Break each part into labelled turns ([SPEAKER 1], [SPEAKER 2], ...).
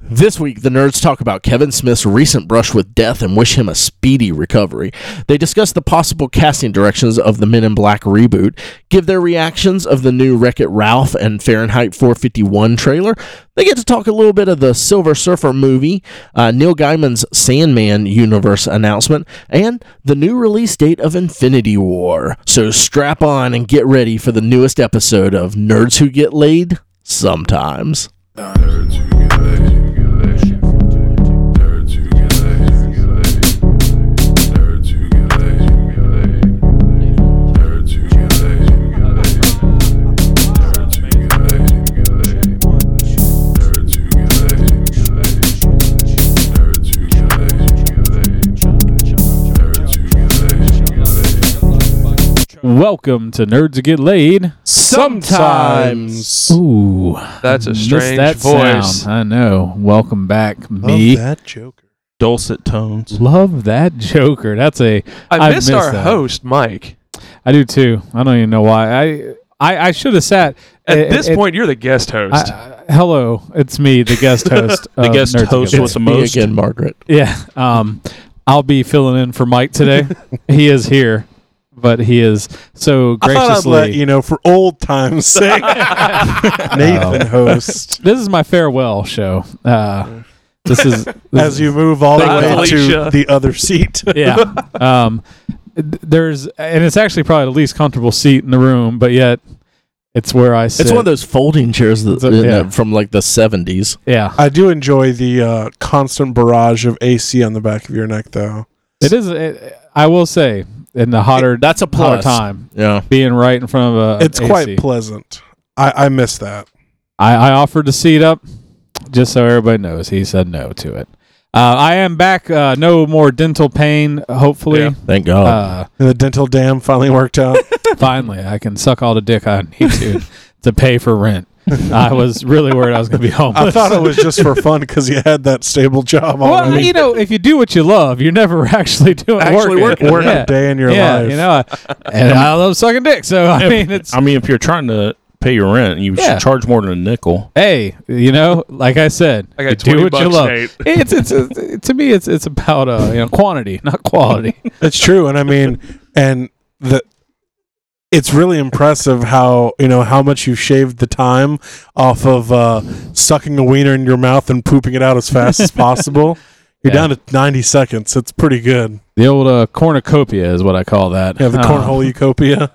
[SPEAKER 1] This week, the nerds talk about Kevin Smith's recent brush with death and wish him a speedy recovery. They discuss the possible casting directions of the Men in Black reboot, give their reactions of the new Wreck It Ralph and Fahrenheit 451 trailer. They get to talk a little bit of the Silver Surfer movie, uh, Neil Gaiman's Sandman universe announcement, and the new release date of Infinity War. So strap on and get ready for the newest episode of Nerds Who Get Laid Sometimes.
[SPEAKER 2] Nerds who get laid. Nerds who get laid. Nerds who get laid. Nerds who get laid. Nerds who get laid. Nerds who get laid. Nerds who get laid. Nerds who get laid.
[SPEAKER 3] Welcome to Nerds Who Get Laid.
[SPEAKER 4] Sometimes.
[SPEAKER 3] Ooh,
[SPEAKER 4] That's a
[SPEAKER 3] missed
[SPEAKER 4] strange
[SPEAKER 3] that
[SPEAKER 4] voice.
[SPEAKER 3] Sound. I know. Welcome back, me. Love
[SPEAKER 5] that Joker.
[SPEAKER 6] dulcet tones.
[SPEAKER 3] that, Joker. That's a.
[SPEAKER 4] I
[SPEAKER 3] I
[SPEAKER 4] missed
[SPEAKER 3] missed
[SPEAKER 4] our
[SPEAKER 3] that.
[SPEAKER 4] host, Mike.
[SPEAKER 3] I do too. I don't even know why. I I, I should have sat
[SPEAKER 4] At
[SPEAKER 3] it-
[SPEAKER 4] this
[SPEAKER 3] it-
[SPEAKER 4] point, you're the guest host.
[SPEAKER 3] I- hello, it's me, the guest host.
[SPEAKER 6] The
[SPEAKER 3] of
[SPEAKER 6] guest
[SPEAKER 3] Nerds Who
[SPEAKER 6] host
[SPEAKER 3] Get
[SPEAKER 6] with the
[SPEAKER 3] Laid.
[SPEAKER 1] Me
[SPEAKER 6] most.
[SPEAKER 1] again, Margaret.
[SPEAKER 3] Yeah. Um, I'll be filling in for Mike today. he is here, but he is so
[SPEAKER 5] I
[SPEAKER 3] graciously.
[SPEAKER 5] thought I'd let you know for old times' sake. Nathan host.
[SPEAKER 3] this is my farewell show. Uh, this is this
[SPEAKER 5] As you move all the
[SPEAKER 4] Bye,
[SPEAKER 5] way
[SPEAKER 4] Alicia.
[SPEAKER 5] to the other seat.
[SPEAKER 3] yeah. Um, th- there's, and it's actually probably the least comfortable seat in the room, but yet it's where I sit.
[SPEAKER 1] It's one of those folding chairs that,
[SPEAKER 3] It's a- yeah.
[SPEAKER 1] that- from like the 70s.
[SPEAKER 3] Yeah,
[SPEAKER 5] I do enjoy the uh, constant barrage of AC on the back of your neck, though.
[SPEAKER 3] it is. It, I will say, in the hotter,
[SPEAKER 1] That's a
[SPEAKER 3] hotter
[SPEAKER 1] plus.
[SPEAKER 3] time,
[SPEAKER 1] Yeah.
[SPEAKER 3] being right in front of Um, a,
[SPEAKER 5] It's
[SPEAKER 3] AC.
[SPEAKER 5] quite pleasant. I, I miss that.
[SPEAKER 3] I, I offered to seat up, just so everybody knows. He said no to it. Uh, I am back. Uh, no more dental pain. Hopefully,
[SPEAKER 4] Yeah.
[SPEAKER 1] Thank God.
[SPEAKER 3] uh,
[SPEAKER 5] And the dental dam finally worked out.
[SPEAKER 3] finally, I can suck all the dick I need to to pay for rent. I was really worried I was going to be homeless.
[SPEAKER 5] I thought it was just for fun because you had that stable job
[SPEAKER 3] Well,
[SPEAKER 5] already.
[SPEAKER 3] you know, if you do what you love, you're never actually doing
[SPEAKER 5] Actually
[SPEAKER 3] working.
[SPEAKER 5] working. Working a
[SPEAKER 3] yeah.
[SPEAKER 5] day in your
[SPEAKER 3] yeah,
[SPEAKER 5] life.
[SPEAKER 3] you know, I- and I love sucking dick. So I mean, it's
[SPEAKER 6] I mean, if you're trying to pay your rent, you
[SPEAKER 3] Yeah.
[SPEAKER 6] should charge more than a nickel.
[SPEAKER 3] hey, you know, like I said,
[SPEAKER 4] I got
[SPEAKER 3] you
[SPEAKER 4] 20
[SPEAKER 3] do what you
[SPEAKER 4] bucks,
[SPEAKER 3] love.
[SPEAKER 4] Nate.
[SPEAKER 3] It's, it's it's to me, it's it's about uh, you know quantity, not quality.
[SPEAKER 5] It's true, and I mean, and the it's really impressive how you know how much you shaved the time off of uh, sucking a wiener in your mouth and pooping it out as fast as possible. You're
[SPEAKER 3] Yeah.
[SPEAKER 5] down to 90 seconds. It's pretty good.
[SPEAKER 3] The old uh, cornucopia is what I call that.
[SPEAKER 5] Yeah, the
[SPEAKER 3] Uh,
[SPEAKER 5] cornhole cornhole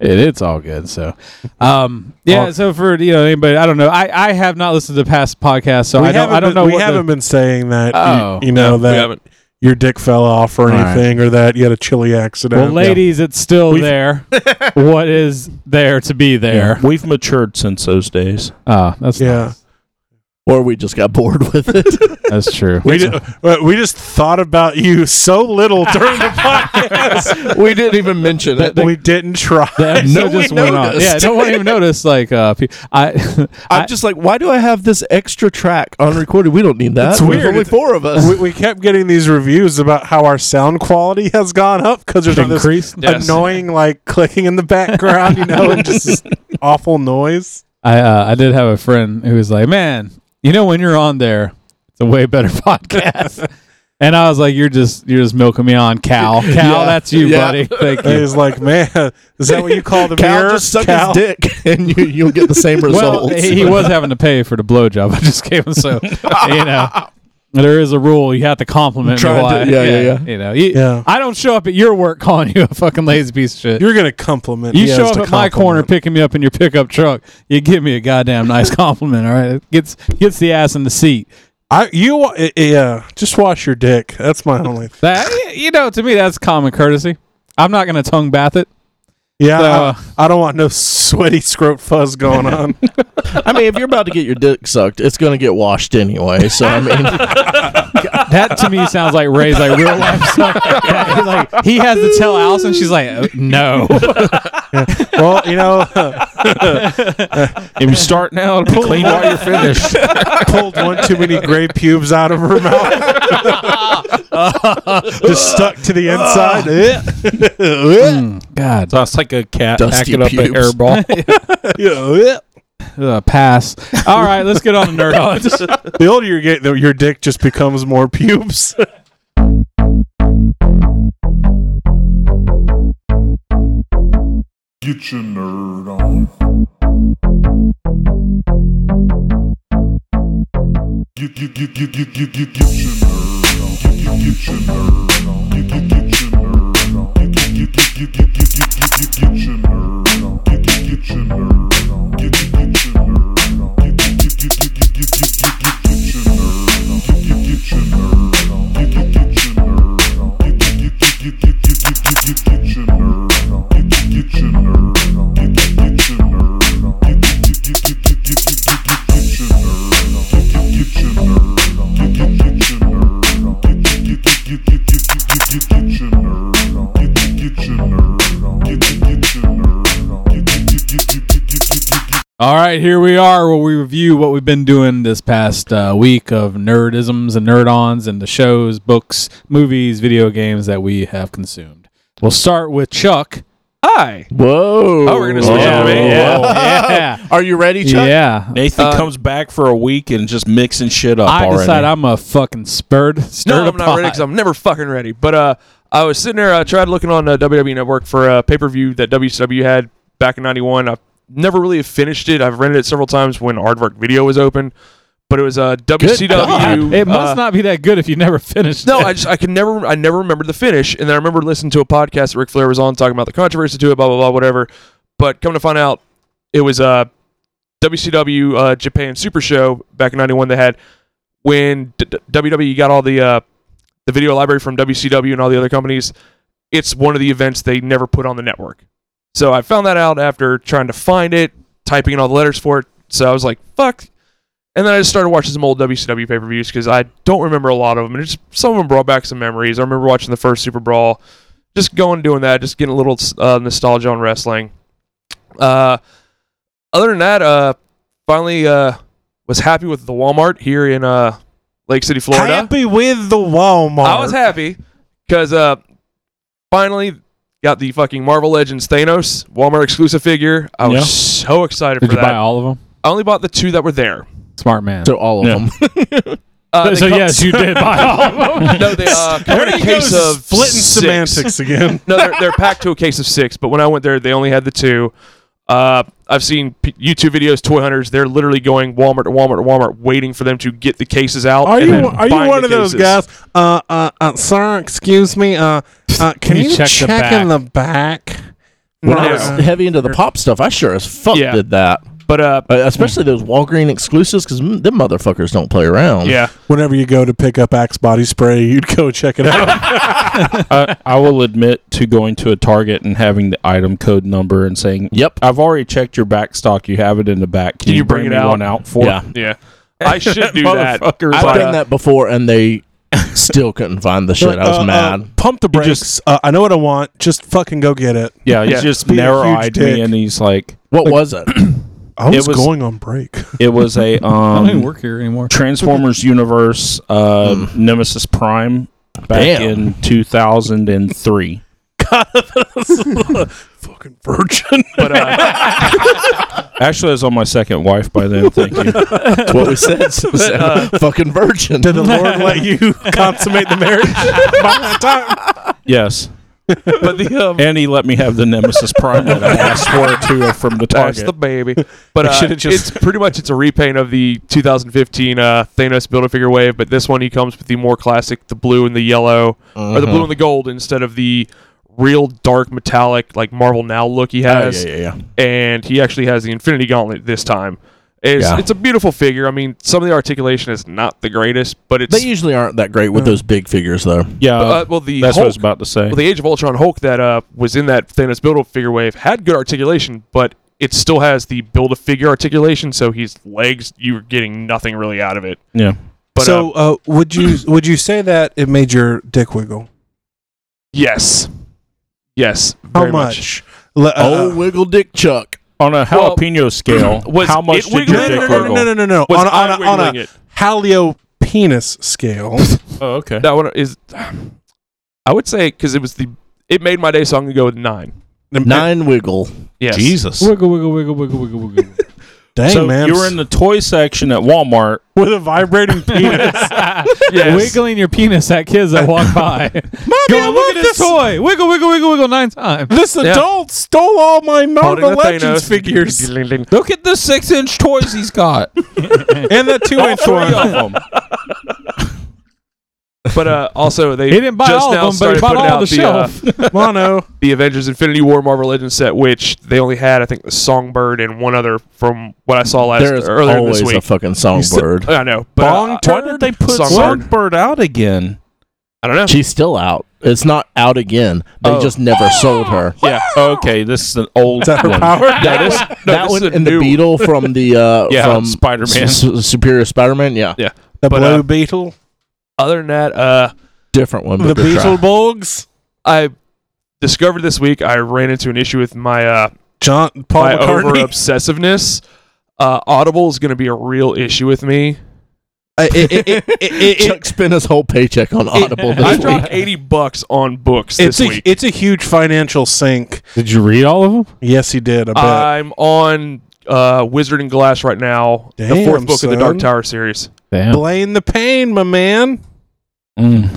[SPEAKER 3] It, it's all good. So, um, yeah. So for you know anybody, I don't know. I, I have not listened to past podcasts, so I don't I don't know
[SPEAKER 5] We
[SPEAKER 3] what the-
[SPEAKER 5] haven't been saying that. you-
[SPEAKER 3] Oh.
[SPEAKER 5] you, know
[SPEAKER 4] we
[SPEAKER 5] that
[SPEAKER 4] haven't.
[SPEAKER 5] your dick fell off or
[SPEAKER 3] All right.
[SPEAKER 5] anything, or that you had a chili accident.
[SPEAKER 3] well, ladies, it's still
[SPEAKER 5] We've-
[SPEAKER 3] there. what is there to be there?
[SPEAKER 6] We've matured since those days.
[SPEAKER 3] Ah, that's
[SPEAKER 5] Yeah.
[SPEAKER 3] nice.
[SPEAKER 1] or we just got bored with it.
[SPEAKER 3] That's true.
[SPEAKER 5] we, ju- uh, we just thought about you so little during the podcast.
[SPEAKER 1] we didn't even mention it.
[SPEAKER 5] we didn't try.
[SPEAKER 3] the episode
[SPEAKER 1] No
[SPEAKER 3] just
[SPEAKER 1] one
[SPEAKER 3] went on.
[SPEAKER 1] noticed.
[SPEAKER 3] Yeah, no one even noticed. Like, uh, pe- I,
[SPEAKER 1] I'm
[SPEAKER 3] I,
[SPEAKER 1] just like, why do I have this extra track unrecorded? We don't need that.
[SPEAKER 5] It's
[SPEAKER 1] There's
[SPEAKER 5] weird.
[SPEAKER 1] only four of us.
[SPEAKER 5] we, we kept getting these reviews about how our sound quality has gone up because there's all this
[SPEAKER 3] increased.
[SPEAKER 4] Yes.
[SPEAKER 5] annoying like clicking in the background, you know, and just this awful noise.
[SPEAKER 3] I, uh, I did have a friend who was like, "Man, you know when you're on there, it's a way better podcast." and I was like, "You're just you're just milking me on, Cal. Cal,
[SPEAKER 1] Yeah.
[SPEAKER 3] that's you,
[SPEAKER 1] Yeah.
[SPEAKER 3] buddy. Thank
[SPEAKER 5] And
[SPEAKER 3] you."
[SPEAKER 5] He's like, man, is that what you call the
[SPEAKER 1] Cal
[SPEAKER 5] mirror?
[SPEAKER 1] just suck
[SPEAKER 5] Cal?"
[SPEAKER 1] his dick, and you, you'll get the same
[SPEAKER 3] Well,
[SPEAKER 1] results.
[SPEAKER 3] he, he was having to pay for the blowjob I just gave him, so you know. There is a rule you have to compliment your
[SPEAKER 1] Trying to-
[SPEAKER 3] wife.
[SPEAKER 1] yeah, yeah, yeah.
[SPEAKER 3] You know, you,
[SPEAKER 5] Yeah.
[SPEAKER 3] I don't show up at your work calling you a fucking lazy piece of shit.
[SPEAKER 5] You're gonna compliment.
[SPEAKER 3] You
[SPEAKER 5] me
[SPEAKER 3] show
[SPEAKER 5] as
[SPEAKER 3] up
[SPEAKER 5] to
[SPEAKER 3] at my
[SPEAKER 5] compliment.
[SPEAKER 3] corner picking me up in your pickup truck. You give me a goddamn nice compliment. All right, it gets gets the ass in the seat.
[SPEAKER 5] I you wa- i- yeah. Just wash your dick. That's my only.
[SPEAKER 3] That you know, to me, that's common courtesy. I'm not gonna tongue bath it.
[SPEAKER 5] Yeah,
[SPEAKER 3] Uh,
[SPEAKER 5] I, I don't want no sweaty scrote fuzz going on.
[SPEAKER 1] I mean, if you're about to get your dick sucked, it's going to get washed anyway. So I mean,
[SPEAKER 3] That to me sounds like Ray's like real life stuff. Yeah, he's like he has to tell Allison, she's like, "Uh, no.
[SPEAKER 5] well, you know,
[SPEAKER 6] If you start now, it'll be clean while you're finished.
[SPEAKER 5] pulled one too many gray pubes out of her mouth. Just stuck to the inside.
[SPEAKER 3] God, Mm,
[SPEAKER 6] So it's like a cat
[SPEAKER 1] Dusty
[SPEAKER 6] acting up
[SPEAKER 1] pubes.
[SPEAKER 6] an airball.
[SPEAKER 5] Yeah, yeah.
[SPEAKER 3] uh, pass. All right, let's get on to nerd hunts.
[SPEAKER 5] The older you get, though, your dick just becomes more pubes.
[SPEAKER 2] Get your nerd on. Get, get, get, get, get, get, get, get your nerd on. Get, get, get your nerd on. Get, get, get your nerd on. Get, get, get, get, get, get, get, get, get, get your nerd on. Get, get, get your nerd on. Get, get, get your nerd on. Get, get, get, get, get, get, get, get, get, get, get your nerd on. Get, get, get your nerd on. Get, get, get your nerd on. Get, get, get, get, get, get, get, get, get, get your nerd on. Get, get, get your nerd on. Get, get, get your nerd on. Get, get, get, get, get, get, get, get, get, get get your nerd on. Get, get, get your nerd on. Get, get, get your nerd on. Get, get, get, get, get, get, get, get, get, get, get your nerd on. Get, get, get your nerd on. Get, get, get your nerd on. Get, get, get, get, get, get, get, get, get, get.
[SPEAKER 3] All right, here we are where we review what we've been doing this past uh, week of nerdisms and nerd ons and the shows, books, movies, video games that we have consumed. We'll start with Chuck.
[SPEAKER 4] Hi.
[SPEAKER 1] Whoa.
[SPEAKER 4] Oh, we're gonna switch it
[SPEAKER 1] Whoa.
[SPEAKER 4] to me?
[SPEAKER 1] Whoa.
[SPEAKER 3] yeah.
[SPEAKER 1] Are you ready, Chuck?
[SPEAKER 3] yeah.
[SPEAKER 6] Nathan
[SPEAKER 4] Uh,
[SPEAKER 6] comes back for a week and just mixing shit up
[SPEAKER 3] I
[SPEAKER 6] already.
[SPEAKER 3] decide I'm a fucking spurred.
[SPEAKER 4] No, I'm not ready because I'm never fucking ready. But uh, I was sitting there. I tried looking on uh, WWE Network for a pay per view that WCW had back in '91. I've never really finished it. I've rented it several times when Aardvark Video was open. But it was uh, WCW.
[SPEAKER 3] It
[SPEAKER 4] uh,
[SPEAKER 3] must not be that good if you never finished.
[SPEAKER 4] No,
[SPEAKER 3] it.
[SPEAKER 4] I just I can never I never remember the finish, and then I remember listening to a podcast that Ric Flair was on talking about the controversy to it, blah blah blah, whatever. But come to find out, it was uh WCW uh, Japan Super Show back in '91. They had when D- D- WWE got all the uh, the video library from WCW and all the other companies. It's one of the events they never put on the network. So I found that out after trying to find it, typing in all the letters for it. So I was like, fuck. And then I just started watching some old WCW pay per views because I don't remember a lot of them. And just some of them brought back some memories. I remember watching the first Super Brawl, just going doing that, just getting a little uh, nostalgia on wrestling. Uh, other than that, uh, finally uh, was happy with the Walmart here in uh, Lake City, Florida.
[SPEAKER 5] Happy with the Walmart.
[SPEAKER 4] I was happy because uh, finally got the fucking Marvel Legends Thanos Walmart exclusive figure. I was
[SPEAKER 3] Yeah.
[SPEAKER 4] so excited
[SPEAKER 3] Did
[SPEAKER 4] for
[SPEAKER 3] you
[SPEAKER 4] that.
[SPEAKER 3] buy all of them?
[SPEAKER 4] I only bought the two that were there.
[SPEAKER 3] Smart man.
[SPEAKER 1] So all of
[SPEAKER 6] Yeah.
[SPEAKER 1] them.
[SPEAKER 4] Uh, they
[SPEAKER 3] so
[SPEAKER 4] come-
[SPEAKER 3] yes, you did buy all of them.
[SPEAKER 4] no, they uh, come
[SPEAKER 5] There
[SPEAKER 4] in a
[SPEAKER 5] he
[SPEAKER 4] case
[SPEAKER 5] goes,
[SPEAKER 4] of
[SPEAKER 5] splitting
[SPEAKER 4] six.
[SPEAKER 5] semantics again.
[SPEAKER 4] No, they're, they're packed to a case of six. But when I went there, they only had the two. Uh, I've seen P- YouTube videos, toy hunters. They're literally going Walmart to Walmart to Walmart, waiting for them to get the cases out.
[SPEAKER 5] Are
[SPEAKER 4] and
[SPEAKER 5] you
[SPEAKER 4] then
[SPEAKER 5] are you
[SPEAKER 4] buying the
[SPEAKER 5] one of those
[SPEAKER 4] cases.
[SPEAKER 5] guys? Uh, uh, uh, sir, excuse me. Uh, uh, can
[SPEAKER 3] You
[SPEAKER 5] you check,
[SPEAKER 3] check the
[SPEAKER 5] in the back?
[SPEAKER 1] When I
[SPEAKER 4] No.
[SPEAKER 1] was heavy into the pop stuff, I sure as fuck
[SPEAKER 4] Yeah.
[SPEAKER 1] did that.
[SPEAKER 4] But uh,
[SPEAKER 1] Uh, especially those Walgreen exclusives, because them motherfuckers don't play around.
[SPEAKER 4] yeah,
[SPEAKER 5] Whenever you go to pick up Axe body spray, you'd go check it out.
[SPEAKER 6] I, I will admit to going to a Target and having the item code number and saying,
[SPEAKER 1] Yep.
[SPEAKER 6] "I've already checked your back stock. You have it in the back. Can
[SPEAKER 4] you bring it
[SPEAKER 6] me
[SPEAKER 4] out?"
[SPEAKER 6] one out for
[SPEAKER 1] Yeah.
[SPEAKER 6] me?"
[SPEAKER 4] yeah. I should do that.
[SPEAKER 6] Motherfuckers.
[SPEAKER 1] I've
[SPEAKER 4] But,
[SPEAKER 1] done
[SPEAKER 4] uh,
[SPEAKER 1] that before, and they still couldn't find the shit. I was
[SPEAKER 5] Uh, uh,
[SPEAKER 1] mad.
[SPEAKER 5] pump the
[SPEAKER 6] You
[SPEAKER 5] brakes.
[SPEAKER 6] just-
[SPEAKER 5] uh, I know what I want. Just fucking go get it.
[SPEAKER 6] Yeah, he
[SPEAKER 4] Yeah.
[SPEAKER 6] just
[SPEAKER 5] Be a huge
[SPEAKER 6] narrow-eyed
[SPEAKER 5] dick.
[SPEAKER 6] me, and he's like,
[SPEAKER 1] what was it?
[SPEAKER 5] I was,
[SPEAKER 6] It was-
[SPEAKER 5] going on break.
[SPEAKER 6] "It was a
[SPEAKER 3] I don't even
[SPEAKER 6] um,
[SPEAKER 3] work here anymore.
[SPEAKER 6] Transformers universe uh, Nemesis Prime back
[SPEAKER 1] Damn.
[SPEAKER 6] in 2003."
[SPEAKER 5] fucking virgin.
[SPEAKER 4] but uh,
[SPEAKER 6] Actually, I was on my second wife by then. Thank you.
[SPEAKER 1] That's what we said. So, so,
[SPEAKER 4] Uh,
[SPEAKER 1] fucking virgin.
[SPEAKER 5] Did the Lord let you consummate the marriage by the time?
[SPEAKER 6] Yes,
[SPEAKER 4] but the um,
[SPEAKER 6] and he let me have the Nemesis Prime that I asked for to from the
[SPEAKER 4] That's
[SPEAKER 6] Target.
[SPEAKER 4] the baby. But uh,
[SPEAKER 5] should've just-
[SPEAKER 4] it's pretty much it's a repaint of the 2015 uh, Thanos Build a Figure Wave, but this one he comes with the more classic, the blue and the yellow,
[SPEAKER 1] Uh-huh.
[SPEAKER 4] or
[SPEAKER 1] Mm-hmm.
[SPEAKER 4] the blue and the gold instead of the real dark metallic like Marvel Now look he
[SPEAKER 1] Oh,
[SPEAKER 4] has.
[SPEAKER 1] yeah, yeah.
[SPEAKER 4] And he actually has the Infinity Gauntlet this time. It's,
[SPEAKER 1] Yeah.
[SPEAKER 4] it's a beautiful figure. I mean, some of the articulation is not the greatest, but it's
[SPEAKER 1] They usually aren't that great with
[SPEAKER 4] Uh-huh.
[SPEAKER 1] those big figures, though.
[SPEAKER 6] yeah,
[SPEAKER 4] uh, well the
[SPEAKER 6] that's what I
[SPEAKER 4] Hulk
[SPEAKER 6] was about to say.
[SPEAKER 4] well, the Age of Ultron Hulk that uh, was in that Thanos build a figure wave had good articulation, but it still has the build a figure articulation, so his legs, you're getting nothing really out of it.
[SPEAKER 6] yeah,
[SPEAKER 4] But uh,
[SPEAKER 5] so, uh, would you would you say that it made your dick wiggle?
[SPEAKER 4] yes. Yes.
[SPEAKER 5] How
[SPEAKER 4] very
[SPEAKER 5] much? Le- uh,
[SPEAKER 4] Uh-huh.
[SPEAKER 1] oh, Wiggle Dick Chuck.
[SPEAKER 6] on a
[SPEAKER 4] Well,
[SPEAKER 6] jalapeno scale,
[SPEAKER 4] was
[SPEAKER 6] how much
[SPEAKER 4] it
[SPEAKER 6] did
[SPEAKER 5] no,
[SPEAKER 6] your
[SPEAKER 4] wiggling?
[SPEAKER 6] dick
[SPEAKER 5] no, no, no,
[SPEAKER 6] wiggle?
[SPEAKER 5] no, no, no, no, no.
[SPEAKER 4] Was
[SPEAKER 5] On, a-
[SPEAKER 4] I
[SPEAKER 5] on, a- on
[SPEAKER 4] wiggling
[SPEAKER 5] a
[SPEAKER 4] it?
[SPEAKER 5] halio penis scale.
[SPEAKER 6] Oh, okay.
[SPEAKER 4] That one is, I would say, because it was the, it made my day, so I'm going to go with nine.
[SPEAKER 1] Nine Wiggle.
[SPEAKER 4] Yes.
[SPEAKER 6] Jesus.
[SPEAKER 3] Wiggle, wiggle, wiggle, wiggle, wiggle, wiggle.
[SPEAKER 5] Dang,
[SPEAKER 6] so
[SPEAKER 5] man.
[SPEAKER 6] you were in the toy section at Walmart.
[SPEAKER 5] with a vibrating penis.
[SPEAKER 4] Yes.
[SPEAKER 3] Wiggling your penis at kids that walk by. Mommy,
[SPEAKER 5] I
[SPEAKER 3] Go,
[SPEAKER 5] love
[SPEAKER 3] look at this
[SPEAKER 5] this."
[SPEAKER 3] toy. Wiggle, wiggle, wiggle, wiggle nine times.
[SPEAKER 5] this adult stole all my Marvel
[SPEAKER 4] Holding the
[SPEAKER 5] Legends
[SPEAKER 4] Thanos.
[SPEAKER 5] figures
[SPEAKER 6] Look at the six inch toys he's got.
[SPEAKER 5] and the two inch
[SPEAKER 6] Three
[SPEAKER 5] one.
[SPEAKER 6] of them.
[SPEAKER 4] But uh, also they
[SPEAKER 3] He didn't buy
[SPEAKER 4] just
[SPEAKER 3] all
[SPEAKER 4] now
[SPEAKER 3] of them, but he
[SPEAKER 4] started
[SPEAKER 3] bought
[SPEAKER 4] putting
[SPEAKER 3] all
[SPEAKER 4] out
[SPEAKER 3] the shelf.
[SPEAKER 4] uh,
[SPEAKER 5] Mono.
[SPEAKER 4] the Avengers Infinity War Marvel Legends set, which they only had I think the Songbird and one other from what I saw last
[SPEAKER 1] There is
[SPEAKER 4] earlier
[SPEAKER 1] always
[SPEAKER 4] this
[SPEAKER 1] a
[SPEAKER 4] week.
[SPEAKER 1] fucking songbird.
[SPEAKER 4] I know, but uh,
[SPEAKER 5] Bong
[SPEAKER 6] Why did
[SPEAKER 5] turd.
[SPEAKER 6] they put
[SPEAKER 4] Songbird.
[SPEAKER 6] Songbird out again?
[SPEAKER 4] I don't know.
[SPEAKER 1] She's still out. It's not out again. They
[SPEAKER 6] Oh.
[SPEAKER 1] just never sold her.
[SPEAKER 6] Yeah. Okay, this is an old
[SPEAKER 5] Is that her
[SPEAKER 6] one.
[SPEAKER 5] power?
[SPEAKER 1] That
[SPEAKER 4] this-
[SPEAKER 1] one,
[SPEAKER 4] Oh, no,
[SPEAKER 1] that
[SPEAKER 4] this
[SPEAKER 1] one
[SPEAKER 4] is a
[SPEAKER 1] and the
[SPEAKER 4] new-
[SPEAKER 1] beetle from the uh,
[SPEAKER 6] Yeah,
[SPEAKER 1] from
[SPEAKER 6] Spider-Man.
[SPEAKER 1] S- S- Superior Spider-Man. Yeah,
[SPEAKER 4] Yeah.
[SPEAKER 5] The
[SPEAKER 4] But,
[SPEAKER 5] Blue
[SPEAKER 4] uh,
[SPEAKER 5] Beetle.
[SPEAKER 4] Other than that, uh,
[SPEAKER 1] different one.
[SPEAKER 5] The
[SPEAKER 1] But good try.
[SPEAKER 5] Beetleborgs.
[SPEAKER 4] I discovered this week I ran into an issue with my uh,
[SPEAKER 5] John Paul
[SPEAKER 4] my over
[SPEAKER 5] McCartney.
[SPEAKER 4] obsessiveness. Uh, Audible is going to be a real issue with me.
[SPEAKER 1] I- it- it- it- it- it- Chuck spent his whole paycheck on Audible
[SPEAKER 4] I
[SPEAKER 1] this week.
[SPEAKER 4] dropped eighty bucks on books
[SPEAKER 5] It's
[SPEAKER 4] this
[SPEAKER 5] a,
[SPEAKER 4] week.
[SPEAKER 5] it's a huge financial sink.
[SPEAKER 3] Did you read all of them?
[SPEAKER 5] Yes, he did. I
[SPEAKER 4] Uh,
[SPEAKER 5] bet.
[SPEAKER 4] I'm on uh, Wizard and Glass right now, the
[SPEAKER 5] Damn,
[SPEAKER 4] fourth book of the Dark
[SPEAKER 5] son.
[SPEAKER 4] Tower series.
[SPEAKER 3] Damn.
[SPEAKER 5] Blame the pain, my man.
[SPEAKER 6] Mm.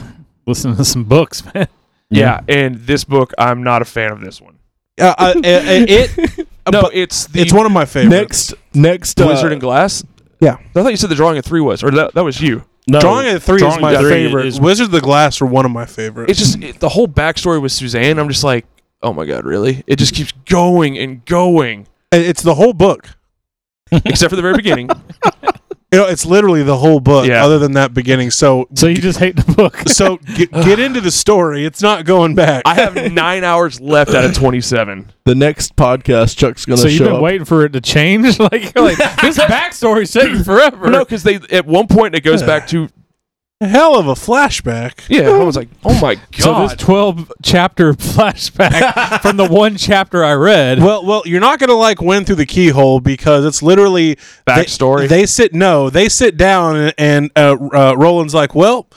[SPEAKER 3] Listen to some books, man.
[SPEAKER 4] Yeah, and this book, I'm not a fan of this one.
[SPEAKER 5] Uh, I- I- I- it,
[SPEAKER 4] No,
[SPEAKER 5] but
[SPEAKER 4] it's the
[SPEAKER 5] it's one of my favorites.
[SPEAKER 1] Next, next,
[SPEAKER 4] the
[SPEAKER 1] uh,
[SPEAKER 4] Wizard and Glass.
[SPEAKER 5] yeah.
[SPEAKER 4] I thought you said the drawing of three was, or that, that was you.
[SPEAKER 6] No,
[SPEAKER 5] Drawing at three
[SPEAKER 6] Drawing
[SPEAKER 5] is my
[SPEAKER 6] at Three
[SPEAKER 5] favorite.
[SPEAKER 6] is-
[SPEAKER 5] Wizard of the Glass are one of my favorites.
[SPEAKER 4] It's just it, the whole backstory with Suzanne. I'm just like, oh my god, really? It just keeps going and going,
[SPEAKER 5] It- it's the whole book.
[SPEAKER 4] except for the very beginning.
[SPEAKER 5] You know, it's literally the whole book,
[SPEAKER 4] Yeah.
[SPEAKER 5] other than that beginning. So,
[SPEAKER 3] So you just hate the book.
[SPEAKER 5] so get, get into the story. It's not going back.
[SPEAKER 4] I have nine hours left out of 27.
[SPEAKER 1] the next podcast, Chuck's gonna
[SPEAKER 3] So you've
[SPEAKER 1] show
[SPEAKER 3] been
[SPEAKER 1] up.
[SPEAKER 3] waiting for it to change? Like, you're like this backstory's taking forever.
[SPEAKER 4] No, because they at one point it goes back to
[SPEAKER 5] Hell of a flashback.
[SPEAKER 4] yeah. I was like, oh my
[SPEAKER 3] So this
[SPEAKER 4] god.
[SPEAKER 3] 12 chapter flashback from the one chapter I read.
[SPEAKER 5] Well, well, you're not gonna like win through the keyhole because it's literally they- They,
[SPEAKER 4] Backstory?
[SPEAKER 5] sit no, they sit down and, and uh, uh, Roland's like, well.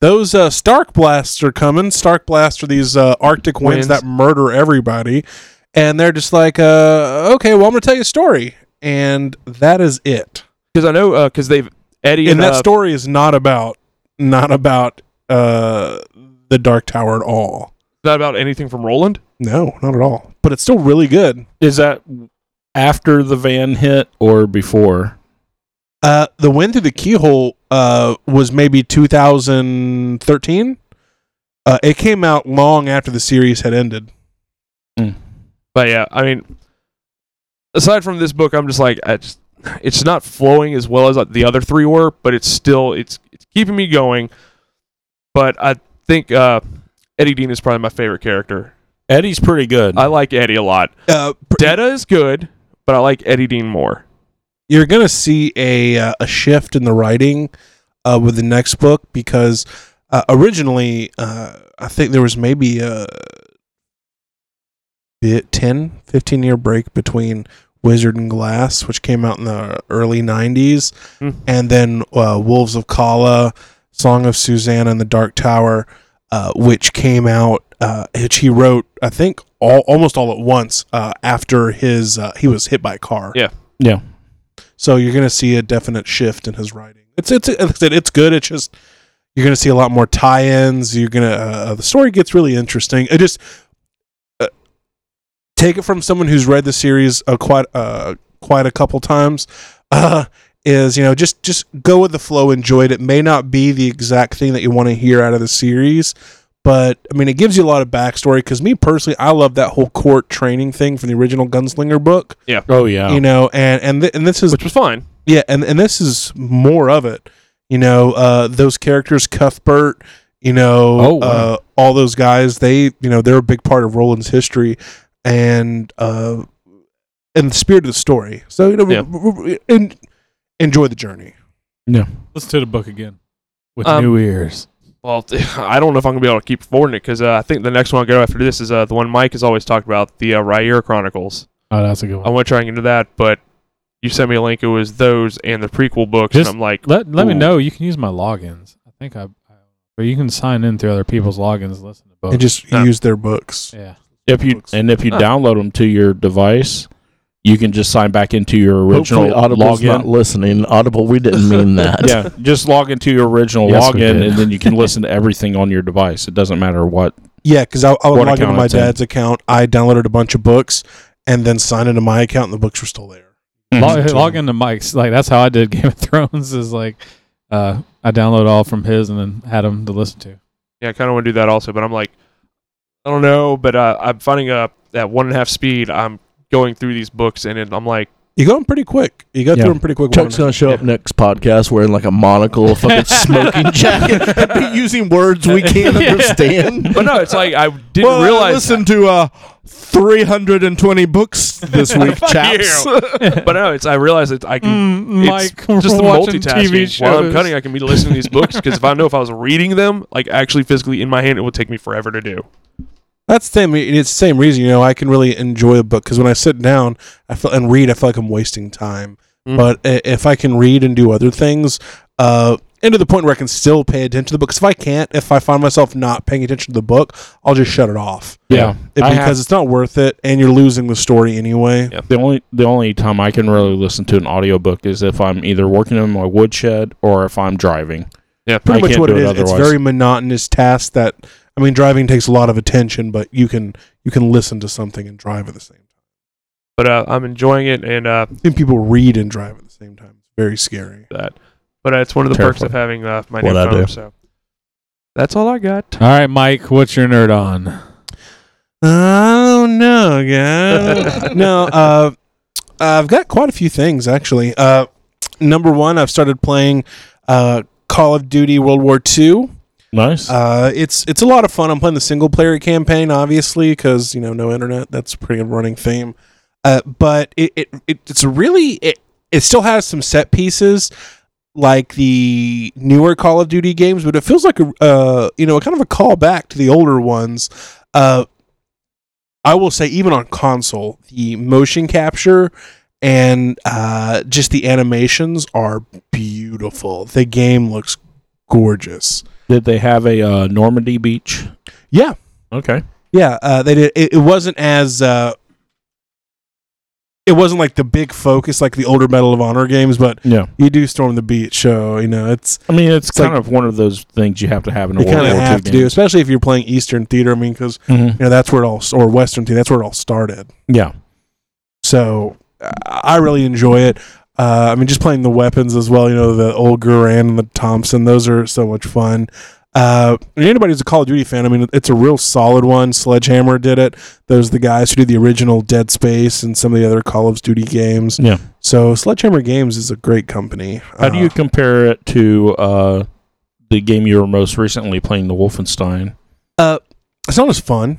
[SPEAKER 5] Those uh, Stark Blasts are coming. Stark Blasts are these uh, Arctic
[SPEAKER 4] Winds.
[SPEAKER 5] winds, that murder everybody, and they're just like, uh, okay, well, I'm going to tell you a story, and that is it.
[SPEAKER 4] Because I know because they've Eddie
[SPEAKER 5] and
[SPEAKER 4] and,
[SPEAKER 5] that
[SPEAKER 4] uh,
[SPEAKER 5] story is not about not about uh, the Dark Tower at all.
[SPEAKER 4] not about anything from Roland.
[SPEAKER 5] No, not at all. But it's still really good.
[SPEAKER 6] Is that after the van hit or before?
[SPEAKER 5] Uh, the wind through the keyhole uh, was maybe 2013. Uh, it came out long after the series had ended. Hmm.
[SPEAKER 4] But yeah, I mean, aside from this book, I'm just like, I just, it's not flowing as well as like, the other three were, but it's still it's it's keeping me going. But I think uh, Eddie Dean is probably my favorite character.
[SPEAKER 6] Eddie's pretty good.
[SPEAKER 4] I like Eddie a lot.
[SPEAKER 5] Uh, pr-
[SPEAKER 4] Detta is good, but I like Eddie Dean more.
[SPEAKER 5] you're gonna see a uh, a shift in the writing uh, with the next book because uh, originally uh, I think there was maybe a bit 10 15 year break between Wizard and Glass which came out in the early 90s
[SPEAKER 4] Hmm.
[SPEAKER 5] and then uh, Wolves of Kala Song of Susanna and the Dark Tower uh, which came out uh, which he wrote I think all, almost all at once uh, after his uh, he was hit by a car
[SPEAKER 4] Yeah.
[SPEAKER 6] Yeah.
[SPEAKER 5] so you're going to see a definite shift in his writing. It's it's like I said, it's good. It's just you're going to see a lot more tie-ins. You're going to uh, the story gets really interesting. It just uh, take it from someone who's read the series uh, quite uh, quite a couple times. Uh, is you know just just go with the flow, enjoy it. It may not be the exact thing that you want to hear out of the series. But I mean, it gives you a lot of backstory because me personally, I love that whole court training thing from the original Gunslinger book.
[SPEAKER 6] oh yeah.
[SPEAKER 5] You know, and and th- and this is
[SPEAKER 4] Which was fine.
[SPEAKER 5] yeah, and and this is more of it. You know, uh, those characters, Cuthbert. You know,
[SPEAKER 6] Oh, wow.
[SPEAKER 5] uh, all those guys. They, you know, they're a big part of Roland's history, and uh, and the spirit of the story. So you know,
[SPEAKER 4] Yeah.
[SPEAKER 5] w- w- en- enjoy the journey.
[SPEAKER 3] Listen to the book again with
[SPEAKER 4] Um,
[SPEAKER 3] new ears.
[SPEAKER 4] Well, I don't know if I'm gonna be able to keep forwarding it because uh, I think the next one I go after this is uh, the one Mike has always talked about, the uh, Rhaegar Chronicles.
[SPEAKER 3] Oh, that's a good
[SPEAKER 4] I want to try and get into that, but you sent me a link. It was those and the prequel books,
[SPEAKER 3] Just
[SPEAKER 4] and I'm like,
[SPEAKER 3] Let let me
[SPEAKER 4] Ooh.
[SPEAKER 3] know. You can use my logins. I think I, I but you can sign in through other people's logins and listen to books.
[SPEAKER 5] And just
[SPEAKER 4] Yeah.
[SPEAKER 5] use their books.
[SPEAKER 3] yeah.
[SPEAKER 6] If you and if you
[SPEAKER 4] Huh.
[SPEAKER 6] download them to your device, you can just sign back into your original
[SPEAKER 1] Hopefully, Audible's
[SPEAKER 6] login.
[SPEAKER 1] not listening. Audible, we didn't mean that.
[SPEAKER 6] yeah, just log into your original
[SPEAKER 1] Yes, we did.
[SPEAKER 6] login, and then you can listen to everything on your device. It doesn't matter what.
[SPEAKER 5] Yeah, because I, I
[SPEAKER 6] What
[SPEAKER 5] would log into
[SPEAKER 6] account
[SPEAKER 5] my
[SPEAKER 6] it's in?
[SPEAKER 5] dad's account. I downloaded a bunch of books and then signed into my account, and the books were still there.
[SPEAKER 3] Mm-hmm. log, log into Mike's. Like that's how I did Game of Thrones. Is like uh, I download all from his and then had him to listen to.
[SPEAKER 4] Yeah, I kind of want to do that also, but I'm like, I don't know, but uh, I'm finding uh, at one and a half speed, I'm going through these books, and it, I'm like,
[SPEAKER 5] You go them pretty quick. You go
[SPEAKER 3] Yeah.
[SPEAKER 5] through them pretty quick.
[SPEAKER 1] Chuck's
[SPEAKER 5] Warner.
[SPEAKER 1] gonna show up next podcast wearing like a monocle, a fucking smoking jacket, and be using words we can't understand.
[SPEAKER 4] but no, it's like I didn't
[SPEAKER 1] I
[SPEAKER 4] realize.
[SPEAKER 1] listened to uh, 320 books this week,
[SPEAKER 4] Fuck
[SPEAKER 1] chaps.
[SPEAKER 4] you. but no, it's I realized that I can.
[SPEAKER 3] Mm, Mike,
[SPEAKER 4] it's just the
[SPEAKER 3] watching
[SPEAKER 4] multitasking.
[SPEAKER 3] TV
[SPEAKER 4] While I'm
[SPEAKER 3] shows.
[SPEAKER 4] cutting, I can be listening to these books because if I know if I was reading them, like actually physically in my hand, it would take me forever to do.
[SPEAKER 5] That's the same. It's the same reason. You know, I can really enjoy a book because when I sit down, I feel and read, I feel like I'm wasting time.
[SPEAKER 4] Mm.
[SPEAKER 5] But i- if I can read and do other things, uh, and to the point where I can still pay attention to the book. Because if I can't, if I find myself not paying attention to the book, I'll just shut it off.
[SPEAKER 6] Yeah,
[SPEAKER 5] It-
[SPEAKER 6] I
[SPEAKER 5] because
[SPEAKER 6] have-
[SPEAKER 5] it's not worth it, and you're losing the story anyway.
[SPEAKER 6] the only the only time I can really listen to an audiobook is if I'm either working in my woodshed or if I'm driving.
[SPEAKER 4] Yeah,
[SPEAKER 5] Pretty
[SPEAKER 6] I
[SPEAKER 5] much
[SPEAKER 6] can't
[SPEAKER 5] what
[SPEAKER 6] do
[SPEAKER 5] it
[SPEAKER 6] it
[SPEAKER 5] is. It's
[SPEAKER 6] otherwise.
[SPEAKER 5] very monotonous task that I mean, driving takes a lot of attention, but you can you can listen to something and drive at the same time.
[SPEAKER 4] But uh, I'm enjoying it, and uh,
[SPEAKER 5] And people read and drive at the same time. It's very scary.
[SPEAKER 4] that. But uh, it's one of the perks of having uh, my new
[SPEAKER 1] What I
[SPEAKER 4] phone.
[SPEAKER 1] do.
[SPEAKER 4] So that's all I got.
[SPEAKER 3] All right, Mike, what's your nerd on?
[SPEAKER 5] I don't know, guys. no, uh, I've got quite a few things actually. Uh, number one, I've started playing uh, Call of Duty World War II.
[SPEAKER 6] Nice.
[SPEAKER 5] Uh, it's it's a lot of fun. I'm playing the single player campaign, obviously, because you know no internet. That's a pretty good running theme. Uh, but it, it, it it's really it it still has some set pieces like the newer Call of Duty games, but it feels like a uh, you know kind of a callback to the older ones. Uh, I will say, even on console, the motion capture and uh, just the animations are beautiful. The game looks gorgeous.
[SPEAKER 6] Did they have a uh, Normandy beach?
[SPEAKER 5] Yeah,
[SPEAKER 6] Okay.
[SPEAKER 5] Yeah, uh, they did. It, it wasn't as uh, it wasn't like the big focus like the older Medal of Honor games, but
[SPEAKER 6] Yeah.
[SPEAKER 5] you do storm the beach show. You know, it's
[SPEAKER 6] I mean, it's,
[SPEAKER 5] It's
[SPEAKER 6] kind of one of those things you have to have in a
[SPEAKER 5] you
[SPEAKER 6] World
[SPEAKER 5] kind
[SPEAKER 6] War
[SPEAKER 5] of
[SPEAKER 6] II
[SPEAKER 5] have to do,
[SPEAKER 6] game.
[SPEAKER 5] especially if you're playing Eastern theater. I mean, because
[SPEAKER 6] Mhm.
[SPEAKER 5] you know that's where it all s- or Western theater. That's where it all started.
[SPEAKER 6] Yeah.
[SPEAKER 5] So I I really enjoy it. Uh, I mean, just playing the weapons as well. You know, the old Guran and the Thompson; those are so much fun. Uh, and anybody who's a Call of Duty fan, I mean, it's a real solid one. Sledgehammer did it. Those are the guys who did the original Dead Space and some of the other Call of Duty games.
[SPEAKER 6] Yeah.
[SPEAKER 5] So Sledgehammer Games is a great company. Uh,
[SPEAKER 6] How do you compare it to uh, the game you were most recently playing, the Wolfenstein?
[SPEAKER 5] it's not as fun.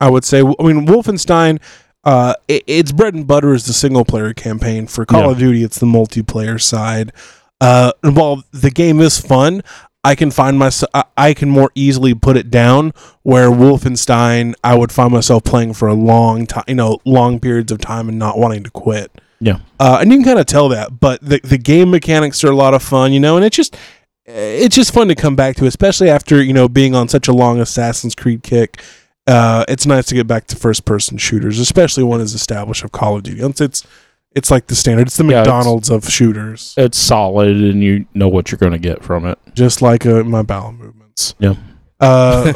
[SPEAKER 5] I would say. I mean, Wolfenstein. Uh, i its bread and butter is the single player campaign. For Call
[SPEAKER 6] Yeah.
[SPEAKER 5] of Duty, it's the multiplayer side. Uh, and while the game is fun, I can find myself. I, I can more easily put it down. Where Wolfenstein, I would find myself playing for a long time. You know, long periods of time and not wanting to quit.
[SPEAKER 6] Yeah.
[SPEAKER 5] Uh, and you can kind of tell that, but the the game mechanics are a lot of fun, you know, and it's just it's just fun to come back to, especially after you know being on such a long Assassin's Creed kick. Uh, it's nice to get back to first person shooters, especially one as established of Call of Duty. It's it's, it's like the standard. It's the
[SPEAKER 6] Yeah, it's-
[SPEAKER 5] McDonald's of shooters,
[SPEAKER 6] It's solid, and you know what you're going to get from it.
[SPEAKER 5] just like uh, my bowel movements.
[SPEAKER 6] Yeah.
[SPEAKER 5] Uh,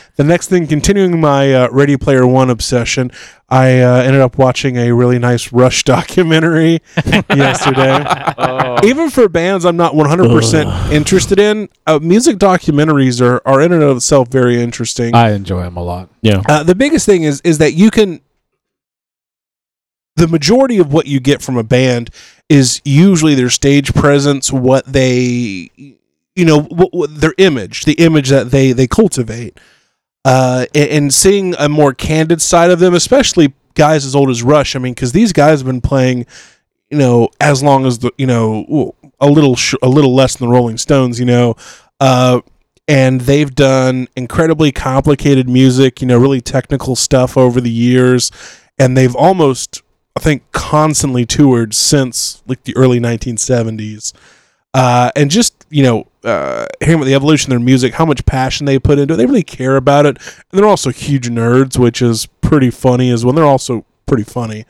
[SPEAKER 5] the next thing, continuing my uh, Ready Player One obsession, I uh, ended up watching a really nice Rush documentary yesterday.
[SPEAKER 4] Oh,
[SPEAKER 5] even for bands I'm not 100% interested in, uh, music documentaries are, are in and of itself very interesting.
[SPEAKER 3] I enjoy him a lot.
[SPEAKER 6] Yeah.
[SPEAKER 5] Uh, the biggest thing is is that you can the majority of what you get from a band is usually their stage presence, what they you know, what, what their image, the image that they they cultivate. Uh, and, and seeing a more candid side of them, especially guys as old as Rush. I mean, because these guys have been playing, you know, as long as the you know a little sh- a little less than the Rolling Stones, you know, uh, and they've done incredibly complicated music, you know, really technical stuff over the years, and they've almost I think constantly toured since like the early 1970s. Uh, and just you know, uh, hearing about the evolution of their music, how much passion they put into it, they really care about it, and they're also huge nerds, which is pretty funny as well. They're also pretty funny,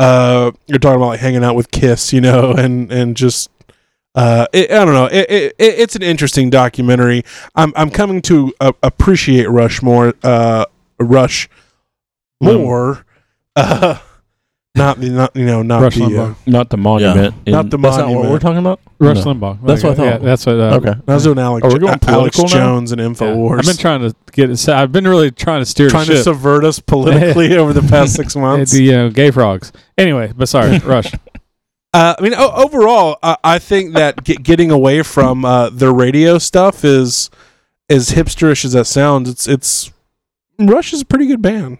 [SPEAKER 5] uh, you're talking about like hanging out with Kiss, you know, and and just uh, it, I don't know. It, it, it, it's an interesting documentary. I'm I'm coming to uh, appreciate Rush more. Uh, Rush
[SPEAKER 3] Mm.
[SPEAKER 5] more. Uh, not the not you know not
[SPEAKER 3] Rush
[SPEAKER 5] the uh,
[SPEAKER 3] Limbaugh.
[SPEAKER 6] Not the monument. in-
[SPEAKER 5] not the
[SPEAKER 1] That's not what we're
[SPEAKER 5] monument.
[SPEAKER 1] talking about.
[SPEAKER 3] Rush
[SPEAKER 6] No.
[SPEAKER 3] Limbaugh.
[SPEAKER 1] That's what I
[SPEAKER 3] Yeah,
[SPEAKER 1] thought.
[SPEAKER 3] that's what. Uh,
[SPEAKER 1] Okay.
[SPEAKER 5] I was doing Alex,
[SPEAKER 6] Are we going
[SPEAKER 5] Alex
[SPEAKER 6] political now?
[SPEAKER 5] Jones and
[SPEAKER 3] yeah.
[SPEAKER 5] Infowars.
[SPEAKER 3] I've been trying to get it. I've been really trying to steer
[SPEAKER 5] trying
[SPEAKER 3] the
[SPEAKER 5] to
[SPEAKER 3] ship.
[SPEAKER 5] subvert us politically over the past six months.
[SPEAKER 3] the you know, gay frogs. Anyway, but sorry, Rush.
[SPEAKER 5] Uh, I mean, o- overall, uh, I think that get, getting away from uh, the radio stuff is as hipsterish as that sounds. It's it's Rush is a pretty good band.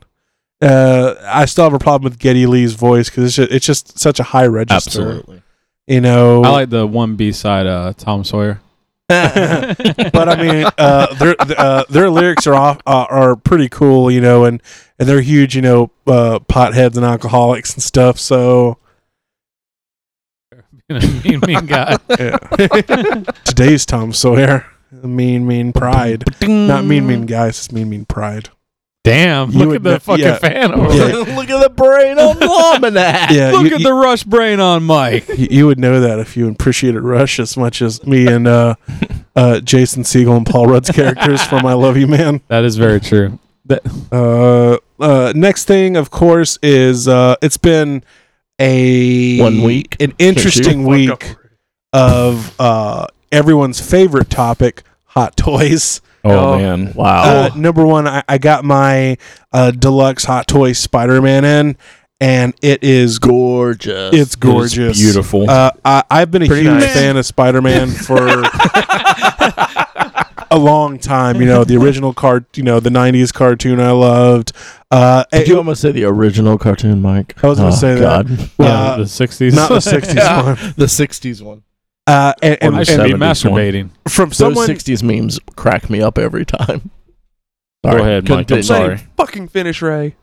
[SPEAKER 5] Uh, I still have a problem with Geddy Lee's voice because it's just, it's just such a high register.
[SPEAKER 1] Absolutely.
[SPEAKER 5] you know.
[SPEAKER 3] I like the one B side, uh, Tom Sawyer.
[SPEAKER 5] but I mean, uh, their uh, their lyrics are off, uh, are pretty cool, you know, and and they're huge, you know, uh, potheads and alcoholics and stuff. So
[SPEAKER 3] You know, mean, mean guy.
[SPEAKER 5] today's Tom Sawyer, mean mean pride. Not mean, mean guys. It's mean, mean pride.
[SPEAKER 3] Damn!
[SPEAKER 5] You
[SPEAKER 3] Look
[SPEAKER 5] would
[SPEAKER 3] at the
[SPEAKER 5] ne-
[SPEAKER 3] fucking
[SPEAKER 5] yeah.
[SPEAKER 3] fan. Over
[SPEAKER 5] Yeah.
[SPEAKER 3] there.
[SPEAKER 1] Look at the brain on Lomanac.
[SPEAKER 5] Yeah,
[SPEAKER 3] Ah, Look
[SPEAKER 5] you,
[SPEAKER 3] at
[SPEAKER 5] you-
[SPEAKER 3] the Rush brain on Mike.
[SPEAKER 5] you- you would know that if you appreciated Rush as much as me and uh, uh, Jason Siegel and Paul Rudd's characters from I Love You Man.
[SPEAKER 3] That is very true. That,
[SPEAKER 5] Uh, uh, next thing, of course, is uh, it's been a
[SPEAKER 1] One week.
[SPEAKER 5] an interesting
[SPEAKER 4] Fuck
[SPEAKER 5] week of uh, everyone's favorite topic, hot toys.
[SPEAKER 6] oh,
[SPEAKER 4] Oh.
[SPEAKER 6] man.
[SPEAKER 1] Wow.
[SPEAKER 5] Uh, number one, I, I got my uh, deluxe hot toy Spider Man in, and it is
[SPEAKER 1] gorgeous.
[SPEAKER 5] it's
[SPEAKER 6] It is
[SPEAKER 5] gorgeous,
[SPEAKER 6] beautiful.
[SPEAKER 5] Uh, I, I've been a
[SPEAKER 4] Pretty
[SPEAKER 5] huge
[SPEAKER 4] nice.
[SPEAKER 5] fan of Spider Man for a long time. You know, the original cart, you know, the '90s cartoon I loved. Uh,
[SPEAKER 1] Did
[SPEAKER 5] it-
[SPEAKER 1] you almost say the original cartoon, Mike?
[SPEAKER 5] I was gonna say that.
[SPEAKER 1] that.
[SPEAKER 3] yeah,
[SPEAKER 5] uh,
[SPEAKER 3] the '60s.
[SPEAKER 5] not the '60s
[SPEAKER 1] Yeah.
[SPEAKER 5] one.
[SPEAKER 1] The 60s one.
[SPEAKER 5] Uh, and,
[SPEAKER 6] Or
[SPEAKER 5] and,
[SPEAKER 3] I
[SPEAKER 5] and
[SPEAKER 3] should be
[SPEAKER 6] 70s one.
[SPEAKER 3] masturbating.
[SPEAKER 5] from
[SPEAKER 1] Those
[SPEAKER 5] someone,
[SPEAKER 1] 60s memes crack me up every time.
[SPEAKER 6] Go ahead, Mike. I'm
[SPEAKER 1] continue.
[SPEAKER 6] sorry.
[SPEAKER 4] Fucking finish, Ray.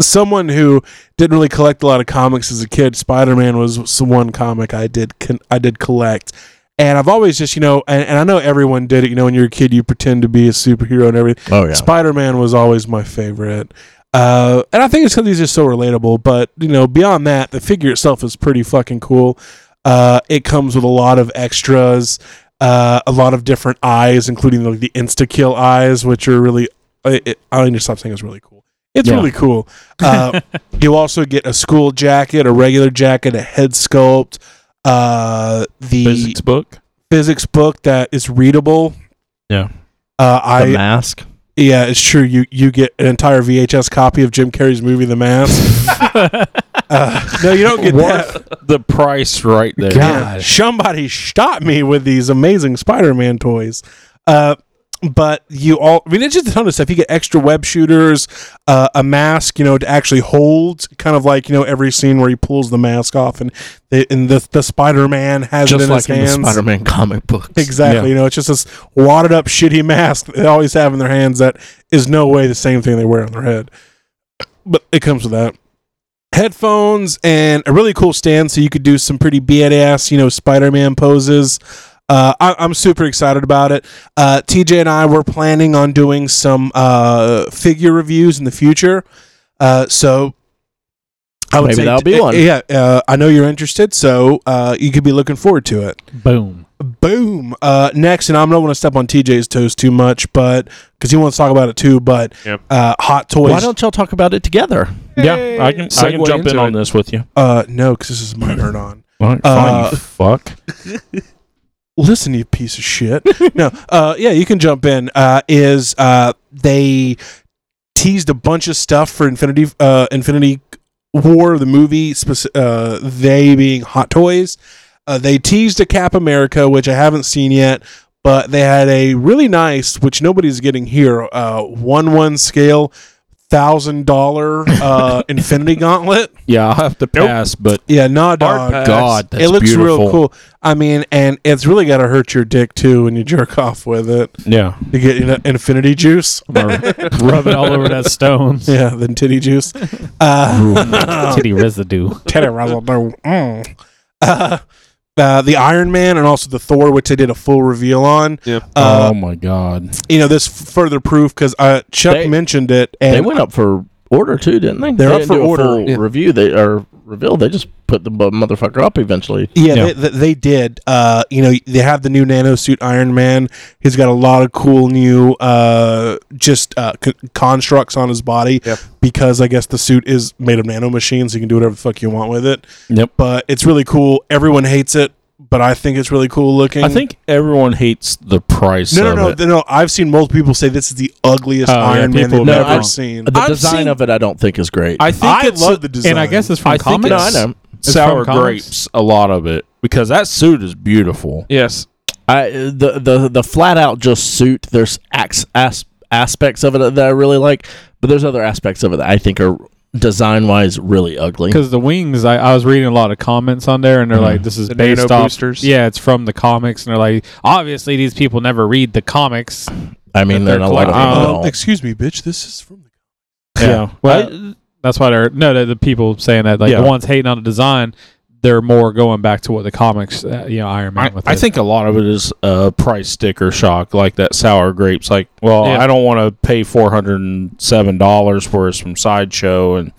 [SPEAKER 5] someone who didn't really collect a lot of comics as a kid, Spider Man was s- one comic I did con- I did collect. And I've always just, you know, and, and I know everyone did it. You know, when you're a kid, you pretend to be a superhero and everything.
[SPEAKER 1] Oh, yeah.
[SPEAKER 5] Spider Man was always my favorite. Uh, and I think it's because he's just so relatable. But, you know, beyond that, the figure itself is pretty fucking cool. Uh, it comes with a lot of extras, uh, a lot of different eyes, including like the insta kill eyes, which are really, I it, I need to stop saying it's really cool. It's
[SPEAKER 6] Yeah.
[SPEAKER 5] really cool. Uh, you also get a school jacket, a regular jacket, a head sculpt, uh, the
[SPEAKER 6] Physics
[SPEAKER 5] physics,
[SPEAKER 6] book.
[SPEAKER 5] book that is readable.
[SPEAKER 6] Yeah.
[SPEAKER 5] Uh,
[SPEAKER 1] the
[SPEAKER 5] I
[SPEAKER 1] mask.
[SPEAKER 5] yeah, it's true. You you get an entire VHS copy of Jim Carrey's movie The Mask. uh, no, you don't get that.
[SPEAKER 6] Worth the price right there.
[SPEAKER 5] Yeah, somebody shot me with these amazing Spider-Man toys. Uh, but you all, I mean, it's just a ton of stuff. You get extra web shooters, uh, a mask, you know, to actually hold, kind of like you know every scene where he pulls the mask off, and the and the, the Spider-Man has it
[SPEAKER 1] Just
[SPEAKER 5] in
[SPEAKER 1] like
[SPEAKER 5] his
[SPEAKER 1] in the
[SPEAKER 5] hands.
[SPEAKER 1] Spider Man comic books.
[SPEAKER 5] Exactly. You know, it's just this wadded up shitty mask that they always have in their hands that is no way the same thing they wear on their head. But it comes with that. Headphones and a really cool stand so you could do some pretty badass, you know, Spider Man poses. Uh, I, I'm super excited about it. Uh, TJ and I were planning on doing some uh, figure reviews in the future. Uh, so I would
[SPEAKER 1] Maybe
[SPEAKER 5] say
[SPEAKER 1] that'll be one.
[SPEAKER 5] Yeah, uh, I know you're interested, so uh, you could be looking forward to it.
[SPEAKER 3] Boom.
[SPEAKER 5] Boom. Uh, next, and I don't want to step on TJ's toes too much, but because he wants to talk about it too. But
[SPEAKER 4] Yep.
[SPEAKER 5] uh, hot
[SPEAKER 1] Why
[SPEAKER 5] toys.
[SPEAKER 1] don't y'all talk about it together?
[SPEAKER 6] Yeah, I can, I can
[SPEAKER 4] Segue
[SPEAKER 6] jump in
[SPEAKER 4] into
[SPEAKER 6] on
[SPEAKER 4] it.
[SPEAKER 6] this with you.
[SPEAKER 5] Uh, no, because this is my turn on.
[SPEAKER 6] All right, fine,
[SPEAKER 5] Uh,
[SPEAKER 6] you fuck.
[SPEAKER 5] Listen, you piece of shit. no. Uh, yeah, you can jump in. Uh, is uh, they teased a bunch of stuff for Infinity uh, Infinity War, the movie. Speci- uh, they being hot toys. Uh, they teased a Cap America, which I haven't seen yet, but they had a really nice, which nobody's getting here, uh, one one scale, thousand dollar uh, Infinity Gauntlet.
[SPEAKER 6] Yeah, I'll have to pass, but
[SPEAKER 5] Yeah, nah,
[SPEAKER 4] Hard
[SPEAKER 5] dog.
[SPEAKER 4] pass.
[SPEAKER 6] God, that's
[SPEAKER 5] it looks real
[SPEAKER 6] beautiful.
[SPEAKER 5] cool. I mean, and it's really got to hurt your dick too when you jerk off with it.
[SPEAKER 6] yeah.
[SPEAKER 5] You get you know, infinity juice.
[SPEAKER 3] I'm gonna rub it all over that stone.
[SPEAKER 5] Yeah, the titty juice. Uh,
[SPEAKER 3] Titty residue.
[SPEAKER 5] titty razzle do. Mm. Uh, uh, the Iron Man and also the Thor, which they did a full reveal on.
[SPEAKER 4] Yeah.
[SPEAKER 5] Uh,
[SPEAKER 6] oh my God.
[SPEAKER 5] you know this f- further proof because uh, Chuck
[SPEAKER 1] They-
[SPEAKER 5] mentioned it,
[SPEAKER 1] They
[SPEAKER 5] and
[SPEAKER 1] went up for order too, didn't they?
[SPEAKER 5] They're
[SPEAKER 1] They
[SPEAKER 5] up
[SPEAKER 1] didn't
[SPEAKER 5] for
[SPEAKER 1] do a
[SPEAKER 5] order,
[SPEAKER 1] full
[SPEAKER 5] yeah.
[SPEAKER 1] review. They are revealed they just put the bu- motherfucker up eventually.
[SPEAKER 5] Yeah,
[SPEAKER 3] Yeah.
[SPEAKER 5] They, they, they did. Uh, you know, they have the new nano suit Iron Man. He's got a lot of cool new uh, just uh, c- constructs on his body
[SPEAKER 4] Yep.
[SPEAKER 5] because I guess the suit is made of nano machines. You can do whatever the fuck you want with it.
[SPEAKER 6] Yep.
[SPEAKER 5] But it's really cool. Everyone hates it, but I think it's really cool looking.
[SPEAKER 6] I think everyone hates the price.
[SPEAKER 5] No, no,
[SPEAKER 6] of
[SPEAKER 5] no,
[SPEAKER 6] it.
[SPEAKER 5] no, I've seen multiple people say this is the ugliest
[SPEAKER 3] Oh, yeah,
[SPEAKER 5] Iron Man
[SPEAKER 3] people
[SPEAKER 5] they've
[SPEAKER 1] have
[SPEAKER 5] ever
[SPEAKER 1] been wrong.
[SPEAKER 5] seen.
[SPEAKER 1] The
[SPEAKER 6] I've
[SPEAKER 1] design
[SPEAKER 6] seen-
[SPEAKER 1] of it, I don't think is great.
[SPEAKER 6] I think
[SPEAKER 5] I
[SPEAKER 6] it's
[SPEAKER 5] love the design.
[SPEAKER 3] And I guess it's from
[SPEAKER 6] I think
[SPEAKER 3] comics.
[SPEAKER 1] no, I know.
[SPEAKER 3] It's
[SPEAKER 6] sour
[SPEAKER 3] from comics?
[SPEAKER 6] grapes. A lot of it because that suit is beautiful.
[SPEAKER 4] Yes.
[SPEAKER 1] I the the the flat out just suit. There's ax, as, aspects of it that I really like, but there's other aspects of it that I think are design wise really ugly.
[SPEAKER 3] Because the wings, I, I was reading a lot of comments on there, and
[SPEAKER 6] Hmm.
[SPEAKER 3] they're like, "This is
[SPEAKER 4] The
[SPEAKER 3] based
[SPEAKER 4] nano
[SPEAKER 3] off."
[SPEAKER 4] boosters.
[SPEAKER 3] Yeah, it's from the comics, and they're like, "Obviously, these people never read the comics."
[SPEAKER 1] I mean,
[SPEAKER 3] They're
[SPEAKER 1] they're not like
[SPEAKER 3] collab-
[SPEAKER 1] that at
[SPEAKER 5] Um,
[SPEAKER 1] all.
[SPEAKER 5] excuse me, bitch. This is from.
[SPEAKER 3] Yeah.
[SPEAKER 6] Well,
[SPEAKER 3] That's why they're no, the, the people saying that, like
[SPEAKER 6] Yeah.
[SPEAKER 3] the ones hating on the design, they're more going back to what the comics, uh, you know, Iron Man.
[SPEAKER 6] I,
[SPEAKER 3] with
[SPEAKER 6] I
[SPEAKER 3] it.
[SPEAKER 6] think a lot of it is uh, price sticker shock, like that sour grapes. Like, well,
[SPEAKER 3] Yeah.
[SPEAKER 6] I don't want to pay four hundred and seven dollars for it's from sideshow, and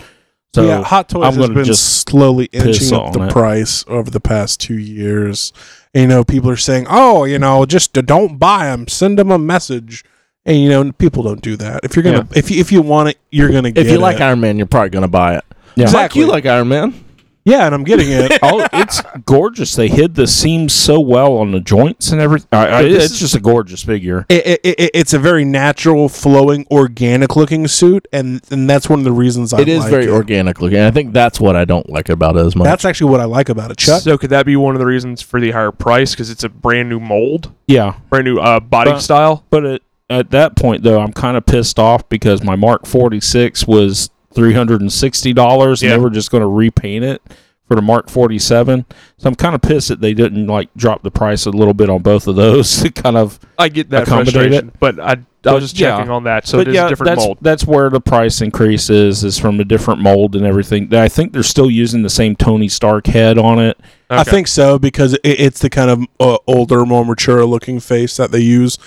[SPEAKER 6] so
[SPEAKER 5] yeah, Hot Toys
[SPEAKER 6] I'm
[SPEAKER 5] has
[SPEAKER 6] gonna
[SPEAKER 5] been
[SPEAKER 6] just
[SPEAKER 5] slowly
[SPEAKER 6] piss
[SPEAKER 5] inching up
[SPEAKER 6] on
[SPEAKER 5] the
[SPEAKER 6] it.
[SPEAKER 5] price over the past two years. And, you know, people are saying, "Oh, you know, just uh, don't buy them. Send them a message." And you know, people don't do that. If you're gonna, if you, if you want it, you're gonna get
[SPEAKER 1] If
[SPEAKER 5] it.
[SPEAKER 1] you like Iron Man, you're probably gonna buy it.
[SPEAKER 6] Yeah.
[SPEAKER 1] Zach, you like Iron Man?
[SPEAKER 5] yeah, and I'm getting it.
[SPEAKER 6] oh, it's gorgeous. They hid the seams so well on the joints and everything. I, I,
[SPEAKER 5] this
[SPEAKER 6] it's just a gorgeous figure.
[SPEAKER 5] It, it, it, it's a very natural, flowing, organic-looking suit, and and that's one of the reasons I.
[SPEAKER 1] it is
[SPEAKER 5] like
[SPEAKER 1] very organic looking. I think that's what I don't like about it as much.
[SPEAKER 5] That's actually what I like about it, Chuck.
[SPEAKER 4] So could that be one of the reasons for the higher price? Because it's a brand new mold,
[SPEAKER 6] Yeah,
[SPEAKER 4] brand new uh, body
[SPEAKER 6] But-
[SPEAKER 4] style.
[SPEAKER 6] but it, at that point though, I'm kind of pissed off because my Mark Forty Six was three hundred and sixty dollars,
[SPEAKER 4] Yeah.
[SPEAKER 6] and they were just going to repaint it for the Mark Forty Seven. So I'm kind of pissed that they didn't like drop the price a little bit on both of those to kind of.
[SPEAKER 4] I get that
[SPEAKER 6] Accommodate
[SPEAKER 4] frustration, but I, I
[SPEAKER 6] But,
[SPEAKER 4] was just
[SPEAKER 6] yeah.
[SPEAKER 4] checking on that. So it is a different
[SPEAKER 6] that's,
[SPEAKER 4] mold.
[SPEAKER 6] That's where the price increase is, is from a different mold and everything. I think they're still using the same Tony Stark head on it.
[SPEAKER 5] I
[SPEAKER 4] Okay.
[SPEAKER 5] think so because it, it's the kind of uh, older, more mature-looking face that they use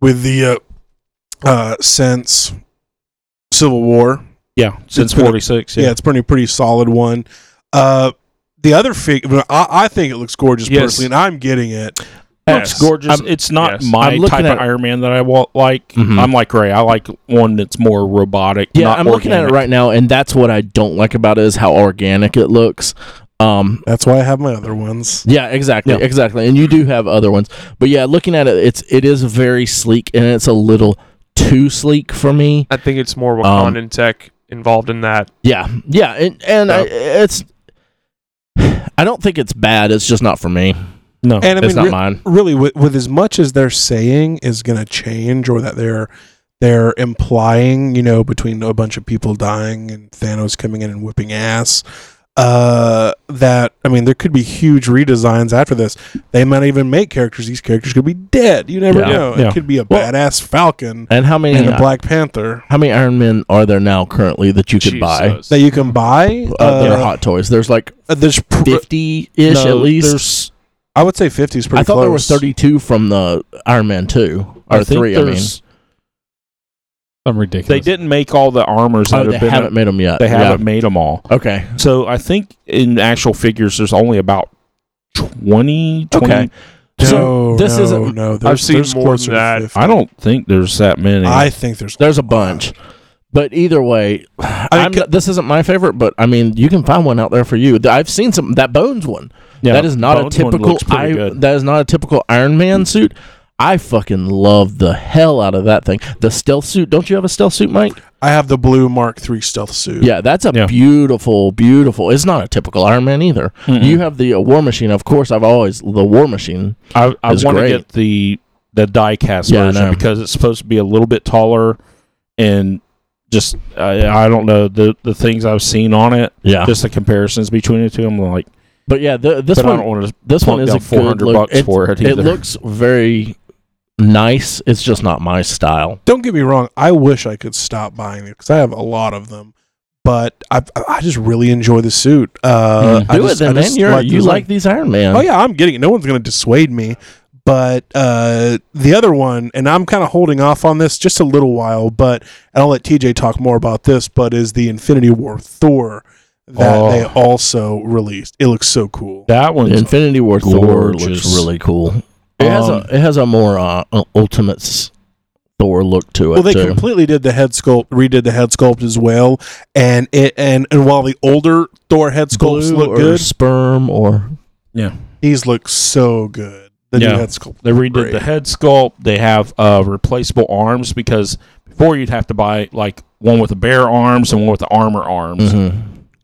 [SPEAKER 5] with the uh, uh, since Civil War.
[SPEAKER 6] Yeah, since
[SPEAKER 5] been a-
[SPEAKER 6] 46.
[SPEAKER 5] Yeah,
[SPEAKER 6] Yeah.
[SPEAKER 5] it's pretty pretty solid one. Uh, the other figure, I, I think it looks gorgeous
[SPEAKER 4] Yes.
[SPEAKER 5] personally, and I'm getting it.
[SPEAKER 6] It's
[SPEAKER 4] Yes.
[SPEAKER 6] gorgeous.
[SPEAKER 4] I'm-
[SPEAKER 6] it's not
[SPEAKER 4] yes.
[SPEAKER 6] my
[SPEAKER 1] I'm looking
[SPEAKER 6] type of
[SPEAKER 1] at-
[SPEAKER 6] Iron Man that I want, like.
[SPEAKER 1] Mhm.
[SPEAKER 6] I'm like Ray. I like one that's more robotic.
[SPEAKER 1] Yeah,
[SPEAKER 6] not
[SPEAKER 1] I'm looking at it
[SPEAKER 6] organic.
[SPEAKER 1] right now, and that's what I don't like about it is how organic it looks. Um,
[SPEAKER 5] That's why I have my other ones.
[SPEAKER 1] Yeah, exactly,
[SPEAKER 6] Yeah.
[SPEAKER 1] exactly. And you do have other ones, but yeah, looking at it, it's it is very sleek, and it's a little too sleek for me.
[SPEAKER 4] I think it's more
[SPEAKER 1] Um,
[SPEAKER 4] Wakandan tech involved in that.
[SPEAKER 1] Yeah, yeah, and and I, it's. I don't think it's bad. It's just not for me.
[SPEAKER 6] No.
[SPEAKER 5] And I mean,
[SPEAKER 1] it's not
[SPEAKER 5] re-
[SPEAKER 1] mine.
[SPEAKER 5] really, with, with as much as they're saying is going to change, or that they're they're implying, you know, between a bunch of people dying and Thanos coming in and whipping ass. Uh, that I mean, there could be huge redesigns after this. They might even make characters; these characters could be dead. You never
[SPEAKER 1] Yeah.
[SPEAKER 5] know.
[SPEAKER 6] Yeah.
[SPEAKER 5] It could be a
[SPEAKER 1] Well-
[SPEAKER 5] badass Falcon
[SPEAKER 1] And how many
[SPEAKER 5] and a Black Panther.
[SPEAKER 1] how many Iron Men are there now currently that you could buy?
[SPEAKER 4] Jesus.
[SPEAKER 5] that you can buy.
[SPEAKER 1] Uh,
[SPEAKER 5] Uh,
[SPEAKER 1] that are hot toys. There's like
[SPEAKER 5] uh, There's, pr-
[SPEAKER 1] fifty ish
[SPEAKER 6] No,
[SPEAKER 1] at least.
[SPEAKER 6] There's,
[SPEAKER 5] I would say fifty is pretty.
[SPEAKER 1] I thought there were
[SPEAKER 5] close.
[SPEAKER 1] thirty two from the Iron Man two or
[SPEAKER 6] I think
[SPEAKER 1] three. I mean,
[SPEAKER 6] there's-
[SPEAKER 3] I'm
[SPEAKER 6] They
[SPEAKER 3] ridiculous.
[SPEAKER 6] didn't make all the armors
[SPEAKER 1] oh,
[SPEAKER 6] that
[SPEAKER 1] they
[SPEAKER 6] have been.
[SPEAKER 1] haven't made them yet.
[SPEAKER 6] they
[SPEAKER 1] Yeah.
[SPEAKER 6] haven't made them all.
[SPEAKER 1] Okay,
[SPEAKER 6] So I think in actual figures, there's only about 20, 20
[SPEAKER 1] Okay.
[SPEAKER 5] No,
[SPEAKER 1] So, this
[SPEAKER 5] no,
[SPEAKER 1] isn't-
[SPEAKER 5] No, there's,
[SPEAKER 4] seen
[SPEAKER 5] there's
[SPEAKER 4] more than
[SPEAKER 5] closer to
[SPEAKER 4] that.
[SPEAKER 5] 50.
[SPEAKER 6] I don't think there's that many.
[SPEAKER 5] I think there's.
[SPEAKER 1] There's a bunch. But either way, I am
[SPEAKER 5] c-
[SPEAKER 1] not, this isn't my favorite. But I mean, you can find one out there for you. Th- I've seen some that Bones one.
[SPEAKER 6] Yeah,
[SPEAKER 1] that is not a
[SPEAKER 6] Bones one
[SPEAKER 1] typical.
[SPEAKER 6] looks pretty
[SPEAKER 1] I,
[SPEAKER 6] good.
[SPEAKER 1] that is not a typical Iron Man suit. I fucking love the hell out of that thing. The stealth suit. Don't you have a stealth suit, Mike?
[SPEAKER 5] I have the blue Mark Three stealth suit.
[SPEAKER 1] Yeah, that's a
[SPEAKER 6] Yeah.
[SPEAKER 1] beautiful, beautiful. It's not a typical Iron Man either.
[SPEAKER 6] Mm-mm.
[SPEAKER 1] You have the uh, War Machine, of course. I've always the War Machine.
[SPEAKER 6] I, I
[SPEAKER 1] It's
[SPEAKER 6] want to
[SPEAKER 1] great.
[SPEAKER 6] get the the diecast
[SPEAKER 1] Yeah, I
[SPEAKER 6] version
[SPEAKER 1] know.
[SPEAKER 6] because it's supposed to be a little bit taller and just I, I don't know the the things I've seen on it.
[SPEAKER 1] Yeah,
[SPEAKER 6] Just the comparisons between the two. I'm like,
[SPEAKER 1] but yeah, the, Ah. this
[SPEAKER 6] but I
[SPEAKER 1] one.
[SPEAKER 6] don't want to.
[SPEAKER 1] this one is
[SPEAKER 6] plunk down
[SPEAKER 1] a good
[SPEAKER 6] 400
[SPEAKER 1] look.
[SPEAKER 6] bucks
[SPEAKER 1] It's-
[SPEAKER 6] for it
[SPEAKER 1] it
[SPEAKER 6] either.
[SPEAKER 1] looks very nice. It's just not my style.
[SPEAKER 5] Don't get me wrong. I wish I could stop buying it because I have a lot of them. But I, I just really enjoy the suit. Uh, I
[SPEAKER 1] Do
[SPEAKER 5] just-
[SPEAKER 1] it then,
[SPEAKER 5] I
[SPEAKER 1] man.
[SPEAKER 5] just
[SPEAKER 1] You're,
[SPEAKER 5] like
[SPEAKER 1] you
[SPEAKER 5] design.
[SPEAKER 1] like these Iron Man.
[SPEAKER 5] Oh yeah, I'm getting it. No one's going to dissuade me. But uh, the other one, and I'm kind of holding off on this just a little while, but and I'll let TJ talk more about this. But is the Infinity War Thor? that
[SPEAKER 6] Oh.
[SPEAKER 5] they also released. It looks so cool.
[SPEAKER 6] That
[SPEAKER 1] The
[SPEAKER 6] one's
[SPEAKER 1] Infinity War Thor looks
[SPEAKER 6] gorgeous.
[SPEAKER 1] really cool. It has a
[SPEAKER 6] Um,
[SPEAKER 1] it has a more uh, uh, ultimate s- Thor look to it.
[SPEAKER 5] Well, they
[SPEAKER 1] too.
[SPEAKER 5] completely did the head sculpt, redid the head sculpt as well, and it and and while the older Thor head sculpts
[SPEAKER 1] Blue
[SPEAKER 5] look
[SPEAKER 1] or
[SPEAKER 5] good,
[SPEAKER 1] sperm or
[SPEAKER 5] these look so good. The
[SPEAKER 6] Yeah.
[SPEAKER 5] new head sculpt.
[SPEAKER 6] They redid
[SPEAKER 5] Great.
[SPEAKER 6] the head sculpt. They have uh, replaceable arms because before you'd have to buy like one with the bare arms and one with the armor arms.
[SPEAKER 1] Mm-hmm.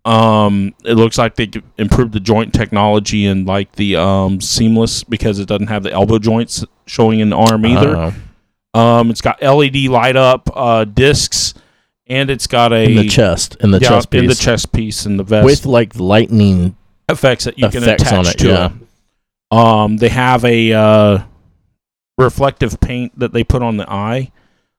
[SPEAKER 6] Um, it looks like they could improve the joint technology and like the um, seamless because it doesn't have the elbow joints showing in the arm either.
[SPEAKER 1] Uh,
[SPEAKER 6] Um, it's got LED light up uh, discs and it's got a
[SPEAKER 1] in the chest in the
[SPEAKER 6] yeah,
[SPEAKER 1] chest piece
[SPEAKER 6] in the chest piece and the vest
[SPEAKER 1] with like lightning.
[SPEAKER 6] effects that you can
[SPEAKER 1] effects
[SPEAKER 6] attach
[SPEAKER 1] on it,
[SPEAKER 6] to
[SPEAKER 1] yeah.
[SPEAKER 6] it. Um, they have a uh, reflective paint that they put on the eye,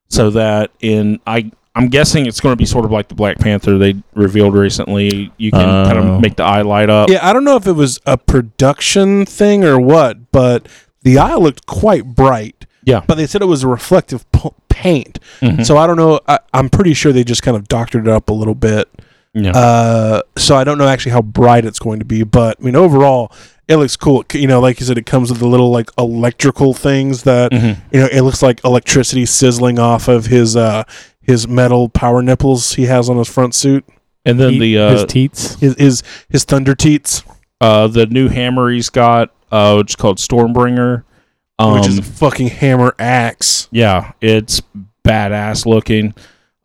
[SPEAKER 6] so that in I I'm guessing it's going to be sort of like the Black Panther they revealed recently. You can kind
[SPEAKER 1] Oh.
[SPEAKER 6] of make the eye light up.
[SPEAKER 5] Yeah, I don't know if it was a production thing or what, but the eye looked quite bright.
[SPEAKER 6] Yeah.
[SPEAKER 5] but they said it was a reflective p- paint,
[SPEAKER 6] Mhm.
[SPEAKER 5] so I don't know. I, I'm pretty sure they just kind of doctored it up a little bit.
[SPEAKER 6] yeah.
[SPEAKER 5] Uh, so I don't know actually how bright it's going to be, but I mean overall, it looks cool. C- You know, like you said, it comes with the little like electrical things that
[SPEAKER 6] Mhm.
[SPEAKER 5] you know. It looks like electricity sizzling off of his uh his metal power nipples he has on his front suit.
[SPEAKER 6] And then the
[SPEAKER 3] his
[SPEAKER 6] uh,
[SPEAKER 3] teats.
[SPEAKER 5] His his, his thunder teats,
[SPEAKER 6] uh, the new hammer he's got, uh, which is called Stormbringer, um,
[SPEAKER 5] which is a fucking hammer axe.
[SPEAKER 6] yeah, it's badass looking.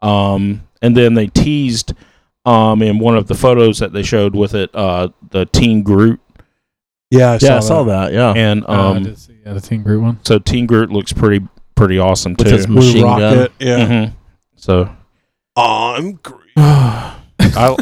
[SPEAKER 6] Um, and then they teased um, in one of the photos that they showed with it uh, the Teen Groot,
[SPEAKER 5] Yeah, I
[SPEAKER 1] yeah, I saw that. Yeah,
[SPEAKER 6] and
[SPEAKER 3] Uh, I
[SPEAKER 6] um,
[SPEAKER 3] did see, yeah, the Teen Groot one.
[SPEAKER 6] so Teen Groot looks pretty pretty awesome
[SPEAKER 1] with
[SPEAKER 6] too.
[SPEAKER 1] his
[SPEAKER 5] Blue
[SPEAKER 1] machine gun. Mm-hmm.
[SPEAKER 5] rocket. Yeah,
[SPEAKER 6] Mhm. So
[SPEAKER 5] I'm great.
[SPEAKER 6] I,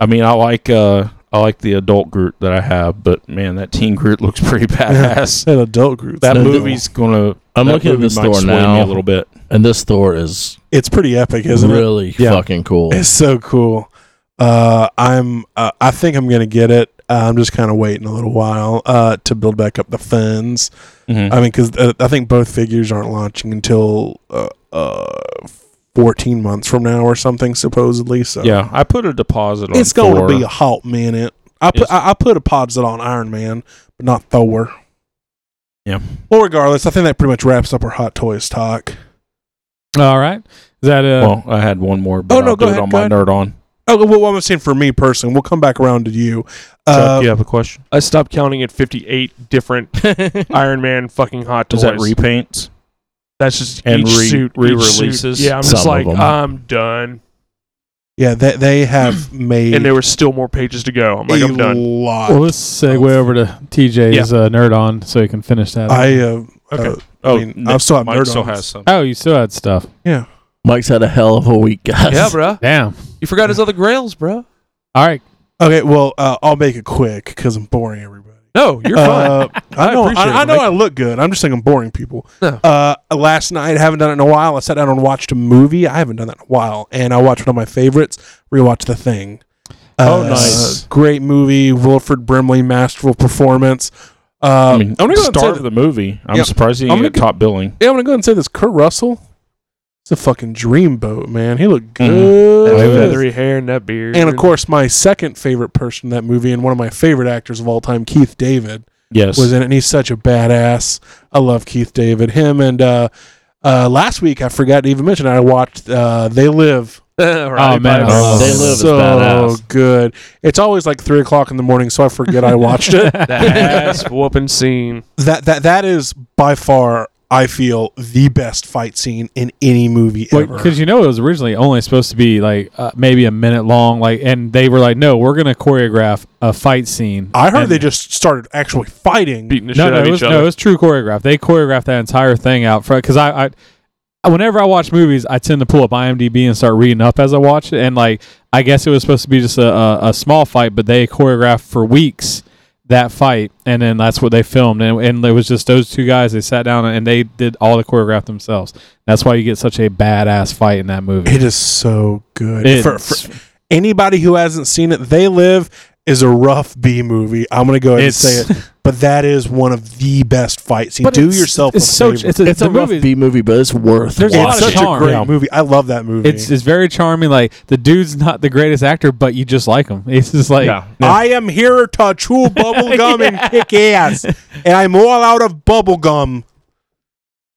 [SPEAKER 6] I mean, I like uh, I like the adult Groot that I have, but man, that Teen Groot looks pretty badass.
[SPEAKER 5] An adult group.
[SPEAKER 6] That
[SPEAKER 1] No, no.
[SPEAKER 6] movie's gonna.
[SPEAKER 1] I'm
[SPEAKER 6] that
[SPEAKER 1] looking at
[SPEAKER 6] movie
[SPEAKER 1] this
[SPEAKER 6] might
[SPEAKER 1] Thor
[SPEAKER 6] sway me
[SPEAKER 1] now.
[SPEAKER 6] a little bit.
[SPEAKER 1] And this Thor is
[SPEAKER 5] It's pretty epic, isn't it?
[SPEAKER 1] really
[SPEAKER 6] Yeah.
[SPEAKER 1] fucking cool.
[SPEAKER 5] It's so cool. Uh, I'm. Uh, I think I'm gonna get it. Uh, I'm just kind of waiting a little while uh, to build back up the funds.
[SPEAKER 6] Mhm.
[SPEAKER 5] I mean, because uh, I think both figures aren't launching until uh, uh, 14 months from now or something, supposedly. So
[SPEAKER 6] yeah, I put a deposit on.
[SPEAKER 5] it's going
[SPEAKER 6] Thor.
[SPEAKER 5] to be a hot minute. I put
[SPEAKER 6] It's-
[SPEAKER 5] I, I put a pods on Iron Man, but not Thor.
[SPEAKER 6] Yeah.
[SPEAKER 5] Well, regardless, I think that pretty much wraps up our hot toys talk.
[SPEAKER 3] All right. Is that uh,
[SPEAKER 6] Well, I had one more, but
[SPEAKER 5] Oh, no,
[SPEAKER 6] I'll
[SPEAKER 5] go
[SPEAKER 6] do
[SPEAKER 5] ahead,
[SPEAKER 6] it on
[SPEAKER 5] go
[SPEAKER 6] my
[SPEAKER 5] ahead.
[SPEAKER 6] nerd on.
[SPEAKER 5] Oh, well, what I'm saying for me personally, we'll come back around to you.
[SPEAKER 6] Chuck,
[SPEAKER 5] Uh,
[SPEAKER 6] you have a question?
[SPEAKER 4] I stopped counting at 58 different Iron Man fucking hot toys.
[SPEAKER 6] Is that repaints?
[SPEAKER 4] That's just
[SPEAKER 6] And
[SPEAKER 4] each
[SPEAKER 6] re-
[SPEAKER 4] suit each suit.
[SPEAKER 6] re-releases?
[SPEAKER 4] Yeah, I'm
[SPEAKER 1] Some
[SPEAKER 4] just
[SPEAKER 1] of
[SPEAKER 4] like
[SPEAKER 1] them.
[SPEAKER 4] I'm done,
[SPEAKER 5] Yeah, they, they have made
[SPEAKER 4] and there were still more pages to go. I'm like
[SPEAKER 5] a
[SPEAKER 4] I'm done.
[SPEAKER 5] lot.
[SPEAKER 3] well, let's segue over to TJ's uh, nerd on so he can finish that. up.
[SPEAKER 5] I uh,
[SPEAKER 4] Okay.
[SPEAKER 5] uh, I mean, I still have
[SPEAKER 6] Oh, Mike
[SPEAKER 5] nerd
[SPEAKER 6] still
[SPEAKER 5] on.
[SPEAKER 6] has some.
[SPEAKER 3] oh, you still had stuff.
[SPEAKER 1] Mike's had a hell of a week, guys.
[SPEAKER 4] Yeah, bro.
[SPEAKER 3] Damn.
[SPEAKER 4] You forgot his other grails, bro.
[SPEAKER 3] All right.
[SPEAKER 5] okay. Well, uh, I'll make it quick because I'm boring everybody.
[SPEAKER 4] No, you're fine.
[SPEAKER 5] Uh, I
[SPEAKER 4] I
[SPEAKER 5] know.
[SPEAKER 4] appreciate
[SPEAKER 5] I, I
[SPEAKER 4] it,
[SPEAKER 5] know.
[SPEAKER 4] Mike.
[SPEAKER 5] I look good. I'm just saying I'm boring people.
[SPEAKER 4] No.
[SPEAKER 5] Uh, last night, I haven't done it in a while. I sat down and watched a movie. I haven't done that in a while, and I watched one of my favorites. Rewatch The Thing.
[SPEAKER 6] Oh,
[SPEAKER 5] Uh,
[SPEAKER 6] nice.
[SPEAKER 5] Great movie. Wilfred Brimley, masterful performance. Uh,
[SPEAKER 6] I mean,
[SPEAKER 5] I'm gonna go ahead and say
[SPEAKER 6] start of the movie. I'm
[SPEAKER 5] Yeah.
[SPEAKER 6] surprised he
[SPEAKER 5] I'm
[SPEAKER 6] didn't get top billing.
[SPEAKER 5] Yeah, I'm gonna go ahead and say this. Kurt Russell, it's a fucking dreamboat, man. He looked
[SPEAKER 6] Mhm.
[SPEAKER 5] good.
[SPEAKER 4] That
[SPEAKER 6] Ooh.
[SPEAKER 4] feathery hair and that beard,
[SPEAKER 5] And of course, my second favorite person in that movie, and one of my favorite actors of all time, Keith David,
[SPEAKER 6] Yes.
[SPEAKER 5] was in it. And he's such a badass. I love Keith David. Him and uh, uh, last week I forgot to even mention I watched uh, They Live.
[SPEAKER 4] Roddy
[SPEAKER 3] Oh, man,
[SPEAKER 4] Piper.
[SPEAKER 3] Oh,
[SPEAKER 1] They Live is
[SPEAKER 5] so
[SPEAKER 1] badass.
[SPEAKER 5] good. It's always like three o'clock in the morning, so I forget I watched it.
[SPEAKER 3] Uh,
[SPEAKER 4] that ass whooping scene.
[SPEAKER 5] That that that is by far. I feel the best fight scene in any movie ever.
[SPEAKER 3] Because you know it was originally only supposed to be like uh, maybe a minute long, like, and they were like, "No, we're gonna choreograph a fight scene."
[SPEAKER 5] I heard
[SPEAKER 3] And-
[SPEAKER 5] they just started actually fighting.
[SPEAKER 4] beating the
[SPEAKER 3] no,
[SPEAKER 4] shit
[SPEAKER 3] no,
[SPEAKER 4] out
[SPEAKER 3] it
[SPEAKER 4] of
[SPEAKER 3] was
[SPEAKER 4] each
[SPEAKER 3] no, it
[SPEAKER 4] other.
[SPEAKER 3] was true choreograph. They choreographed that entire thing out front. Because I, I, whenever I watch movies, I tend to pull up IMDb and start reading up as I watch it. And like, I guess it was supposed to be just a, a, a small fight, but they choreographed for weeks that fight, and then that's what they filmed. And and it was just those two guys. They sat down and they did all the choreograph themselves. That's why you get such a badass fight in that movie.
[SPEAKER 5] It is so good.
[SPEAKER 3] It's
[SPEAKER 5] For, for anybody who hasn't seen it, they live is a rough B movie. I'm gonna go ahead
[SPEAKER 6] It's-
[SPEAKER 5] and say it, but that is one of the best fight scenes.
[SPEAKER 3] But
[SPEAKER 5] Do
[SPEAKER 3] it's-
[SPEAKER 5] yourself
[SPEAKER 3] It's
[SPEAKER 5] a
[SPEAKER 3] so
[SPEAKER 5] favor.
[SPEAKER 3] it's a,
[SPEAKER 1] It's
[SPEAKER 3] the
[SPEAKER 1] a rough
[SPEAKER 3] movie-
[SPEAKER 1] B movie, but it's worth.
[SPEAKER 3] There's a lot
[SPEAKER 5] it's
[SPEAKER 3] of
[SPEAKER 5] such
[SPEAKER 3] charm.
[SPEAKER 5] a great
[SPEAKER 6] Yeah.
[SPEAKER 5] movie. I love that movie.
[SPEAKER 3] It's it's very charming. Like the dude's not the greatest actor, but you just like him. It's just like
[SPEAKER 6] Yeah.
[SPEAKER 5] I am here to chew bubble gum and kick ass, and I'm all out of bubble gum.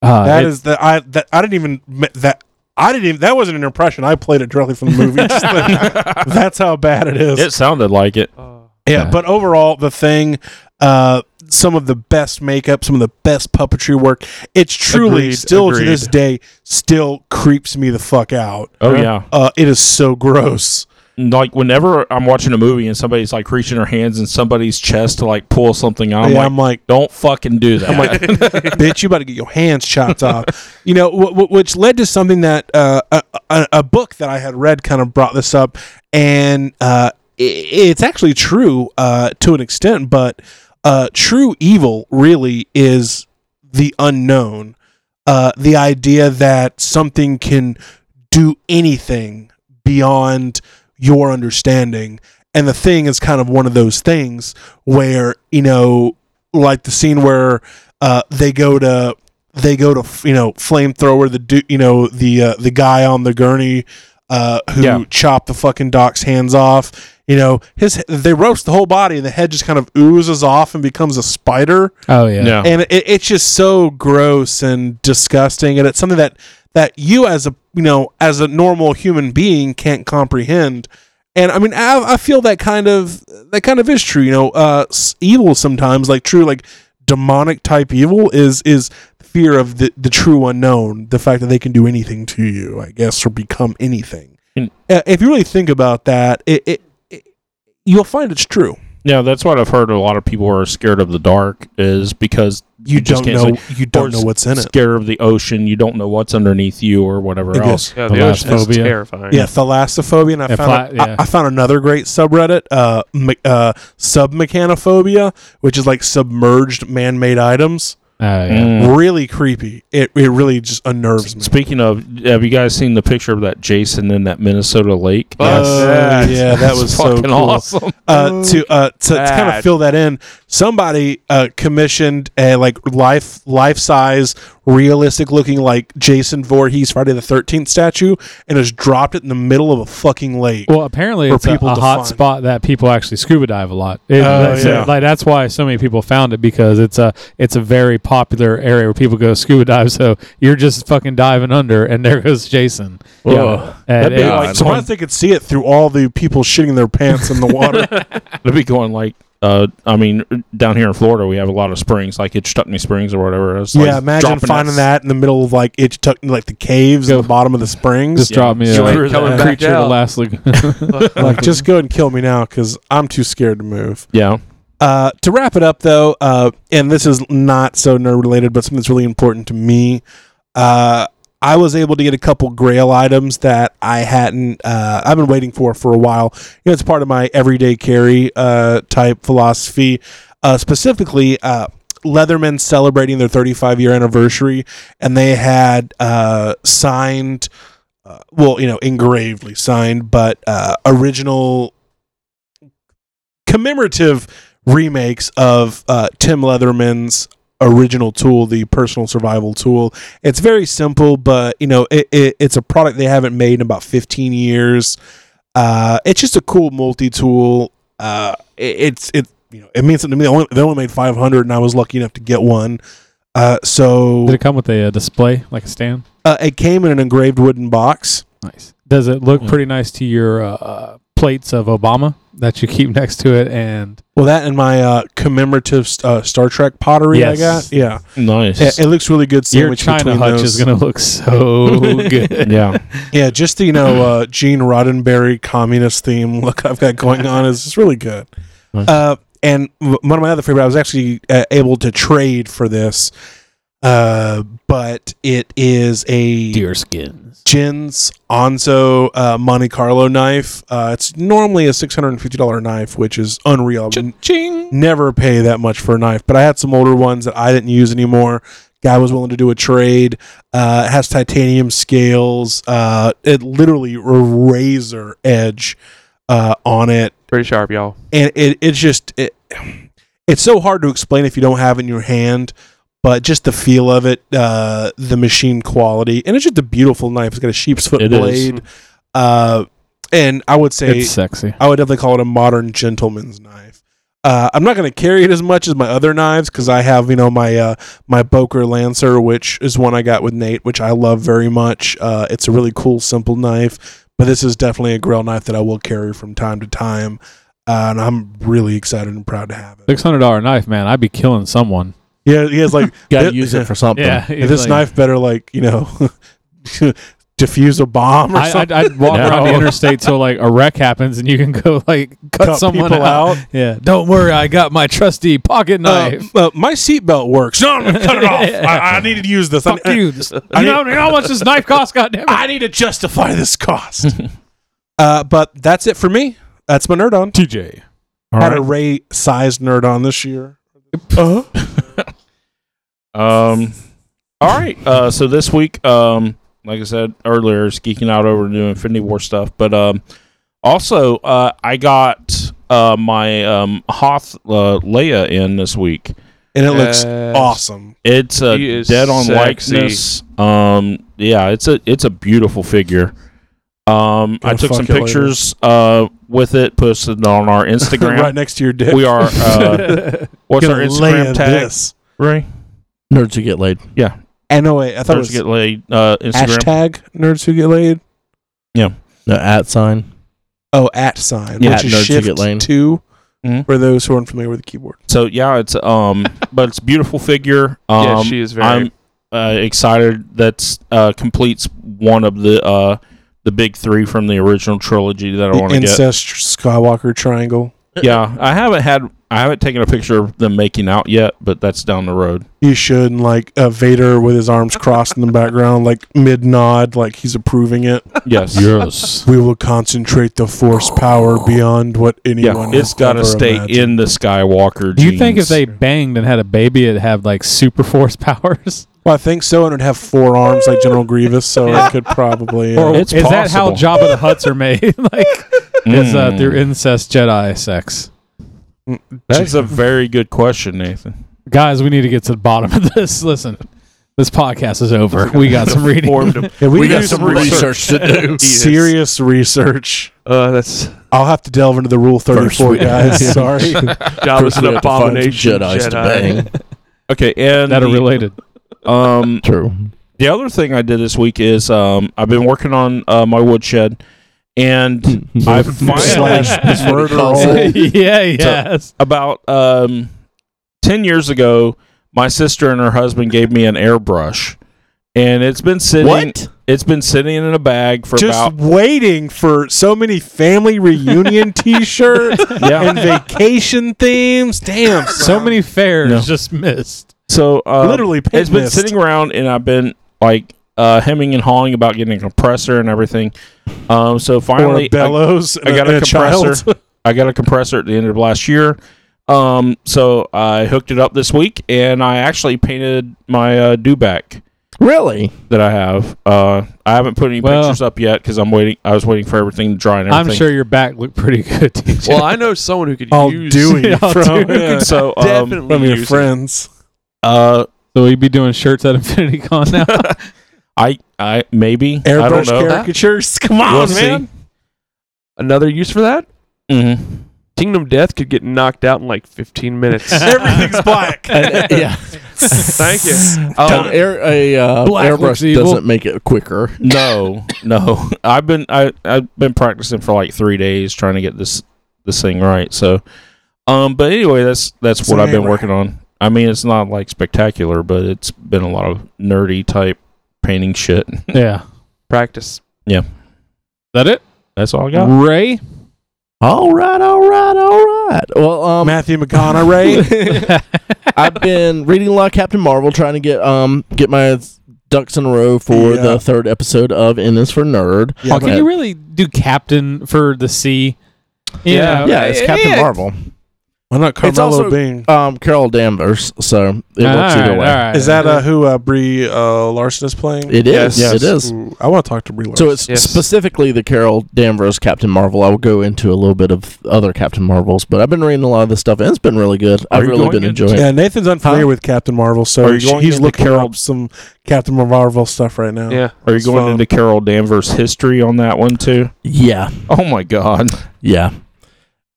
[SPEAKER 3] uh,
[SPEAKER 5] That
[SPEAKER 3] it-
[SPEAKER 5] is the I that I didn't even ma- that I didn't even that wasn't an impression. I played it directly from the movie. It's just like- that's how bad it is.
[SPEAKER 6] It sounded like it.
[SPEAKER 4] Oh,
[SPEAKER 5] yeah,
[SPEAKER 3] Yeah.
[SPEAKER 5] but overall, the thing, uh, some of the best makeup, some of the best puppetry work. It's truly
[SPEAKER 4] Agreed,
[SPEAKER 5] still
[SPEAKER 4] agreed.
[SPEAKER 5] to this day still creeps me the fuck out.
[SPEAKER 6] Oh
[SPEAKER 4] Yeah.
[SPEAKER 6] yeah.
[SPEAKER 5] Uh, it is so gross.
[SPEAKER 6] Like whenever I'm watching a movie and somebody's like reaching their hands in somebody's chest to like pull something out, I'm
[SPEAKER 5] yeah,
[SPEAKER 6] like,
[SPEAKER 5] I'm like,
[SPEAKER 6] don't fucking do that.
[SPEAKER 5] bitch, you about to get your hands chopped off. You know, w- which led to something that uh, a, a, a book that I had read kind of brought this up, and uh, i it's actually true uh, to an extent, but uh, true evil really is the unknown. Uh, the idea that something can do anything beyond your understanding. And the thing is kind of one of those things where, you know, like the scene where uh, they go to they go to you know flamethrower the du- you know the uh, the guy on the gurney uh, who
[SPEAKER 6] Yeah.
[SPEAKER 5] chopped the fucking doc's hands off. You know his they roast the whole body and the head just kind of oozes off and becomes a spider
[SPEAKER 3] oh yeah.
[SPEAKER 6] yeah.
[SPEAKER 5] and it, it's just so gross and disgusting and it's something that that you as a you know as a normal human being can't comprehend and i mean i, I feel that kind of that kind of is true you know uh s- evil sometimes like true like demonic type evil is is fear of the the true unknown the fact that they can do anything to you i guess or become anything
[SPEAKER 6] And-
[SPEAKER 5] Uh, if you really think about that it, it, it you'll find it's true
[SPEAKER 6] yeah, that's what I've heard. A lot of people are scared of the dark is because
[SPEAKER 5] you,
[SPEAKER 6] just
[SPEAKER 5] don't
[SPEAKER 6] can't
[SPEAKER 5] know
[SPEAKER 6] say-
[SPEAKER 5] you don't know what's in it
[SPEAKER 6] Scared of the ocean, you don't know what's underneath you or whatever
[SPEAKER 5] I
[SPEAKER 6] else.
[SPEAKER 5] guess.
[SPEAKER 4] Yeah, the ocean is
[SPEAKER 3] Thalassophobia.
[SPEAKER 4] terrifying.
[SPEAKER 5] Yeah, thalassophobia. And I
[SPEAKER 3] Yeah,
[SPEAKER 5] found
[SPEAKER 3] pla- yeah.
[SPEAKER 5] I, I found another great subreddit, uh, me- uh, submechanophobia, which is like submerged man-made items.
[SPEAKER 3] Oh, yeah.
[SPEAKER 6] Mm.
[SPEAKER 5] Really creepy. It it really just unnerves me.
[SPEAKER 6] Speaking of, have you guys seen the picture of that Jason in that Minnesota lake?
[SPEAKER 4] Fuck
[SPEAKER 5] Oh,
[SPEAKER 4] that.
[SPEAKER 5] yeah, that was so
[SPEAKER 6] fucking
[SPEAKER 5] cool.
[SPEAKER 6] awesome.
[SPEAKER 5] Uh, to uh, to, to kind of
[SPEAKER 4] Bad.
[SPEAKER 5] fill that in, somebody uh, commissioned a like life life size, realistic looking like Jason Voorhees Friday the Thirteenth statue, and just dropped it in the middle of a fucking lake.
[SPEAKER 3] Well, apparently
[SPEAKER 5] for
[SPEAKER 3] it's a,
[SPEAKER 5] people
[SPEAKER 3] a
[SPEAKER 5] to
[SPEAKER 3] hot
[SPEAKER 5] find.
[SPEAKER 3] spot that people actually scuba dive a lot. It-
[SPEAKER 5] Oh,
[SPEAKER 3] that's,
[SPEAKER 5] yeah.
[SPEAKER 3] like that's why so many people found it because it's a it's a very popular area where people go scuba dive. So you're just fucking diving under, and there goes Jason.
[SPEAKER 6] Whoa.
[SPEAKER 3] And
[SPEAKER 6] That'd be
[SPEAKER 3] it-
[SPEAKER 6] like-
[SPEAKER 5] I'm surprised they could see it through all the people shitting their pants in the water.
[SPEAKER 6] It'd be going like, uh, I mean, down here in Florida, we have a lot of springs, like Itchtuckney Springs or whatever. It's like
[SPEAKER 5] yeah, imagine
[SPEAKER 6] dropping
[SPEAKER 5] finding that in the middle of like it tucked like the caves
[SPEAKER 3] Go.
[SPEAKER 5] in the bottom of the springs.
[SPEAKER 3] just
[SPEAKER 6] yeah.
[SPEAKER 3] drop me a
[SPEAKER 6] Screw
[SPEAKER 3] like,
[SPEAKER 6] that.
[SPEAKER 4] Back
[SPEAKER 3] creature to
[SPEAKER 4] out.
[SPEAKER 3] last lagoon.
[SPEAKER 5] like, just go ahead and kill me now because I'm too scared to move.
[SPEAKER 6] Yeah,
[SPEAKER 5] Uh, to wrap it up though, uh, and this is not so nerd related, but something that's really important to me. Uh, I was able to get a couple Grail items that I hadn't. Uh, I've been waiting for for a while. You know, it's part of my everyday carry uh, type philosophy. Uh, specifically, uh, Leatherman celebrating their 35 year anniversary, and they had uh, signed, uh, well, you know, engravedly signed, but uh, original commemorative remakes of uh, Tim Leatherman's original tool, the personal survival tool. It's very simple, but you know, it, it, it's a product they haven't made in about 15 years. Uh, it's just a cool multi-tool. Uh, it, it's it you know it means something to me. They only, they only made 500, and I was lucky enough to get one. Uh, so
[SPEAKER 3] Did it come with a uh, display like a stand?
[SPEAKER 5] uh, it came in an engraved wooden box.
[SPEAKER 3] Nice. Does it
[SPEAKER 6] Hmm.
[SPEAKER 3] look pretty nice to your uh, uh, plates of Obama that you keep next to it? And
[SPEAKER 5] Well, that and my uh, commemorative uh, Star Trek pottery I
[SPEAKER 3] Yes.
[SPEAKER 5] got. Yeah,
[SPEAKER 6] nice.
[SPEAKER 5] it, it looks really good.
[SPEAKER 3] your
[SPEAKER 5] Sandwich
[SPEAKER 3] China
[SPEAKER 5] between
[SPEAKER 3] hutch
[SPEAKER 5] those.
[SPEAKER 3] is gonna look so good.
[SPEAKER 6] yeah,
[SPEAKER 5] Yeah, just the, you know, uh, Gene Roddenberry communist theme look I've got going on is just really good.
[SPEAKER 6] Nice.
[SPEAKER 5] Uh, and w- one of my other favorite, I was actually uh, able to trade for this, uh, but it is a
[SPEAKER 3] Deer skins.
[SPEAKER 5] Jin's Onzo uh, Monte Carlo knife. Uh, it's normally a six hundred and fifty dollar knife, which is unreal. I would
[SPEAKER 3] Ching.
[SPEAKER 5] never pay that much for a knife, but I had some older ones that I didn't use anymore. Guy was willing to do a trade. Uh, it has titanium scales. Uh, it literally a razor edge uh, on it.
[SPEAKER 4] Pretty sharp, y'all.
[SPEAKER 5] and it it's just it, it's so hard to explain if you don't have it in your hand but just the feel of it uh the machine quality and it's just a beautiful knife it's got a sheep's foot
[SPEAKER 6] It is.
[SPEAKER 5] blade uh and i would say
[SPEAKER 3] it's sexy.
[SPEAKER 5] i would definitely call it a modern gentleman's knife uh, I'm not going to carry it as much as my other knives because I have, you know, my uh, my Boker Lancer, which is one I got with Nate, which I love very much. Uh, it's a really cool, simple knife, but this is definitely a grill knife that I will carry from time to time, uh, and I'm really excited and proud to have it.
[SPEAKER 3] Six hundred dollar knife, man. I'd be killing someone.
[SPEAKER 5] Yeah, he has like
[SPEAKER 1] Got to
[SPEAKER 5] thi-
[SPEAKER 1] use it for something.
[SPEAKER 5] this knife better like you know defuse a bomb or
[SPEAKER 3] I,
[SPEAKER 5] something.
[SPEAKER 3] I'd, I'd walk
[SPEAKER 6] No.
[SPEAKER 3] around the interstate till like a wreck happens, and you can go like cut,
[SPEAKER 5] Cut
[SPEAKER 3] someone
[SPEAKER 5] people
[SPEAKER 3] out. Yeah, don't worry, I got my trusty pocket
[SPEAKER 5] Uh,
[SPEAKER 3] knife.
[SPEAKER 5] uh, my seatbelt works. No, no, cut it off. I, I need to use this. I-
[SPEAKER 3] Fuck you! This- you know, you know how much this knife costs? Goddamn it!
[SPEAKER 5] I need to justify this cost. uh, but that's it for me. That's my nerd on.
[SPEAKER 3] TJ.
[SPEAKER 6] All
[SPEAKER 5] Had
[SPEAKER 6] right.
[SPEAKER 5] a Ray sized nerd on this year.
[SPEAKER 6] Um, all right. Uh, so this week, um, like I said earlier, is geeking out over new Infinity War stuff. But um, also, uh, I got uh, my um, Hoth uh, Leia in this week.
[SPEAKER 5] And it looks
[SPEAKER 4] Yes.
[SPEAKER 5] awesome.
[SPEAKER 6] It's a
[SPEAKER 4] She is
[SPEAKER 6] dead on
[SPEAKER 4] sexy.
[SPEAKER 6] likeness. Um, yeah, it's a it's a beautiful figure. Um, I
[SPEAKER 5] Gonna
[SPEAKER 6] took
[SPEAKER 5] fuck
[SPEAKER 6] some
[SPEAKER 5] it later.
[SPEAKER 6] pictures uh, with it, posted it on our Instagram.
[SPEAKER 5] right next to your dick.
[SPEAKER 6] We are uh, what's our
[SPEAKER 5] Gonna lay
[SPEAKER 6] Instagram tag?
[SPEAKER 5] This.
[SPEAKER 6] Ray?
[SPEAKER 1] Nerds who get laid.
[SPEAKER 5] And no, wait. I thought
[SPEAKER 6] Nerds
[SPEAKER 5] it
[SPEAKER 6] get laid. Uh,
[SPEAKER 5] was
[SPEAKER 6] Instagram.
[SPEAKER 5] hashtag nerds who get laid.
[SPEAKER 1] The at sign.
[SPEAKER 5] Oh, at sign.
[SPEAKER 1] Yeah,
[SPEAKER 5] which is
[SPEAKER 1] nerds who
[SPEAKER 5] shift
[SPEAKER 1] get laid.
[SPEAKER 5] 2
[SPEAKER 6] Mhm.
[SPEAKER 5] for those who aren't familiar with the keyboard.
[SPEAKER 6] So yeah, it's um, but it's a beautiful figure. Um,
[SPEAKER 4] yeah, she is very.
[SPEAKER 6] I'm uh, excited that uh, completes one of the uh, the big three from the original trilogy that I
[SPEAKER 5] The
[SPEAKER 6] want to get.
[SPEAKER 5] incest Skywalker triangle.
[SPEAKER 6] Yeah, I haven't had I haven't taken a picture of them making out yet, but that's down the road.
[SPEAKER 5] You should, and like uh, Vader with his arms crossed in the background, like mid nod, like he's approving it.
[SPEAKER 6] Yes.
[SPEAKER 3] Yes.
[SPEAKER 5] We will concentrate the force power beyond what
[SPEAKER 6] Yeah,
[SPEAKER 5] anyone.
[SPEAKER 6] it's got to stay in the Skywalker.
[SPEAKER 3] Do you think if
[SPEAKER 6] genes.
[SPEAKER 3] they banged and had a baby, it'd have like super force powers?
[SPEAKER 5] Well, I think so, and it'd have four arms like General Grievous, so it could probably. uh,
[SPEAKER 3] Or
[SPEAKER 6] It's
[SPEAKER 3] is that how
[SPEAKER 6] possible.
[SPEAKER 3] Jabba the Huts are made? like it's uh,
[SPEAKER 6] Mm.
[SPEAKER 3] through incest Jedi sex.
[SPEAKER 6] That's a very good question, Nathan.
[SPEAKER 3] Guys, we need to get to the bottom of this. Listen, this podcast is over. We got some reading.
[SPEAKER 6] Formed a-
[SPEAKER 5] Yeah, we,
[SPEAKER 6] we
[SPEAKER 5] got
[SPEAKER 6] got
[SPEAKER 5] some
[SPEAKER 6] some research.
[SPEAKER 1] to do.
[SPEAKER 5] serious research.
[SPEAKER 4] Uh, that's
[SPEAKER 5] I'll have to delve into the Rule Thirty
[SPEAKER 1] First
[SPEAKER 5] Four,
[SPEAKER 1] we-
[SPEAKER 5] guys.
[SPEAKER 1] Yeah.
[SPEAKER 5] Sorry.
[SPEAKER 4] God was
[SPEAKER 1] First
[SPEAKER 4] an
[SPEAKER 1] we have to find
[SPEAKER 4] abomination.
[SPEAKER 1] some Jedis to bang.
[SPEAKER 4] Jedi.
[SPEAKER 6] okay, and
[SPEAKER 3] that are
[SPEAKER 6] the-
[SPEAKER 3] related.
[SPEAKER 6] Um,
[SPEAKER 1] True.
[SPEAKER 6] The other thing I did this week is um, I've been working on uh, my woodshed,
[SPEAKER 3] Hmm.
[SPEAKER 6] and I finally
[SPEAKER 5] Slash murder
[SPEAKER 1] Calls it.
[SPEAKER 5] all.
[SPEAKER 3] yeah, yes.
[SPEAKER 6] about um, ten years ago, my sister and her husband gave me an airbrush, and it's been sitting.
[SPEAKER 1] What?
[SPEAKER 6] It's been sitting in a bag for
[SPEAKER 5] Just
[SPEAKER 6] about
[SPEAKER 5] waiting for so many family reunion T-shirts
[SPEAKER 6] yeah.
[SPEAKER 5] and vacation themes. Damn,
[SPEAKER 3] So
[SPEAKER 5] son.
[SPEAKER 3] many fairs
[SPEAKER 6] No.
[SPEAKER 3] just missed.
[SPEAKER 6] So um,
[SPEAKER 5] Literally pit
[SPEAKER 6] it's been
[SPEAKER 5] missed.
[SPEAKER 6] sitting around, and I've been like uh, hemming and hawing about getting a compressor and everything. Um, so finally,
[SPEAKER 5] or
[SPEAKER 6] I-
[SPEAKER 5] bellows.
[SPEAKER 6] I got a, compressor.
[SPEAKER 5] Child.
[SPEAKER 6] I got a compressor at the end of last year. Um, so I hooked it up this week, and I actually painted my uh, dewback
[SPEAKER 1] Really?
[SPEAKER 6] that I have. Uh, I haven't put any
[SPEAKER 3] Well-
[SPEAKER 6] pictures up yet because I'm waiting. I was waiting for everything to dry and
[SPEAKER 3] I'm
[SPEAKER 6] everything.
[SPEAKER 3] sure your back looked pretty good. TJ.
[SPEAKER 4] Well, I know someone who could
[SPEAKER 5] All
[SPEAKER 4] use
[SPEAKER 5] Dewey
[SPEAKER 3] Yeah, I'll
[SPEAKER 5] from,
[SPEAKER 3] do it.
[SPEAKER 5] yeah,
[SPEAKER 6] So um,
[SPEAKER 4] definitely
[SPEAKER 5] from your
[SPEAKER 4] use it.
[SPEAKER 5] friends.
[SPEAKER 6] uh,
[SPEAKER 3] so you'd be doing shirts at Infinity Con now.
[SPEAKER 6] I I maybe I
[SPEAKER 5] Airbrush
[SPEAKER 6] don't know.
[SPEAKER 5] caricatures. Come on,
[SPEAKER 6] We'll
[SPEAKER 5] man.
[SPEAKER 4] Another use for that?
[SPEAKER 6] Mm-hmm.
[SPEAKER 4] Kingdom Death could get knocked out in like 15 minutes.
[SPEAKER 5] Everything's black.
[SPEAKER 1] yeah.
[SPEAKER 4] Thank you.
[SPEAKER 1] An Oh, air, a uh,
[SPEAKER 3] Black looks
[SPEAKER 1] airbrush
[SPEAKER 3] evil.
[SPEAKER 1] doesn't make it quicker.
[SPEAKER 6] No, no. I've been I I've been practicing for like three days trying to get this this thing right. So, um, but anyway, that's that's
[SPEAKER 5] So
[SPEAKER 6] what I've been
[SPEAKER 5] anyway.
[SPEAKER 6] working on. I mean, it's not like spectacular, but it's been a lot of nerdy type painting shit.
[SPEAKER 3] yeah.
[SPEAKER 4] Practice.
[SPEAKER 3] Is that it?
[SPEAKER 6] That's all I got.
[SPEAKER 3] Ray?
[SPEAKER 1] All right, all right, all right. Well, um,
[SPEAKER 5] Matthew McConaughey.
[SPEAKER 1] I've been reading a lot of Captain Marvel, trying to get um get my ducks in a row for
[SPEAKER 5] Yeah.
[SPEAKER 1] the third episode of In This for Nerd.
[SPEAKER 5] Yeah,
[SPEAKER 3] oh, can you really do Captain for the sea? You
[SPEAKER 4] Yeah.
[SPEAKER 3] know,
[SPEAKER 1] Yeah, it's
[SPEAKER 3] eh,
[SPEAKER 1] Captain
[SPEAKER 3] eh,
[SPEAKER 1] Marvel.
[SPEAKER 5] Why not Carmelo
[SPEAKER 1] also-
[SPEAKER 5] Bing?
[SPEAKER 1] Um, Carol Danvers. So it
[SPEAKER 3] All
[SPEAKER 1] works either
[SPEAKER 3] right,
[SPEAKER 1] way.
[SPEAKER 3] all right.
[SPEAKER 5] Is that uh, who uh, Brie uh, Larson is playing?
[SPEAKER 1] It is.
[SPEAKER 4] Yes.
[SPEAKER 1] It is.
[SPEAKER 5] Ooh, I want to talk to Brie Larson.
[SPEAKER 1] So it's
[SPEAKER 4] Yes.
[SPEAKER 1] specifically the Carol Danvers Captain Marvel. I will go into a little bit of other Captain Marvels, but I've been reading a lot of this stuff and it's been really good. I've
[SPEAKER 6] you
[SPEAKER 1] really
[SPEAKER 6] going
[SPEAKER 1] been
[SPEAKER 6] into-
[SPEAKER 1] enjoying it.
[SPEAKER 5] yeah, Nathan's unfamiliar with Captain Marvel,
[SPEAKER 6] Are
[SPEAKER 5] so
[SPEAKER 6] you
[SPEAKER 5] sh-
[SPEAKER 6] going
[SPEAKER 5] he's
[SPEAKER 6] into
[SPEAKER 5] looking
[SPEAKER 6] Carol-
[SPEAKER 5] up some Captain Marvel stuff right now.
[SPEAKER 4] Yeah.
[SPEAKER 6] Are you
[SPEAKER 5] It's
[SPEAKER 6] going
[SPEAKER 5] fun.
[SPEAKER 6] into Carol Danvers' history on that one too?
[SPEAKER 1] Yeah,
[SPEAKER 6] Oh my God!
[SPEAKER 1] yeah.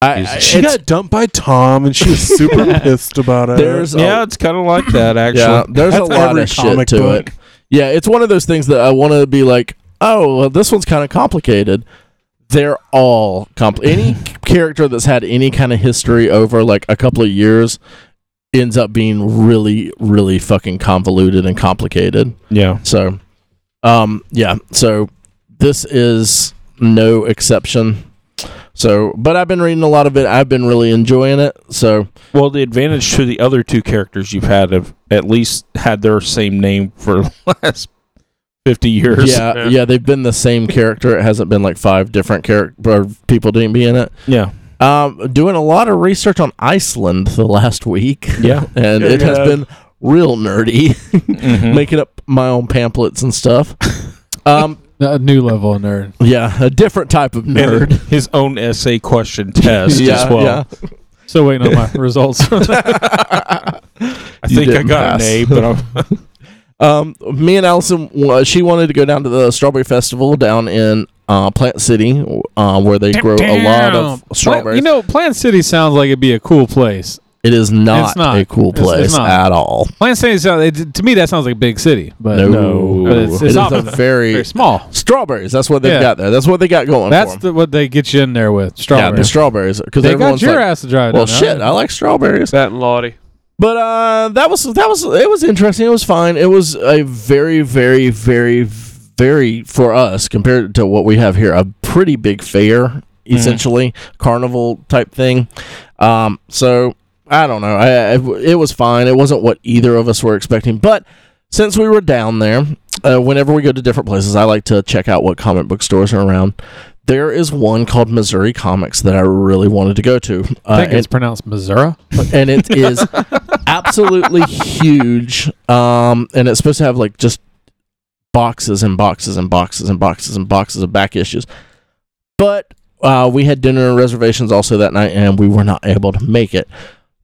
[SPEAKER 1] I,
[SPEAKER 6] Jesus.
[SPEAKER 1] I-
[SPEAKER 5] She
[SPEAKER 1] it's-
[SPEAKER 5] got dumped by Tom, and she was super pissed about it.
[SPEAKER 1] there's a,
[SPEAKER 6] yeah, it's kind of like that actually.
[SPEAKER 1] yeah, there's a
[SPEAKER 5] That's
[SPEAKER 1] lot
[SPEAKER 5] every
[SPEAKER 1] of shit
[SPEAKER 5] comic
[SPEAKER 1] to
[SPEAKER 5] book.
[SPEAKER 1] it. Yeah, it's one of those things that I want to be like, oh, well, this one's kind of complicated. They're all compl. Any character that's had any kind of history over like a couple of years ends up being really, really fucking convoluted and complicated.
[SPEAKER 6] Yeah.
[SPEAKER 1] So, um, yeah. So this is no exception. So, but I've been reading a lot of it. I've been really enjoying it. So,
[SPEAKER 6] Well, the advantage to the other two characters you've had have at least had their same name for the last fifty years.
[SPEAKER 1] yeah,
[SPEAKER 4] yeah.
[SPEAKER 1] yeah, they've been the same character. It hasn't been like five different character people didn't be in it.
[SPEAKER 6] Yeah.
[SPEAKER 1] Um, doing a lot of research on Iceland the last week,
[SPEAKER 6] Yeah.
[SPEAKER 1] and
[SPEAKER 5] Yeah,
[SPEAKER 1] it has
[SPEAKER 5] yeah.
[SPEAKER 1] been real nerdy,
[SPEAKER 3] Mm-hmm.
[SPEAKER 6] Mhm.
[SPEAKER 1] making up my own pamphlets and stuff. Um,
[SPEAKER 3] a new level of nerd?
[SPEAKER 1] yeah, a different type of
[SPEAKER 6] And
[SPEAKER 1] nerd.
[SPEAKER 6] his own essay question test
[SPEAKER 1] yeah,
[SPEAKER 6] as well.
[SPEAKER 1] yeah.
[SPEAKER 3] Still waiting on my results.
[SPEAKER 6] I
[SPEAKER 1] You
[SPEAKER 6] think I
[SPEAKER 1] didn't
[SPEAKER 6] got
[SPEAKER 1] pass.
[SPEAKER 6] an A, but I'm,
[SPEAKER 1] Um, me and Allison, uh, she wanted to go down to the Strawberry Festival down in uh, Plant City, uh, where they grow a lot of
[SPEAKER 3] Plant-
[SPEAKER 1] strawberries.
[SPEAKER 3] You know, Plant City sounds like it'd be a cool place.
[SPEAKER 1] it is not,
[SPEAKER 3] It's not.
[SPEAKER 1] a cool
[SPEAKER 3] It's- it's
[SPEAKER 1] place
[SPEAKER 3] not.
[SPEAKER 1] at all.
[SPEAKER 3] Plant City sounds it, to me that sounds like a big city, but
[SPEAKER 1] No,
[SPEAKER 3] but it's,
[SPEAKER 1] it
[SPEAKER 3] it's
[SPEAKER 1] is
[SPEAKER 3] not
[SPEAKER 1] a very
[SPEAKER 3] very small.
[SPEAKER 1] strawberries. That's what they've
[SPEAKER 3] Yeah.
[SPEAKER 1] got there. That's what they got going.
[SPEAKER 3] That's
[SPEAKER 1] for 'em.
[SPEAKER 3] the, what they get you in there with
[SPEAKER 1] yeah, the
[SPEAKER 3] strawberries.
[SPEAKER 1] strawberries because
[SPEAKER 3] they got
[SPEAKER 1] everyone's
[SPEAKER 3] your
[SPEAKER 1] like,
[SPEAKER 3] ass to drive.
[SPEAKER 1] well,
[SPEAKER 3] down,
[SPEAKER 1] shit,
[SPEAKER 3] huh?
[SPEAKER 1] I like strawberries.
[SPEAKER 4] That and Lottie.
[SPEAKER 1] But uh, that was that was it was interesting. It was fine. It was a very very very very for us compared to what we have here a pretty big fair essentially carnival type thing. Um, so I don't know. I, I- it was fine. It wasn't what either of us were expecting. But since we were down there, uh, whenever we go to different places, I like to check out what comic book stores are around. There is one called Missouri Comics that I really wanted to go to.
[SPEAKER 3] I
[SPEAKER 1] Uh,
[SPEAKER 3] think
[SPEAKER 1] and
[SPEAKER 3] it's pronounced Missouri.
[SPEAKER 1] and it is absolutely huge. Um, and it's supposed to have like just boxes and boxes and boxes and boxes and boxes of back issues. But uh, we had dinner reservations also that night, and we were not able to make it.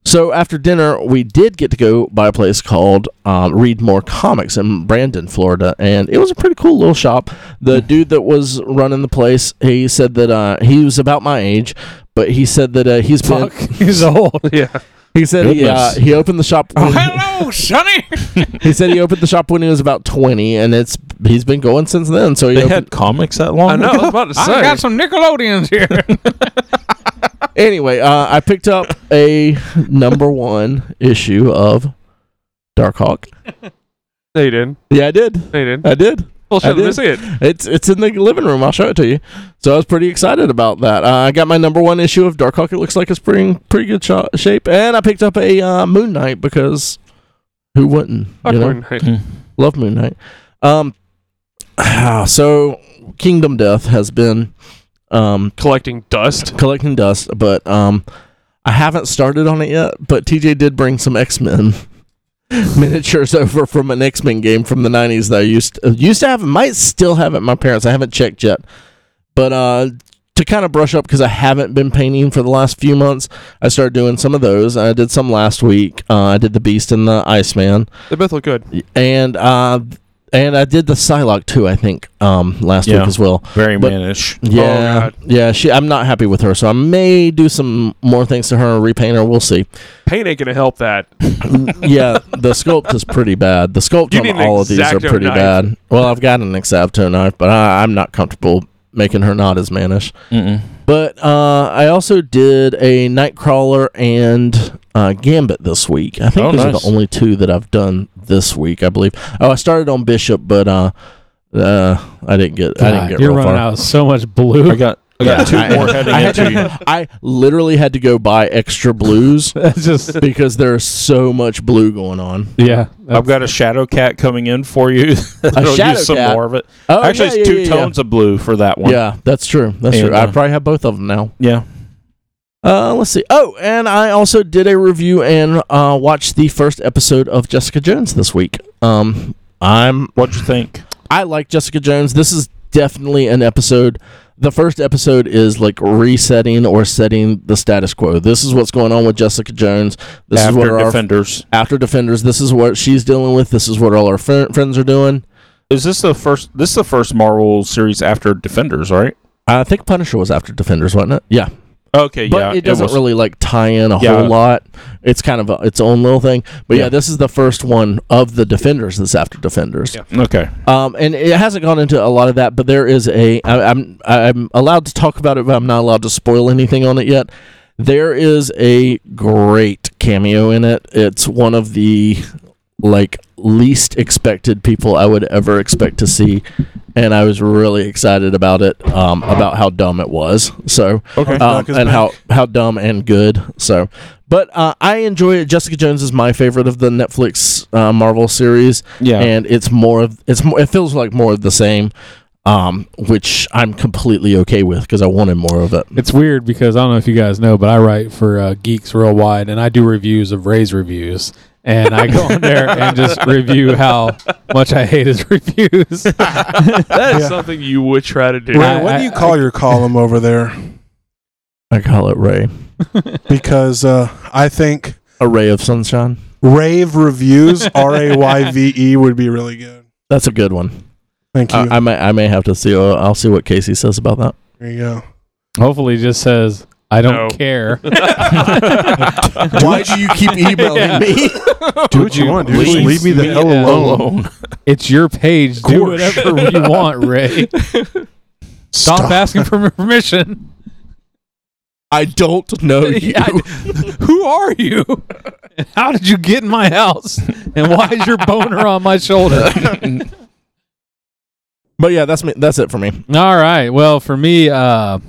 [SPEAKER 1] So after dinner, we did get to go by a place called um, Read More Comics in Brandon, Florida, and it was a pretty cool little shop. The dude that was running the place, he said that uh, he was about my age, but he said that uh, he's been
[SPEAKER 3] Fuck, he's old.
[SPEAKER 4] Yeah.
[SPEAKER 1] he said he, uh,
[SPEAKER 6] Goodness.
[SPEAKER 1] he opened the shop. When,
[SPEAKER 6] hello, Sonny.
[SPEAKER 1] he said he opened the shop when he was about twenty, and it's he's been going since then. So he
[SPEAKER 6] They
[SPEAKER 1] opened,
[SPEAKER 6] had comics that long.
[SPEAKER 4] I know. I
[SPEAKER 6] ago?
[SPEAKER 4] was about to say.
[SPEAKER 3] some Nickelodeons here.
[SPEAKER 1] anyway. Uh, I picked up a number one issue of Darkhawk.
[SPEAKER 4] no, you didn't.
[SPEAKER 1] Yeah, I did.
[SPEAKER 4] No, you didn't.
[SPEAKER 1] I did.
[SPEAKER 4] Well, shit,
[SPEAKER 1] I
[SPEAKER 4] let me
[SPEAKER 1] did.
[SPEAKER 4] see it.
[SPEAKER 1] It's it's in the living room. I'll show it to you. So I was pretty excited about that. Uh, I got my number one issue of Darkhawk. It looks like it's pretty pretty good sho- shape, and I picked up a uh, Moon Knight because who wouldn't?
[SPEAKER 4] Fuck
[SPEAKER 1] you know?
[SPEAKER 4] Moon
[SPEAKER 6] Mm.
[SPEAKER 4] Knight.
[SPEAKER 1] Love Moon Knight. Um, so Kingdom Death has been um
[SPEAKER 4] Collecting dust.
[SPEAKER 1] collecting dust, but um, I haven't started on it yet. But TJ did bring some X Men miniatures over from an X Men game from the '90s that I used uh, used to have, might still have at my parents. I haven't checked yet, but uh. To kind of brush up because I haven't been painting for the last few months, I started doing some of those. I did some last week. Uh, I did the Beast and the Iceman
[SPEAKER 4] They both look good.
[SPEAKER 1] and uh, and I did the Psylocke too. I think um, last
[SPEAKER 6] Yeah.
[SPEAKER 1] week as well.
[SPEAKER 6] Very
[SPEAKER 1] But-
[SPEAKER 6] mannish.
[SPEAKER 1] Yeah,
[SPEAKER 4] God.
[SPEAKER 1] yeah. She, I'm not happy with her, so I may do some more things to her and repaint her. We'll see.
[SPEAKER 4] Paint ain't gonna help that.
[SPEAKER 1] yeah, the sculpt is pretty bad. The sculpt
[SPEAKER 4] You
[SPEAKER 1] on
[SPEAKER 4] need an
[SPEAKER 1] all of these are
[SPEAKER 4] X-Acto
[SPEAKER 1] pretty
[SPEAKER 4] knife.
[SPEAKER 1] bad. Well, I've got an Exacto knife, but I, I'm not comfortable making her not as mannish.
[SPEAKER 6] Mm-mm.
[SPEAKER 1] But uh, I also did a Nightcrawler and uh, Gambit this week. I think
[SPEAKER 6] Oh,
[SPEAKER 1] those are
[SPEAKER 6] nice.
[SPEAKER 1] the only two that I've done this week, I believe. Oh, I started on Bishop, but uh, uh, I didn't get. I didn't get
[SPEAKER 3] You're
[SPEAKER 1] real
[SPEAKER 3] running
[SPEAKER 1] far.
[SPEAKER 3] out of so much blue.
[SPEAKER 6] I got. I got
[SPEAKER 1] Yeah,
[SPEAKER 6] two more
[SPEAKER 1] I-
[SPEAKER 6] heading
[SPEAKER 1] I had
[SPEAKER 6] into you.
[SPEAKER 1] to- I literally had to go buy extra blues
[SPEAKER 3] That's just
[SPEAKER 1] because there's so much blue going on.
[SPEAKER 3] yeah.
[SPEAKER 6] I've got a shadow cat coming in for you. I'll
[SPEAKER 1] shadow
[SPEAKER 6] use some
[SPEAKER 1] cat?
[SPEAKER 6] more of it.
[SPEAKER 1] Oh,
[SPEAKER 6] Actually,
[SPEAKER 1] yeah,
[SPEAKER 6] it's
[SPEAKER 1] yeah,
[SPEAKER 6] two
[SPEAKER 1] yeah, yeah.
[SPEAKER 6] tones of blue for that one.
[SPEAKER 1] Yeah, that's true. That's
[SPEAKER 6] And,
[SPEAKER 1] true. I
[SPEAKER 6] uh,
[SPEAKER 1] probably have both of them now.
[SPEAKER 6] Yeah.
[SPEAKER 1] Uh, let's see. Oh, and I also did a review and uh, watched the first episode of Jessica Jones this week. Um, I'm
[SPEAKER 6] What'd you think?
[SPEAKER 1] I like Jessica Jones. This is definitely an episode. The first episode is like resetting or setting the status quo. This is what's going on with Jessica Jones. This is what
[SPEAKER 6] After
[SPEAKER 1] our
[SPEAKER 6] Defenders.
[SPEAKER 1] after defenders. This is what she's dealing with. This is what all our fri friends are doing.
[SPEAKER 6] Is this the first? This is the first Marvel series after Defenders, right?
[SPEAKER 1] I think Punisher was after defenders, wasn't it? Yeah,
[SPEAKER 6] Okay,
[SPEAKER 1] but
[SPEAKER 6] yeah.
[SPEAKER 1] it doesn't
[SPEAKER 6] was-
[SPEAKER 1] really like tie in a
[SPEAKER 6] Yeah.
[SPEAKER 1] whole lot. It's kind of a, its own little thing. But yeah.
[SPEAKER 6] Yeah.
[SPEAKER 1] this is the first one of the defenders. That's after defenders.
[SPEAKER 6] Okay.
[SPEAKER 1] Um, and it hasn't gone into a lot of that, but there is a. I, I'm I'm allowed to talk about it, but I'm not allowed to spoil anything on it yet. There is a great cameo in it. It's one of the like least expected people I would ever expect to see, and I was really excited about it. Um, about how dumb it was. So
[SPEAKER 6] Okay.
[SPEAKER 1] um,
[SPEAKER 5] Knock us
[SPEAKER 1] and
[SPEAKER 5] back.
[SPEAKER 1] how how dumb and good. So, but uh, I enjoy it. Jessica Jones is my favorite of the Netflix uh, Marvel series,
[SPEAKER 6] Yeah.
[SPEAKER 1] and it's more of it's more, it feels like more of the same, um, which I'm completely okay with because I wanted more of it.
[SPEAKER 3] It's weird because I don't know if you guys know, but I write for uh, Geeks Real Wide, and I do reviews of Ray's reviews, and I go on there and just review how much I hate his reviews.
[SPEAKER 4] That is
[SPEAKER 5] Yeah.
[SPEAKER 4] something you would try to do.
[SPEAKER 5] Ray,
[SPEAKER 3] I-
[SPEAKER 5] what
[SPEAKER 3] I-
[SPEAKER 5] do you call your column over there?
[SPEAKER 1] I call it Ray,
[SPEAKER 5] Because uh, I think
[SPEAKER 1] a ray of sunshine.
[SPEAKER 5] rave reviews R A Y V E would be really good.
[SPEAKER 1] That's a good one.
[SPEAKER 5] Thank you.
[SPEAKER 1] I, I may I may have to see. Uh, I'll see what Casey says about that.
[SPEAKER 5] there you go.
[SPEAKER 3] Hopefully, he just says I don't
[SPEAKER 4] No.
[SPEAKER 3] care.
[SPEAKER 1] Why do you keep emailing me?
[SPEAKER 5] Do
[SPEAKER 3] what you you want, dude.
[SPEAKER 5] Just
[SPEAKER 3] please
[SPEAKER 5] leave me the
[SPEAKER 3] leave
[SPEAKER 5] hell
[SPEAKER 3] me
[SPEAKER 5] alone.
[SPEAKER 3] It's your page. Do
[SPEAKER 6] Gorsh.
[SPEAKER 3] whatever you want, Ray. Stop, asking for permission.
[SPEAKER 1] I don't know you.
[SPEAKER 3] Yeah, I- Who are you? And How did you get in my house? And why is your boner on my shoulder?
[SPEAKER 1] but yeah, that's me. That's it for me.
[SPEAKER 3] All right. Well, for me, uh,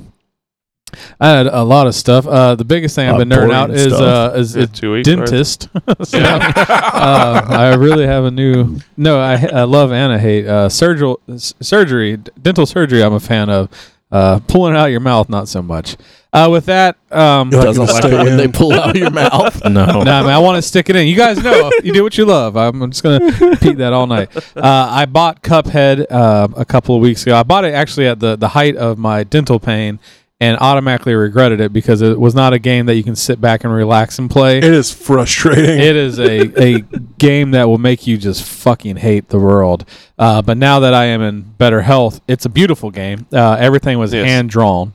[SPEAKER 3] I had a lot of stuff. Uh, the biggest thing
[SPEAKER 1] Uh,
[SPEAKER 3] I've been nerding
[SPEAKER 1] boring
[SPEAKER 3] out is uh,
[SPEAKER 1] stuff.
[SPEAKER 3] is
[SPEAKER 4] Yeah,
[SPEAKER 3] a
[SPEAKER 4] two weeks, right?
[SPEAKER 3] dentist. So, uh, I really have a new. No, I, I love and I hate uh, surgical s- surgery, d- dental surgery. I'm a fan of uh, pulling it out of your mouth, not so much. Uh, with that, um,
[SPEAKER 5] You're like,
[SPEAKER 1] Doesn't
[SPEAKER 5] "It'll
[SPEAKER 1] like
[SPEAKER 5] stay
[SPEAKER 1] it when
[SPEAKER 5] in."
[SPEAKER 1] they pull out of your mouth.
[SPEAKER 6] No.
[SPEAKER 3] no, I, mean, I want to stick it in. You guys know you do what you love. I'm, I'm just gonna repeat that all night. Uh, I bought Cuphead uh, a couple of weeks ago. I bought it actually at the the height of my dental pain, and automatically regretted it because it was not a game that you can sit back and relax and play.
[SPEAKER 5] It is frustrating.
[SPEAKER 3] It is a, a game that will make you just fucking hate the world. Uh, but now that I am in better health, it's a beautiful game. Uh, everything was
[SPEAKER 4] Yes.
[SPEAKER 3] hand drawn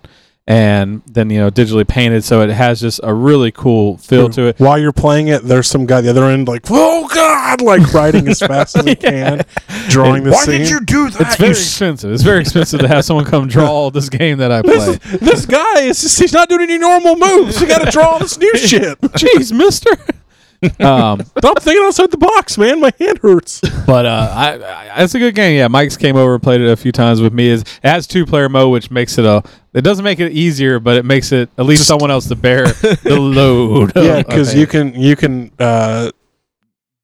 [SPEAKER 3] and then you know digitally painted, so it has just a really cool feel to it.
[SPEAKER 5] While you're playing it, there's some guy at the other end like, oh god, like writing as fast as he can, drawing the scene.
[SPEAKER 6] do that?
[SPEAKER 3] It's very expensive. It's very expensive to have someone come draw this game that I play.
[SPEAKER 5] this guy is just, he's not doing any normal moves. You got to draw all this new shit.
[SPEAKER 3] Jeez, Mister. um,
[SPEAKER 5] Stop thinking outside the box, man. My hand hurts.
[SPEAKER 3] but uh, I, I, it's a good game. Yeah, Mike's came over and played it a few times with me. Is it has two player mode, which makes it a. It doesn't make it easier, but it makes it at least someone else to bear the load. of-
[SPEAKER 5] yeah,
[SPEAKER 3] of
[SPEAKER 5] because
[SPEAKER 3] it.
[SPEAKER 5] you can you can uh,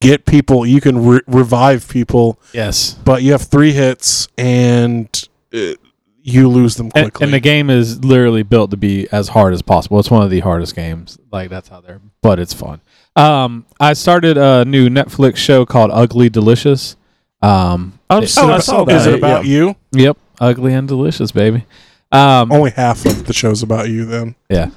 [SPEAKER 5] get people. You can re- revive people,
[SPEAKER 3] yes.
[SPEAKER 5] but you have three hits and uh, you lose them
[SPEAKER 3] And,
[SPEAKER 5] quickly.
[SPEAKER 3] and the game is literally built to be as hard as possible. It's one of the hardest games. Like that's how they're, but it's fun. Um, I started a new Netflix show called Ugly Delicious. Um,
[SPEAKER 6] I'm
[SPEAKER 5] Oh,
[SPEAKER 3] it-
[SPEAKER 6] so- Oh, I saw
[SPEAKER 5] Is
[SPEAKER 6] that.
[SPEAKER 5] it about you?
[SPEAKER 3] Yep, ugly and delicious, baby. Um,
[SPEAKER 5] Only half of the show's about you. Then
[SPEAKER 3] the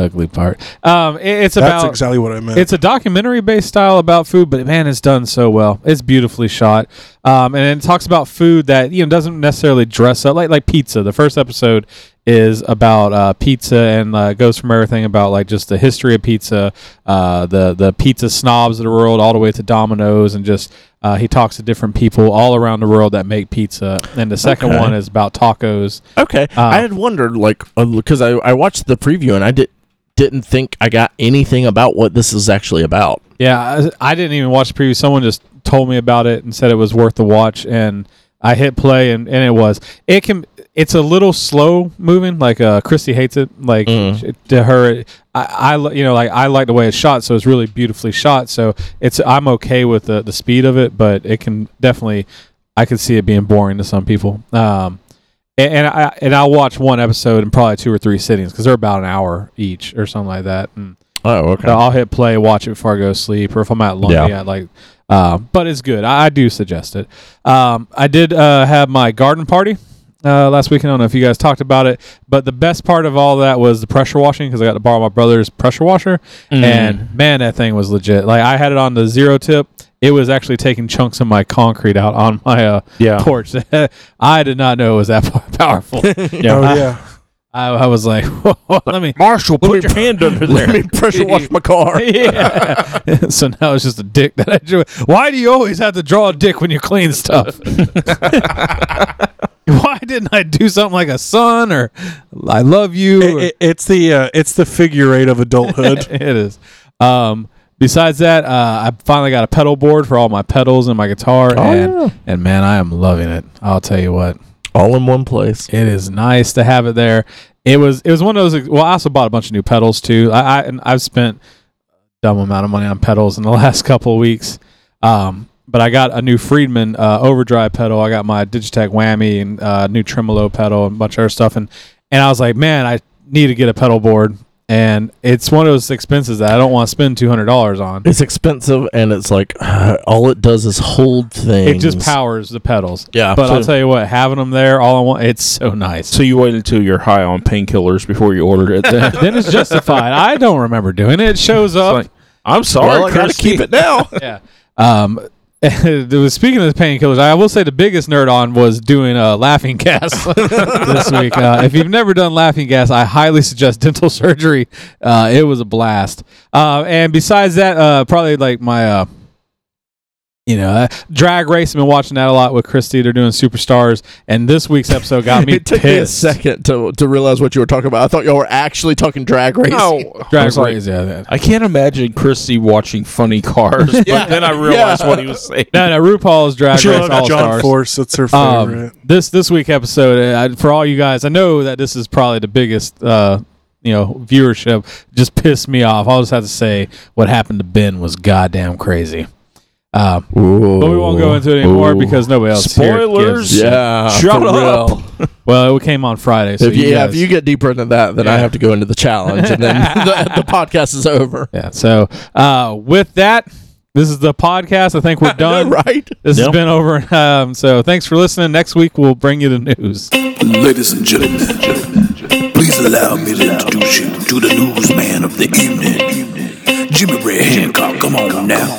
[SPEAKER 3] ugly part. Um, it- it's
[SPEAKER 5] that's
[SPEAKER 3] about
[SPEAKER 5] exactly what I meant.
[SPEAKER 3] it's a documentary based style about food, but man, it's done so well. It's beautifully shot, um, and it talks about food that you know doesn't necessarily dress up like like pizza. The first episode is about uh, pizza and uh, goes from everything about like just the history of pizza, uh, the the pizza snobs of the world, all the way to Domino's, and just uh, he talks to different people all around the world that make pizza. And the second
[SPEAKER 1] Okay.
[SPEAKER 3] one is about tacos.
[SPEAKER 1] Okay, I had wondered like because I I watched the preview and I did didn't think I got anything about what this is actually about.
[SPEAKER 3] Yeah, I, I didn't even watch the preview. Someone just told me about it and said it was worth the watch, and I hit play, and, and it was. It can. It's a little slow moving. Like uh, Christy hates it. Like sh- to her, it- I, I li- you know like I like the way it's shot, so it's really beautifully shot. So it's I'm okay with the the speed of it, but it can definitely. I can see it being boring to some people. Um, And, and I and I'll watch one episode in probably two or three sittings because they're about an hour each or something like that. And
[SPEAKER 1] Oh, okay.
[SPEAKER 3] I'll hit play, watch it before I go to sleep, or if I'm out
[SPEAKER 1] Yeah.
[SPEAKER 3] lonely, I like. Uh, but it's good. I, I do suggest it. Um, I did uh, have my garden party uh, last weekend. I don't know if you guys talked about it, but the best part of all that was the pressure washing because I got to borrow my brother's pressure washer,
[SPEAKER 6] Mm.
[SPEAKER 3] and man, that thing was legit. Like I had it on the zero tip. It was actually taking chunks of my concrete out on my uh,
[SPEAKER 6] Yeah.
[SPEAKER 3] porch. I did not know it was that powerful.
[SPEAKER 5] Oh
[SPEAKER 6] Yeah.
[SPEAKER 5] yeah.
[SPEAKER 3] I, I was like, let me
[SPEAKER 6] Marshall, put your hand under
[SPEAKER 1] Let me
[SPEAKER 6] there.
[SPEAKER 1] pressure wash my car.
[SPEAKER 3] yeah. so now it's just a dick that I drew. Why do you always have to draw a dick when you clean stuff? Why didn't I do something like a son or I love you?
[SPEAKER 5] It-
[SPEAKER 3] or-
[SPEAKER 5] it- it's the uh, it's the figure eight of adulthood.
[SPEAKER 3] it is. Um, besides that, uh, I finally got a pedal board for all my pedals and my guitar,
[SPEAKER 5] Oh,
[SPEAKER 3] and and man, I am loving it. I'll tell you what.
[SPEAKER 1] All in one place.
[SPEAKER 3] It is nice to have it there. It was it was one of those. Well, I also bought a bunch of new pedals too. I, I and I've spent a dumb amount of money on pedals in the last couple of weeks. Um, but I got a new Friedman uh, overdrive pedal. I got my Digitech whammy and uh, new tremolo pedal and a bunch of other stuff. And and I was like, man, I need to get a pedal board. And it's one of those expenses that I don't want to spend two hundred dollars on.
[SPEAKER 1] It's expensive, and it's like all it does is hold things.
[SPEAKER 3] It just powers the pedals.
[SPEAKER 1] Yeah,
[SPEAKER 3] But I'll
[SPEAKER 1] so-
[SPEAKER 3] tell you what, having them there all in one, it's so nice.
[SPEAKER 6] So you waited till you're high on painkillers before you ordered it. Then.
[SPEAKER 3] then it's justified. I don't remember doing it. It shows up.
[SPEAKER 6] like, I'm sorry,
[SPEAKER 1] Well, I gotta
[SPEAKER 6] Christy.
[SPEAKER 1] keep it now.
[SPEAKER 3] yeah. Um, it was- speaking of the painkillers, I will say the biggest nerd on was doing a laughing gas this week. Uh, if you've never done laughing gas, I highly suggest dental surgery. Uh, it was a blast. Uh, and besides that, uh, probably like my. Uh, you know, uh, drag race. I've been watching that a lot with Christy. They're doing superstars, and this week's episode got me
[SPEAKER 1] it took
[SPEAKER 3] pissed.
[SPEAKER 1] me a second to, to realize what you were talking about. I thought y'all were actually talking drag race.
[SPEAKER 6] No, I,
[SPEAKER 3] Drag
[SPEAKER 6] was like,
[SPEAKER 3] race, yeah. yeah.
[SPEAKER 6] I can't imagine Christy watching funny cars.
[SPEAKER 1] Yeah.
[SPEAKER 6] But then I realized
[SPEAKER 1] Yeah.
[SPEAKER 6] what he was saying.
[SPEAKER 3] No, no, RuPaul's drag
[SPEAKER 5] She
[SPEAKER 3] race.
[SPEAKER 5] loves
[SPEAKER 3] All
[SPEAKER 5] John
[SPEAKER 3] stars.
[SPEAKER 5] Force. That's her
[SPEAKER 3] um,
[SPEAKER 5] favorite.
[SPEAKER 3] this this week episode uh, I- for all you guys i know that this is probably the biggest uh you know viewership just pissed me off i'll just have to say what happened to ben was goddamn crazy uh, but we won't go into it anymore because nobody else here
[SPEAKER 6] Spoilers.
[SPEAKER 3] gives-
[SPEAKER 1] Yeah.
[SPEAKER 6] Shut
[SPEAKER 1] for
[SPEAKER 6] up.
[SPEAKER 1] real.
[SPEAKER 3] well it came on friday so
[SPEAKER 1] if you,
[SPEAKER 3] you
[SPEAKER 1] yeah,
[SPEAKER 3] guys-
[SPEAKER 1] if you get deeper into that, then I
[SPEAKER 3] Yeah.
[SPEAKER 1] have to go into the challenge, and then the, the podcast is over.
[SPEAKER 3] yeah so uh with that this is the podcast i think we're done
[SPEAKER 1] right?
[SPEAKER 3] this
[SPEAKER 6] Yeah.
[SPEAKER 3] has been over um so thanks for listening next week we'll bring you the news
[SPEAKER 7] Ladies and gentlemen, please allow me to introduce you to the newsman of the evening, Jimmy Ray Hancock. Come on now,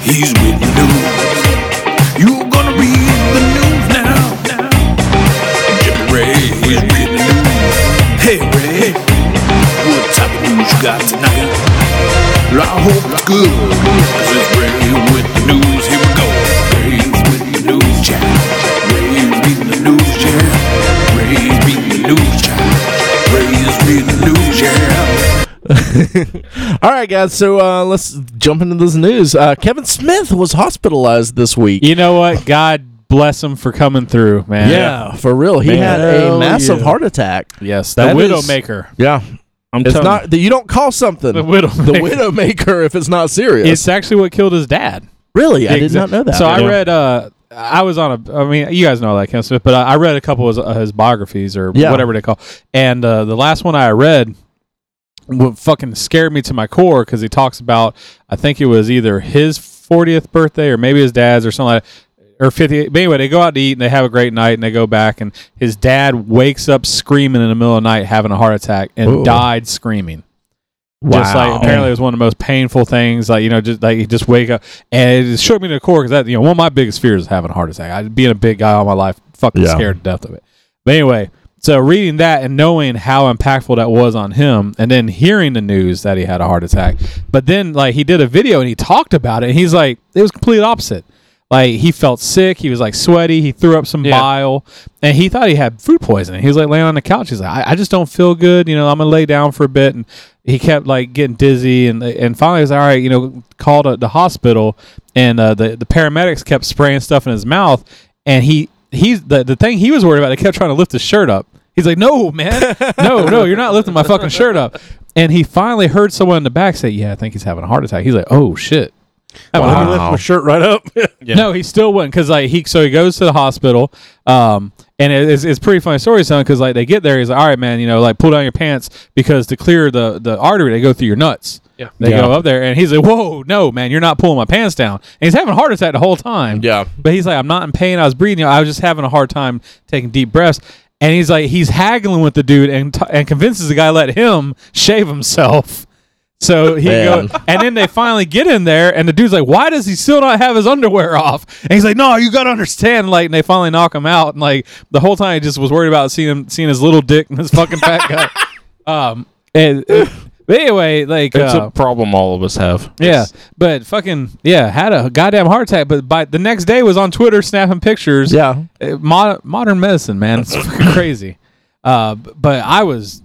[SPEAKER 7] he's with the news. You're gonna read the news now. Jimmy Ray, he's with the news. Hey Ray, what type of news you got tonight? Well, I hope it's good. 'cause it's Ray with the news. Here we go. Ray's with the news jam. Ray's with the news jam. Ray's with the news jam. Ray's with the news jam.
[SPEAKER 1] All right, guys. So uh, let's jump into this news. Uh, Kevin Smith was hospitalized this week.
[SPEAKER 3] you know what god bless him for coming through man
[SPEAKER 1] Yeah, for real. He had a
[SPEAKER 5] Hell
[SPEAKER 1] massive
[SPEAKER 5] yeah.
[SPEAKER 1] heart attack.
[SPEAKER 3] yes the
[SPEAKER 1] That is-
[SPEAKER 3] widowmaker
[SPEAKER 1] Yeah,
[SPEAKER 6] I'm
[SPEAKER 1] it's
[SPEAKER 6] telling
[SPEAKER 1] not that you don't call something
[SPEAKER 3] the widowmaker
[SPEAKER 1] the Widowmaker if it's not serious.
[SPEAKER 3] It's actually what killed his dad.
[SPEAKER 1] really, I did
[SPEAKER 3] Exa-
[SPEAKER 1] not know that.
[SPEAKER 3] So I
[SPEAKER 6] Yeah.
[SPEAKER 3] read. Uh, I was on a. I mean, you guys know that Kevin Smith, but I, I read a couple of his, uh, his biographies or
[SPEAKER 1] Yeah.
[SPEAKER 3] whatever they call. And uh, the last one I read, what fucking scared me to my core because he talks about. I think it was either his 40th birthday or maybe his dad's or something like. that. Or 50. But anyway, they go out to eat and they have a great night and they go back and his dad wakes up screaming in the middle of the night having a heart attack and
[SPEAKER 1] Ooh.
[SPEAKER 3] died screaming. Just
[SPEAKER 1] Wow.
[SPEAKER 3] like apparently it was one of the most painful things. Like you know, just like you just wake up and it shook me to the core because that you know one of my biggest fears is having a heart attack. I being a big guy all my life, fucking
[SPEAKER 1] Yeah.
[SPEAKER 3] scared to death of it. But anyway, so reading that and knowing how impactful that was on him, and then hearing the news that he had a heart attack, but then like he did a video and he talked about it, and he's like, it was complete opposite. Like he felt sick, he was like sweaty, he threw up some bile, and he thought he had food poisoning. He was like laying on the couch. He's like, I, I just don't feel good. You know, I'm gonna lay down for a bit, and he kept like getting dizzy, and and finally he was like, all right. You know, called uh, the hospital, and uh, the the paramedics kept spraying stuff in his mouth, and he he's the, the thing he was worried about. They kept trying to lift his shirt up. He's like, no, man, no, no, you're not lifting my fucking shirt up. And he finally heard someone in the back say, yeah, I think he's having a heart attack. He's like, oh shit.
[SPEAKER 5] Let me lift my shirt right up.
[SPEAKER 6] Yeah.
[SPEAKER 3] No, he still wouldn't because like he so he goes to the hospital, um, and it- it's, it's pretty funny story, son. Because like they get there, he's like, all right, man, you know, like pull down your pants because to clear the the artery, they go through your nuts.
[SPEAKER 4] Yeah.
[SPEAKER 3] they
[SPEAKER 6] Yeah.
[SPEAKER 3] go up there, and he's like, whoa, no, man, you're not pulling my pants down. And he's having a heart attack the whole time.
[SPEAKER 1] Yeah.
[SPEAKER 3] but he's like, I'm not in pain. I was breathing. I was just having a hard time taking deep breaths. And he's like, he's haggling with the dude and t- and convinces the guy to let him shave himself. So he
[SPEAKER 1] Man.
[SPEAKER 3] goes, and then they finally get in there, and the dude's like, "Why does he still not have his underwear off?" And he's like, "No, you gotta understand." Like, and they finally knock him out, and like the whole time, I just was worried about seeing him, seeing his little dick and his fucking fat guy. Um, and but anyway, like,
[SPEAKER 6] It's
[SPEAKER 3] uh,
[SPEAKER 6] a problem all of us have.
[SPEAKER 3] yeah, but fucking yeah, had a goddamn heart attack. But by the next day, was on Twitter snapping pictures.
[SPEAKER 1] Yeah.
[SPEAKER 3] Uh, mod- modern medicine, man, it's fucking crazy. Uh, b- but I was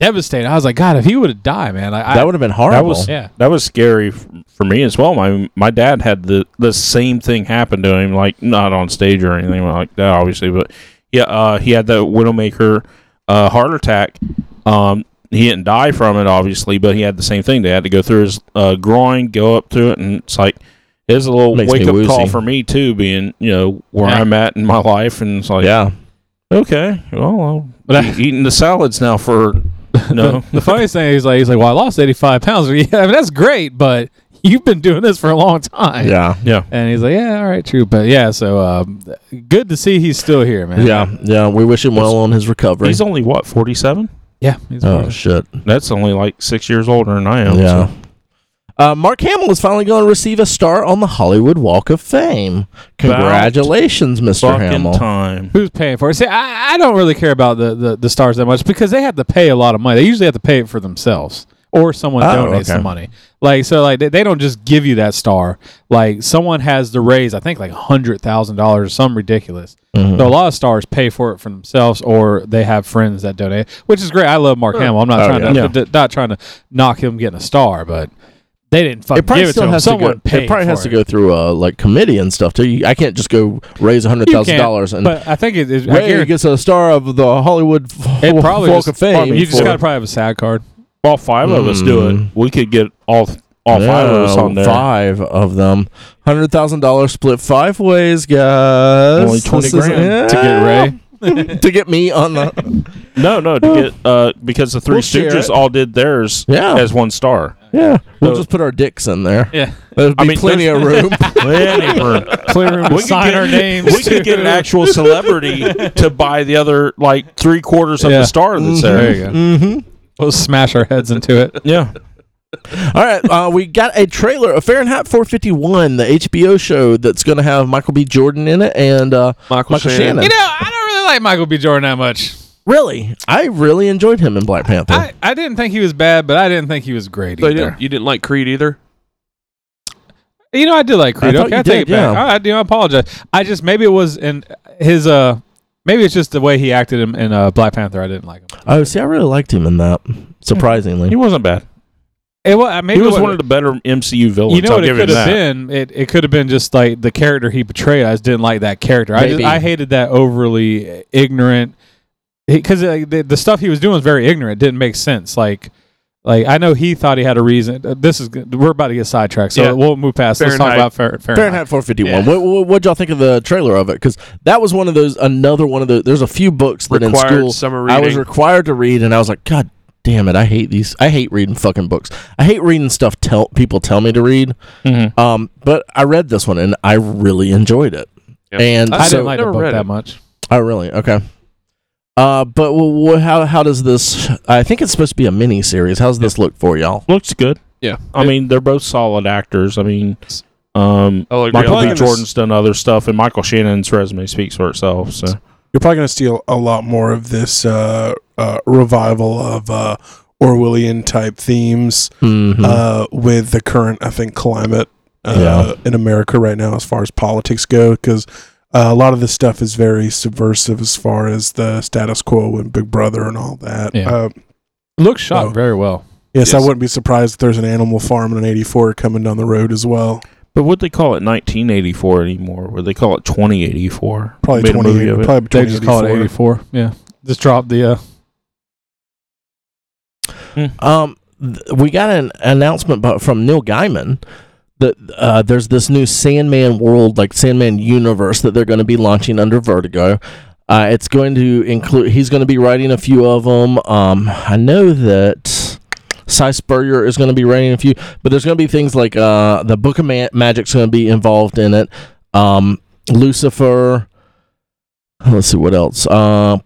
[SPEAKER 3] devastated. I was like, God, if he would have died, man, like, I
[SPEAKER 1] That would have been horrible.
[SPEAKER 6] That was
[SPEAKER 3] Yeah.
[SPEAKER 6] that was scary f- for me as well. My my dad had the the same thing happen to him, like not on stage or anything like that, obviously, but yeah, uh, he had the Widowmaker uh, heart attack. Um, he didn't die from it, obviously, but he had the same thing. They had to go through his uh, groin, go up through it, and it's like it was a little
[SPEAKER 1] Makes me
[SPEAKER 6] wake up call
[SPEAKER 1] woozy.
[SPEAKER 6] for me too, being you know where
[SPEAKER 3] Yeah.
[SPEAKER 6] I'm at in my life, and it's like
[SPEAKER 1] yeah.
[SPEAKER 6] okay, well,
[SPEAKER 3] But
[SPEAKER 6] I'm
[SPEAKER 3] I-
[SPEAKER 6] e- eating the salads now for no.
[SPEAKER 3] the funniest thing is like he's like, well, I lost eighty five pounds. Yeah, I mean that's great, but you've been doing this for a long time.
[SPEAKER 1] Yeah.
[SPEAKER 6] yeah.
[SPEAKER 3] And he's like, yeah, all right, true, but yeah. So um, good to see he's still here, man.
[SPEAKER 1] Yeah. Yeah. We wish him well on his recovery.
[SPEAKER 6] He's only what forty seven.
[SPEAKER 3] yeah. He's
[SPEAKER 1] oh, shit.
[SPEAKER 6] That's only like six years older than I am.
[SPEAKER 1] Yeah.
[SPEAKER 6] so.
[SPEAKER 1] Uh, Mark Hamill is finally going to receive a star on the Hollywood Walk of Fame. Congratulations, Mr.
[SPEAKER 6] Fucking
[SPEAKER 1] Hamill.
[SPEAKER 6] time.
[SPEAKER 3] Who's paying for it? See, I, I don't really care about the, the, the stars that much because they have to pay a lot of money. They usually have to pay it for themselves or someone
[SPEAKER 1] Oh,
[SPEAKER 3] donates
[SPEAKER 1] okay.
[SPEAKER 3] the money. Like so, like they, they don't just give you that star. Like someone has to raise, I think, like hundred thousand dollars, some ridiculous.
[SPEAKER 1] Mm-hmm.
[SPEAKER 3] So a lot of stars pay for it for themselves or they have friends that donate, which is great. I love Mark Hamill. I'm not trying
[SPEAKER 1] yeah.
[SPEAKER 3] to d- not trying to knock him getting a star, but they didn't fucking
[SPEAKER 1] It probably
[SPEAKER 3] give it
[SPEAKER 1] still
[SPEAKER 3] to him.
[SPEAKER 1] has to go.
[SPEAKER 3] Someone paid
[SPEAKER 1] It probably has
[SPEAKER 3] for
[SPEAKER 1] to
[SPEAKER 3] it.
[SPEAKER 1] go through uh, like committee and stuff too. You, I can't just go raise a hundred
[SPEAKER 3] You
[SPEAKER 1] thousand
[SPEAKER 3] can,
[SPEAKER 1] dollars and
[SPEAKER 3] but I think it, it, I
[SPEAKER 1] Ray
[SPEAKER 3] guarantee-
[SPEAKER 1] gets a star of the Hollywood f-
[SPEAKER 3] it probably
[SPEAKER 1] Walk
[SPEAKER 3] just,
[SPEAKER 1] of Fame.
[SPEAKER 3] you just
[SPEAKER 1] for-
[SPEAKER 3] got to probably have a sad card.
[SPEAKER 6] All five of us do it.
[SPEAKER 1] Mm.
[SPEAKER 6] We could get all all five of us
[SPEAKER 1] Yeah,
[SPEAKER 6] on there.
[SPEAKER 1] Five of them, hundred thousand dollars split five ways, guys.
[SPEAKER 6] Only 20
[SPEAKER 1] This is-
[SPEAKER 6] grand
[SPEAKER 3] to get Ray.
[SPEAKER 1] to get me on the
[SPEAKER 6] No, no, to get uh because the 3
[SPEAKER 1] We'll share
[SPEAKER 6] Stooges
[SPEAKER 1] it.
[SPEAKER 6] all did theirs
[SPEAKER 1] Yeah.
[SPEAKER 6] as one star.
[SPEAKER 1] yeah. We'll
[SPEAKER 6] So-
[SPEAKER 1] just put our dicks in there.
[SPEAKER 3] Yeah.
[SPEAKER 1] There'll be
[SPEAKER 6] I mean,
[SPEAKER 1] plenty of room.
[SPEAKER 6] Plenty room.
[SPEAKER 3] Clear room to
[SPEAKER 6] We could
[SPEAKER 3] sign
[SPEAKER 6] get-
[SPEAKER 3] our names.
[SPEAKER 6] We could get an
[SPEAKER 3] to-
[SPEAKER 6] actual celebrity to buy the other like three quarters of
[SPEAKER 3] Yeah.
[SPEAKER 6] the star that's
[SPEAKER 3] There
[SPEAKER 6] there.
[SPEAKER 3] you go.
[SPEAKER 1] mm-hmm.
[SPEAKER 3] We'll smash our heads into it.
[SPEAKER 6] Yeah.
[SPEAKER 1] All right, uh, we got a trailer of Fahrenheit 451, the HBO show that's going to have Michael B. Jordan in it, and uh,
[SPEAKER 4] Michael,
[SPEAKER 1] Michael Shannon.
[SPEAKER 4] Shannon.
[SPEAKER 3] You know, I don't really like Michael B. Jordan that much.
[SPEAKER 1] really, I really enjoyed him in Black Panther.
[SPEAKER 3] I, I didn't think he was bad, but I didn't think he was great
[SPEAKER 4] So you,
[SPEAKER 3] either.
[SPEAKER 4] didn't, you didn't like Creed either.
[SPEAKER 3] You know, I did like Creed.
[SPEAKER 1] I thought
[SPEAKER 3] okay,
[SPEAKER 1] you
[SPEAKER 3] I take
[SPEAKER 1] did,
[SPEAKER 3] it back.
[SPEAKER 1] yeah.
[SPEAKER 3] I, I do. I apologize. I just maybe it was in his uh. Maybe it's just the way he acted in, in uh, Black Panther. I didn't like him.
[SPEAKER 1] oh, see, I really liked him in that. Surprisingly,
[SPEAKER 6] He wasn't bad.
[SPEAKER 3] It was maybe
[SPEAKER 6] he was
[SPEAKER 3] it
[SPEAKER 6] one of the better MCU villains.
[SPEAKER 3] You know
[SPEAKER 6] I'll
[SPEAKER 3] what it
[SPEAKER 6] give him
[SPEAKER 3] could have
[SPEAKER 6] that.
[SPEAKER 3] been? It, it could have been just like the character he portrayed. I just didn't like that character. I just,
[SPEAKER 1] Maybe.
[SPEAKER 3] I hated that overly ignorant because the, the stuff he was doing was very ignorant. Didn't make sense. Like like I know he thought he had a reason. uh, This is good. we're about to get sidetracked, so
[SPEAKER 4] Yeah.
[SPEAKER 3] we'll move past. Let's talk
[SPEAKER 4] Fahrenheit.
[SPEAKER 3] about Fair,
[SPEAKER 1] Fahrenheit
[SPEAKER 3] Fahrenheit.
[SPEAKER 1] 451. What, what what'd y'all think of the trailer of it? Because that was one of those, another one of the. There's a few books that
[SPEAKER 4] Required
[SPEAKER 1] in school
[SPEAKER 4] summer
[SPEAKER 1] I was
[SPEAKER 4] reading.
[SPEAKER 1] required to read, and I was like, God damn it, I hate these. I hate reading fucking books. I hate reading stuff tell people tell me to read.
[SPEAKER 6] Mm-hmm.
[SPEAKER 1] Um, but I read this one and I really enjoyed it.
[SPEAKER 4] Yep.
[SPEAKER 1] And
[SPEAKER 3] I
[SPEAKER 1] so,
[SPEAKER 3] didn't like the
[SPEAKER 4] Never
[SPEAKER 3] book
[SPEAKER 4] read
[SPEAKER 3] that
[SPEAKER 4] it.
[SPEAKER 3] much.
[SPEAKER 1] Oh, really? Okay. Uh, but wh- wh- how how does this? I think it's supposed to be a mini series. How's this look for y'all?
[SPEAKER 6] Looks good.
[SPEAKER 4] Yeah.
[SPEAKER 6] I mean, they're both solid actors. I mean, um,
[SPEAKER 4] I'll agree
[SPEAKER 6] Michael
[SPEAKER 4] on
[SPEAKER 6] B.
[SPEAKER 4] that.
[SPEAKER 6] Jordan's done other stuff, and Michael Shannon's resume speaks for itself. So
[SPEAKER 5] You're probably going to steal a lot more of this uh, uh, revival of uh, Orwellian type themes
[SPEAKER 1] Mm-hmm.
[SPEAKER 5] uh, with the current, I think, climate uh, in America right now as far as politics go, because uh, a lot of this stuff is very subversive as far as the status quo and Big Brother and all that.
[SPEAKER 3] Yeah.
[SPEAKER 5] Uh,
[SPEAKER 3] Looks shot
[SPEAKER 5] Oh.
[SPEAKER 3] very well.
[SPEAKER 5] yes, I
[SPEAKER 4] Yes.
[SPEAKER 5] wouldn't be surprised if there's an Animal Farm and an 84 coming down the road as well.
[SPEAKER 6] But would they call it 1984 anymore? Would they call it 2084?
[SPEAKER 5] Probably
[SPEAKER 6] Made a
[SPEAKER 5] 20,
[SPEAKER 6] movie of it.
[SPEAKER 5] probably
[SPEAKER 3] They
[SPEAKER 5] between
[SPEAKER 3] just call it
[SPEAKER 5] 84.
[SPEAKER 3] eighty four. Yeah, just drop the. Uh,
[SPEAKER 1] Um, th- we got an announcement bu- from Neil Gaiman that uh, there's this new Sandman world, like Sandman universe, that they're going to be launching under Vertigo. Uh, it's going to include. He's going to be writing a few of them. Um, I know that. Cy Spurrier is going to be writing a few, but there's going to be things like uh, the Book of Ma- Magic's going to be involved in it. Um, Lucifer. Let's see what else. Uh,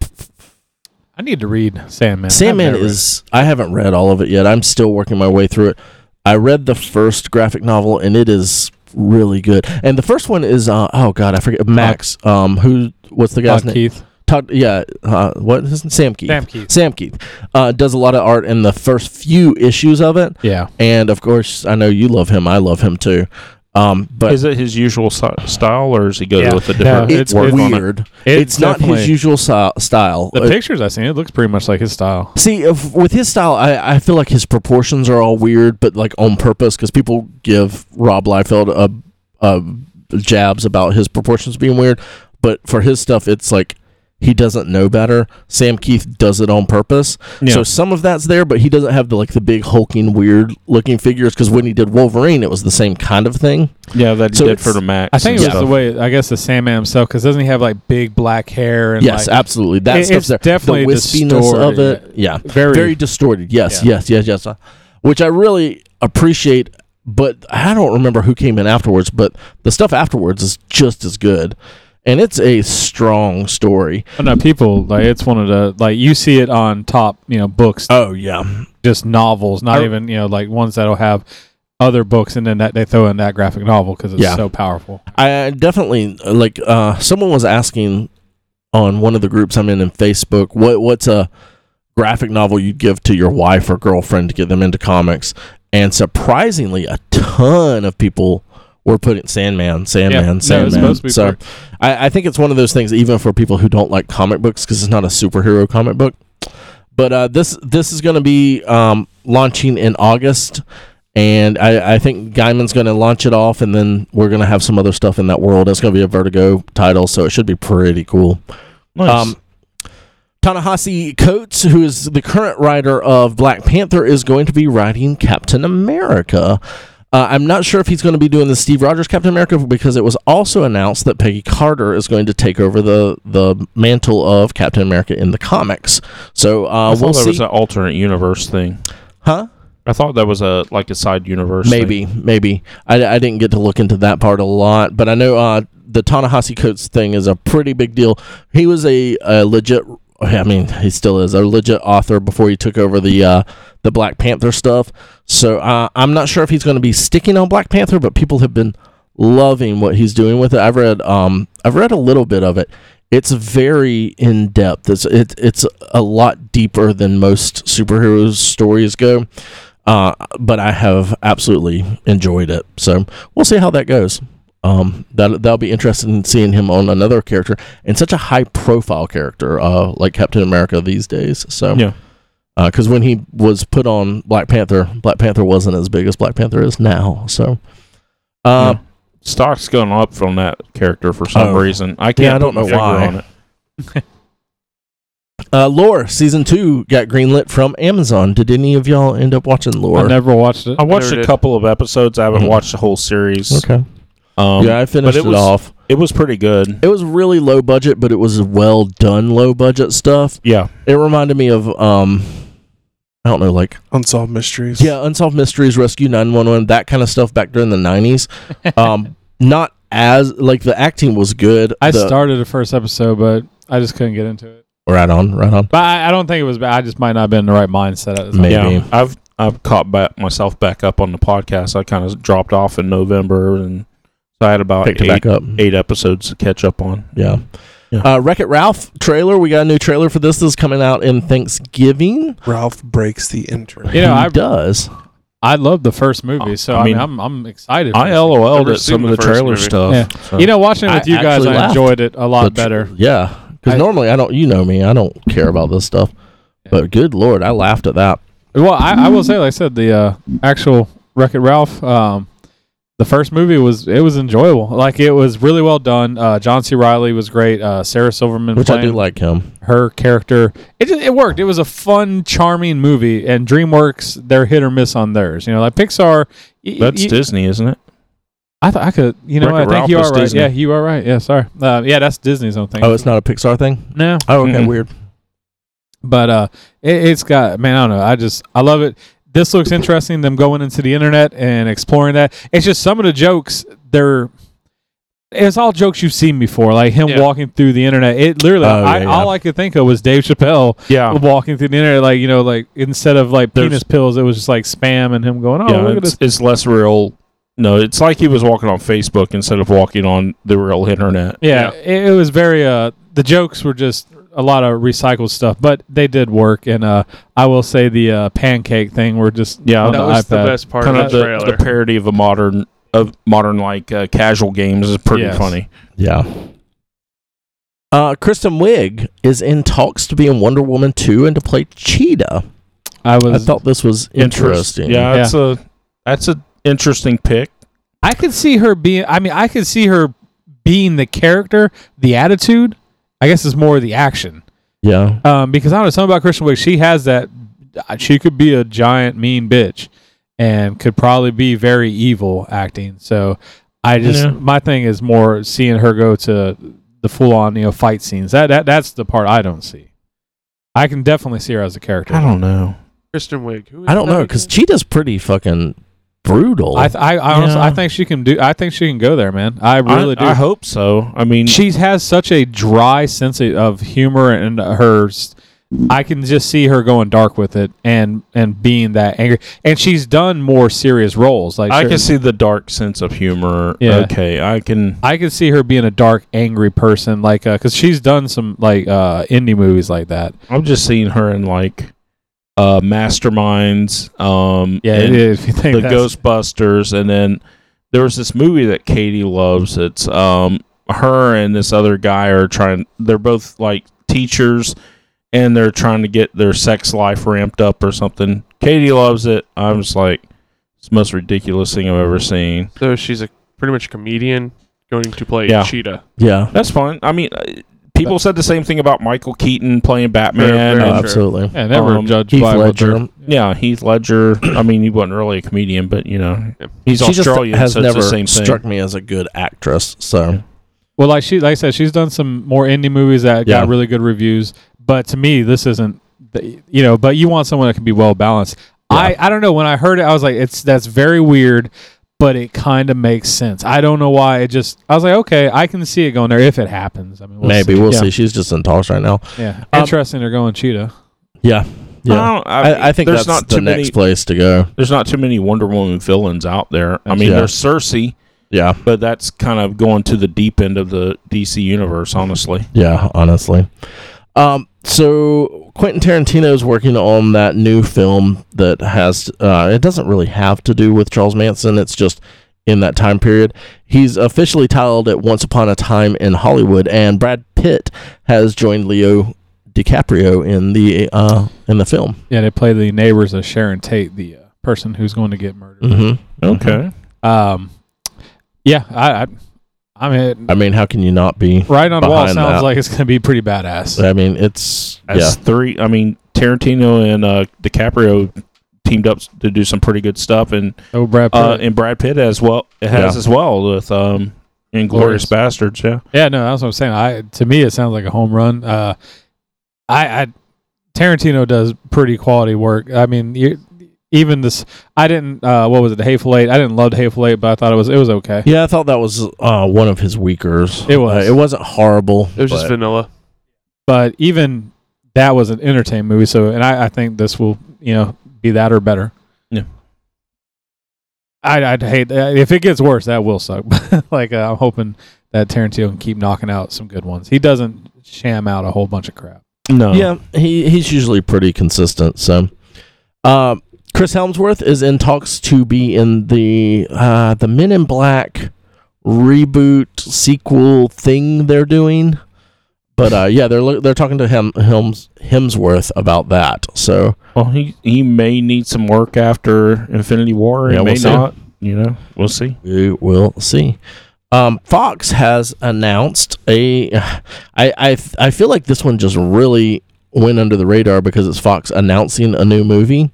[SPEAKER 3] I need to read Sandman.
[SPEAKER 1] Sandman
[SPEAKER 3] I've never
[SPEAKER 1] is. I haven't read all of it yet. I'm still working my way through it. I read the first graphic novel, and it is really good. And the first one is. Uh, oh God, I forget Max. Um, who? What's the
[SPEAKER 3] read it.
[SPEAKER 1] guy's
[SPEAKER 3] Todd
[SPEAKER 1] name?
[SPEAKER 3] Keith.
[SPEAKER 1] Todd, yeah. Uh, what is his Sam Keith.
[SPEAKER 3] Sam Keith.
[SPEAKER 1] Sam Keith uh, does a lot of art in the first few issues of it,
[SPEAKER 3] Yeah.
[SPEAKER 1] and of course, I know you love him. I love him too. Um, but
[SPEAKER 6] is it his usual si- style, or is he go
[SPEAKER 3] Yeah.
[SPEAKER 6] with a
[SPEAKER 3] No,
[SPEAKER 6] different?
[SPEAKER 1] uh, it's,
[SPEAKER 6] work on it?
[SPEAKER 1] weird. It's, not his
[SPEAKER 3] definitely-
[SPEAKER 1] usual si- style.
[SPEAKER 3] The
[SPEAKER 1] Uh,
[SPEAKER 3] pictures I've seen, it looks pretty much like his style.
[SPEAKER 1] See, if, with his style, I, I feel like his proportions are all weird, but like on purpose because people give Rob Liefeld a, a jabs about his proportions being weird. But for his stuff, it's like he doesn't know better. Sam Keith does it on purpose,
[SPEAKER 6] Yeah.
[SPEAKER 1] so some of that's there, but he doesn't have the like the big hulking, weird looking figures. Because when he did Wolverine, it was the same kind of thing.
[SPEAKER 6] Yeah, that he
[SPEAKER 1] So
[SPEAKER 6] did for
[SPEAKER 1] it's-
[SPEAKER 6] the Max.
[SPEAKER 3] I think
[SPEAKER 6] and
[SPEAKER 3] it was
[SPEAKER 6] stuff.
[SPEAKER 3] the way, I guess, the Sandman himself, because doesn't he have like big black hair and
[SPEAKER 1] yes,
[SPEAKER 3] like,
[SPEAKER 1] absolutely. That
[SPEAKER 3] It-
[SPEAKER 1] stuff's
[SPEAKER 3] it's
[SPEAKER 1] there.
[SPEAKER 3] definitely
[SPEAKER 1] the wispiness of
[SPEAKER 3] distorted.
[SPEAKER 1] it. Yeah,
[SPEAKER 3] Very-
[SPEAKER 1] distorted. Yes,
[SPEAKER 3] Yeah.
[SPEAKER 1] yes, yes, yes. Uh, Which I really appreciate, but I don't remember who came in afterwards. But the stuff afterwards is just as good, and it's a strong story.
[SPEAKER 3] Oh, no, people like it's one of the like you see it on top, you know, books,
[SPEAKER 1] Oh yeah,
[SPEAKER 3] just novels, not
[SPEAKER 1] I-
[SPEAKER 3] even you know like ones that'll have other books, and then that they throw in that graphic novel because it's
[SPEAKER 1] Yeah.
[SPEAKER 3] so powerful.
[SPEAKER 1] I definitely like. Uh, someone was asking on one of the groups I'm in in Facebook, what what's a graphic novel you'd give to your wife or girlfriend to get them into comics? And surprisingly, a ton of people were putting Sandman, Sandman,
[SPEAKER 3] no, it's
[SPEAKER 1] Sandman.
[SPEAKER 3] supposed to be
[SPEAKER 1] so
[SPEAKER 3] part-
[SPEAKER 1] I, I think it's one of those things, even for people who don't like comic books, because it's not a superhero comic book. But uh, this this is going to be um, launching in August, and I, I think Gaiman's going to launch it off, and then we're going to have some other stuff in that world. It's going to be a Vertigo title, so it should be pretty cool.
[SPEAKER 6] Nice.
[SPEAKER 1] Um, Tanahasi Coates, who is the current writer of Black Panther, is going to be writing Captain America. Uh, I'm not sure if he's going to be doing the Steve Rogers Captain America because it was also announced that Peggy Carter is going to take over the the mantle of Captain America in the comics. So
[SPEAKER 6] I
[SPEAKER 1] uh,
[SPEAKER 6] thought
[SPEAKER 1] we'll
[SPEAKER 6] there
[SPEAKER 1] see,
[SPEAKER 6] was an alternate universe thing.
[SPEAKER 1] huh?
[SPEAKER 6] I thought that was a like a side universe.
[SPEAKER 1] Maybe, maybe. I, I didn't get to look into that part a lot, but I know uh, the Tanahasi Coates thing is a pretty big deal. He was a, a legit. I mean, he still is a legit author before he took over the uh, the Black Panther stuff. So uh, I'm not sure if he's going to be sticking on Black Panther, but people have been loving what he's doing with it. I've read um I've read a little bit of it. It's very in depth. It's it, it's a lot deeper than most superheroes stories go. Uh, but I have absolutely enjoyed it. So we'll see how that goes. Um, that that'll be interesting in seeing him on another character and such a high profile character, uh, like Captain America these days. So
[SPEAKER 6] Yeah.
[SPEAKER 1] because when he was put on Black Panther, Black Panther wasn't as big as Black Panther is now. So. Uh,
[SPEAKER 6] Yeah. Stock's going up from that character for some
[SPEAKER 1] Oh.
[SPEAKER 6] reason. I can't
[SPEAKER 1] Yeah, I don't
[SPEAKER 6] put my
[SPEAKER 1] know
[SPEAKER 6] finger
[SPEAKER 1] why.
[SPEAKER 6] on it.
[SPEAKER 1] uh, Lore season two got greenlit from Amazon. Did any of y'all end up watching Lore?
[SPEAKER 3] I never watched it.
[SPEAKER 6] I watched
[SPEAKER 4] Never
[SPEAKER 6] a
[SPEAKER 4] did.
[SPEAKER 6] couple of episodes. I haven't
[SPEAKER 1] Mhm.
[SPEAKER 6] watched the whole series.
[SPEAKER 1] Okay.
[SPEAKER 6] Um,
[SPEAKER 1] yeah, I finished it,
[SPEAKER 6] it was-
[SPEAKER 1] off.
[SPEAKER 6] it was pretty good.
[SPEAKER 1] It was really low budget, but it was well done low budget stuff.
[SPEAKER 6] Yeah,
[SPEAKER 1] It reminded me of um, I don't know, like
[SPEAKER 5] Unsolved mysteries.
[SPEAKER 1] yeah, Unsolved Mysteries, Rescue Nine One One, that kind of stuff back during the nineties. Um, not as like the acting was good.
[SPEAKER 3] I
[SPEAKER 1] the,
[SPEAKER 3] started the first episode, but I just couldn't get into it.
[SPEAKER 1] right on, right on.
[SPEAKER 3] But I, I don't think it was bad. I just might not have been in the right mindset. At the time.
[SPEAKER 1] Maybe.
[SPEAKER 6] yeah. I've I've caught back myself back up on the podcast. I kind of dropped off in November, and so I had about
[SPEAKER 1] Picked it
[SPEAKER 6] eight,
[SPEAKER 1] back up.
[SPEAKER 6] eight episodes to catch up on.
[SPEAKER 1] Yeah.
[SPEAKER 6] Yeah.
[SPEAKER 1] Uh, Wreck It Ralph trailer. We got a new trailer for this. This is coming out in Thanksgiving.
[SPEAKER 5] Ralph breaks the internet.
[SPEAKER 3] You know,
[SPEAKER 1] He Oh,
[SPEAKER 3] I
[SPEAKER 1] does.
[SPEAKER 3] I loved the first movie, so
[SPEAKER 6] I
[SPEAKER 3] I, mean,
[SPEAKER 6] mean,
[SPEAKER 3] I'm I'm excited. for
[SPEAKER 6] I
[SPEAKER 3] this.
[SPEAKER 6] LOL'd
[SPEAKER 4] Never
[SPEAKER 6] at some
[SPEAKER 4] seen
[SPEAKER 6] of
[SPEAKER 4] the
[SPEAKER 6] the
[SPEAKER 4] first
[SPEAKER 6] trailer
[SPEAKER 4] movie.
[SPEAKER 6] stuff.
[SPEAKER 3] Yeah.
[SPEAKER 6] so-
[SPEAKER 3] you know, watching it
[SPEAKER 1] I
[SPEAKER 3] with you guys,
[SPEAKER 1] actually
[SPEAKER 3] I
[SPEAKER 1] laughed.
[SPEAKER 3] enjoyed it a
[SPEAKER 1] The
[SPEAKER 3] lot
[SPEAKER 1] tr-
[SPEAKER 3] better.
[SPEAKER 1] Yeah, because
[SPEAKER 3] I-
[SPEAKER 1] normally I don't. You know me. I don't care about this stuff. But good lord, I laughed at that.
[SPEAKER 3] Well, I, I will say, like I said, the uh, actual Wreck It Ralph, um, the first movie was it was enjoyable. Like it was really well done. Uh, John C. Riley was great. Uh, Sarah Silverman,
[SPEAKER 1] Which I do
[SPEAKER 3] playing
[SPEAKER 1] like him.
[SPEAKER 3] her character. It just, it worked. It was a fun, charming movie. And DreamWorks, they're hit or miss on theirs. You know, like Pixar. y-
[SPEAKER 6] That's
[SPEAKER 3] y-
[SPEAKER 6] Disney, isn't it?
[SPEAKER 3] I thought I could. You know,
[SPEAKER 6] Wreck-It
[SPEAKER 3] I think
[SPEAKER 6] Ralph
[SPEAKER 3] you
[SPEAKER 6] is
[SPEAKER 3] are right.
[SPEAKER 6] Disney.
[SPEAKER 3] Yeah, you are right. Yeah, sorry. Uh, yeah, that's Disney's own thing.
[SPEAKER 1] Oh, it's not a Pixar thing.
[SPEAKER 3] no.
[SPEAKER 1] Oh, okay,
[SPEAKER 6] Mm-mm.
[SPEAKER 1] weird.
[SPEAKER 3] But uh, it, it's got man, I don't know. I just I love it. This looks interesting. Them going into the internet and exploring that. It's just some of the jokes. They're it's all jokes you've seen before, like him
[SPEAKER 4] Yeah.
[SPEAKER 3] walking through the internet. It literally,
[SPEAKER 1] Oh,
[SPEAKER 3] I,
[SPEAKER 1] yeah, yeah.
[SPEAKER 3] all I could think of was Dave Chappelle
[SPEAKER 6] Yeah.
[SPEAKER 3] walking through the internet, like you know, like instead of like
[SPEAKER 6] Oh. There's-
[SPEAKER 3] penis pills, it was just like spam and him going, oh
[SPEAKER 6] yeah,
[SPEAKER 3] look at
[SPEAKER 6] it's,
[SPEAKER 3] this.
[SPEAKER 6] it's less real. No, it's like he was walking on Facebook instead of walking on the real internet.
[SPEAKER 3] Yeah, It, it was very. Uh, the jokes were just a lot of recycled stuff, but they did work. And uh, I will say the uh, pancake thing were just
[SPEAKER 6] Yeah,
[SPEAKER 3] on the
[SPEAKER 6] that
[SPEAKER 4] That was the
[SPEAKER 3] iPad.
[SPEAKER 4] best part
[SPEAKER 6] Kind
[SPEAKER 4] of
[SPEAKER 6] of
[SPEAKER 4] the
[SPEAKER 6] the,
[SPEAKER 4] trailer.
[SPEAKER 6] the parody of a modern of modern like uh, casual games is pretty
[SPEAKER 3] Yes.
[SPEAKER 6] funny.
[SPEAKER 1] Yeah. Uh, Kristen Wiig is in talks to be in Wonder Woman 2 and to play Cheetah.
[SPEAKER 3] I
[SPEAKER 1] I
[SPEAKER 3] was.
[SPEAKER 1] thought this was
[SPEAKER 6] Interest-
[SPEAKER 1] interesting.
[SPEAKER 6] Yeah, that's a that's an interesting pick.
[SPEAKER 3] I could see her being. I mean, I could see her being the character, the attitude. I guess it's more the action.
[SPEAKER 1] Yeah.
[SPEAKER 3] Um, because I don't know something about Christian Wiig. She has that. uh, She could be a giant mean bitch, and could probably be very evil acting. So I just
[SPEAKER 6] Yeah.
[SPEAKER 3] my thing is more seeing her go to the full on you know fight scenes. That that that's the part I don't see. I can definitely see her as a character.
[SPEAKER 6] I don't know.
[SPEAKER 4] Kristen Wiig. Who is
[SPEAKER 1] I don't
[SPEAKER 4] that
[SPEAKER 1] know because
[SPEAKER 4] again?
[SPEAKER 1] Cheetah's pretty fucking brutal.
[SPEAKER 3] I th- I, I honestly
[SPEAKER 6] Yeah.
[SPEAKER 3] I think she can do. I think she can go there, man. I really do.
[SPEAKER 6] I, I hope so. I mean,
[SPEAKER 3] she has such a dry sense of- of humor and her s- I can just see her going dark with it and and being that angry and she's done more serious roles like
[SPEAKER 6] I
[SPEAKER 3] sure-
[SPEAKER 6] can see the dark sense of humor.
[SPEAKER 3] Yeah.
[SPEAKER 6] Okay, I can.
[SPEAKER 3] I can see her being a dark angry person like uh, cuz she's done some like uh indie movies like that
[SPEAKER 6] I'm just seeing her in like uh masterminds. Um,
[SPEAKER 3] yeah
[SPEAKER 6] and
[SPEAKER 3] if you think
[SPEAKER 6] the
[SPEAKER 3] that's-
[SPEAKER 6] Ghostbusters, and then there was this movie that Katie loves. It's um her and this other guy are trying. They're both like teachers, and they're trying to get their sex life ramped up or something. Katie loves it. I'm just like, it's the most ridiculous thing I've ever seen.
[SPEAKER 4] So she's a pretty much a comedian going to play
[SPEAKER 6] Yeah.
[SPEAKER 4] Cheetah.
[SPEAKER 1] yeah.
[SPEAKER 6] That's fine. I mean, uh, people said the same thing about Michael Keaton playing Batman.
[SPEAKER 4] Very, very
[SPEAKER 1] No,
[SPEAKER 6] Uh,
[SPEAKER 4] true.
[SPEAKER 1] Oh, absolutely.
[SPEAKER 3] yeah, never
[SPEAKER 6] um,
[SPEAKER 3] judged
[SPEAKER 1] Heath
[SPEAKER 3] by what they're-
[SPEAKER 1] Ledger.
[SPEAKER 6] yeah, Heath Ledger. I mean, he wasn't really a comedian, but you know,
[SPEAKER 4] Yeah.
[SPEAKER 6] he's
[SPEAKER 1] She just
[SPEAKER 6] Australian,
[SPEAKER 1] has
[SPEAKER 6] so it's
[SPEAKER 1] never
[SPEAKER 6] the same thing.
[SPEAKER 1] struck me as a good actress. So
[SPEAKER 3] Well, like she, like I said, she's done some more indie movies that
[SPEAKER 1] Yeah.
[SPEAKER 3] got really good reviews. But to me, this isn't, the, you know. But you want someone that can be well balanced. I, I don't know. When I heard it, I was like, it's that's very weird, but it kind of makes sense. I don't know why. It just, I was like, okay, I can see it going there if it happens. I mean, we'll
[SPEAKER 1] maybe
[SPEAKER 3] see.
[SPEAKER 1] we'll
[SPEAKER 3] yeah,
[SPEAKER 1] see. She's just in talks right now.
[SPEAKER 3] Yeah,
[SPEAKER 1] Um,
[SPEAKER 3] interesting. They're going cheetah.
[SPEAKER 1] Yeah.
[SPEAKER 6] Um, I,
[SPEAKER 1] Yeah.
[SPEAKER 6] don't,
[SPEAKER 1] I, I, think
[SPEAKER 6] there's
[SPEAKER 1] that's
[SPEAKER 6] not
[SPEAKER 1] the
[SPEAKER 6] too
[SPEAKER 1] next
[SPEAKER 6] many.
[SPEAKER 1] place to go.
[SPEAKER 6] There's not too many Wonder Woman villains out there. I mean,
[SPEAKER 1] Yeah.
[SPEAKER 6] there's Cersei,
[SPEAKER 1] Yeah.
[SPEAKER 6] but that's kind of going to the deep end of the DC universe, honestly.
[SPEAKER 1] Yeah, honestly. Um, so Quentin Tarantino's working on that new film that has uh, it doesn't really have to do with Charles Manson. It's just in that time period. He's officially titled it Once Upon a Time in Hollywood, and Brad Pitt has joined Leo DiCaprio in the uh, in the film.
[SPEAKER 3] Yeah, they play the neighbors of Sharon Tate, the uh, person who's going to get murdered.
[SPEAKER 1] Mm-hmm.
[SPEAKER 3] Um, yeah, I, I, I mean,
[SPEAKER 1] I mean, how can you not be?
[SPEAKER 3] right on the wall
[SPEAKER 1] behind
[SPEAKER 3] sounds
[SPEAKER 1] that.
[SPEAKER 3] like it's going to be pretty badass.
[SPEAKER 1] I mean, it's
[SPEAKER 6] That's three. I mean, Tarantino and uh, DiCaprio teamed up to do some pretty good stuff, and
[SPEAKER 3] Oh, Brad Pitt.
[SPEAKER 6] uh, and Brad Pitt as well it has
[SPEAKER 1] Yeah.
[SPEAKER 6] as well with um, Inglorious
[SPEAKER 3] Glorious.
[SPEAKER 6] Bastards. Yeah,
[SPEAKER 3] Yeah, no, that's what I'm saying. I to me, it sounds like a home run. Uh, I, I Tarantino does pretty quality work. I mean, you, even this, I didn't. Uh, what was it? The Hateful Eight. I didn't love the Hateful Eight, but I thought it was it was okay.
[SPEAKER 1] yeah. I thought that was uh, one of his weakers.
[SPEAKER 3] It was.
[SPEAKER 1] Uh, it wasn't horrible.
[SPEAKER 4] It was just
[SPEAKER 1] but-
[SPEAKER 4] vanilla.
[SPEAKER 3] But even that was an entertainment movie. So, and I, I think this will you know be that or better.
[SPEAKER 6] Yeah.
[SPEAKER 3] I'd, I'd hate that. if it gets worse. That will suck. like uh, I'm hoping that Tarantino can keep knocking out some good ones. He doesn't sham out a whole bunch of crap.
[SPEAKER 6] no,
[SPEAKER 1] Yeah, he he's usually pretty consistent. So, uh, Chris Helmsworth is in talks to be in the uh, the Men in Black reboot sequel thing they're doing. But uh, yeah, they're lo- they're talking to him Helms Hemsworth about that. So
[SPEAKER 6] Well, he he may need some work after Infinity War. He
[SPEAKER 1] Yeah,
[SPEAKER 6] may
[SPEAKER 1] we'll see.
[SPEAKER 6] not. You know, we'll see.
[SPEAKER 1] we will see. Um, Fox has announced a. I, I I feel like this one just really went under the radar because it's Fox announcing a new movie.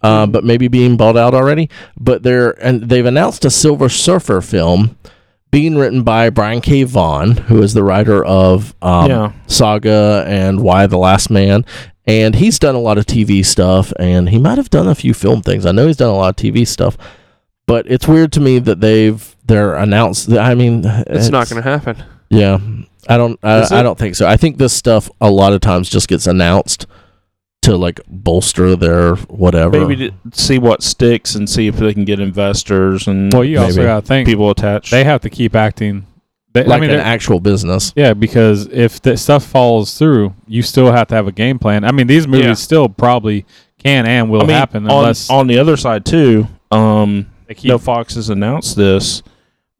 [SPEAKER 1] uh, but maybe being bought out already. But they're and they've announced a Silver Surfer film being written by Brian K. Vaughan, who is the writer of um,
[SPEAKER 6] Yeah.
[SPEAKER 1] Saga and Why the Last Man. And he's done a lot of TV stuff, and he might have done a few film things. I know he's done a lot of TV stuff, but it's weird to me that they've they're announced. I mean,
[SPEAKER 4] It's, not going to happen.
[SPEAKER 1] yeah, I don't. I,
[SPEAKER 4] Is it?
[SPEAKER 1] I don't think so. I think this stuff a lot of times just gets announced to like bolster their whatever.
[SPEAKER 6] Maybe to see what sticks and see if they can get investors
[SPEAKER 1] Mm-hmm.
[SPEAKER 6] and
[SPEAKER 3] Well, you also
[SPEAKER 1] Maybe.
[SPEAKER 3] got to think
[SPEAKER 6] people attached.
[SPEAKER 3] they have to keep acting. They,
[SPEAKER 1] like
[SPEAKER 3] I mean,
[SPEAKER 1] an
[SPEAKER 3] they're-
[SPEAKER 1] actual business.
[SPEAKER 3] yeah, because if the stuff falls through, you still have to have a game plan. I mean, these movies
[SPEAKER 4] Yeah.
[SPEAKER 3] still probably can and will
[SPEAKER 6] I mean,
[SPEAKER 3] happen
[SPEAKER 6] on,
[SPEAKER 3] unless
[SPEAKER 6] on the other side too. Um,
[SPEAKER 3] they keep
[SPEAKER 6] no, Fox has announced this,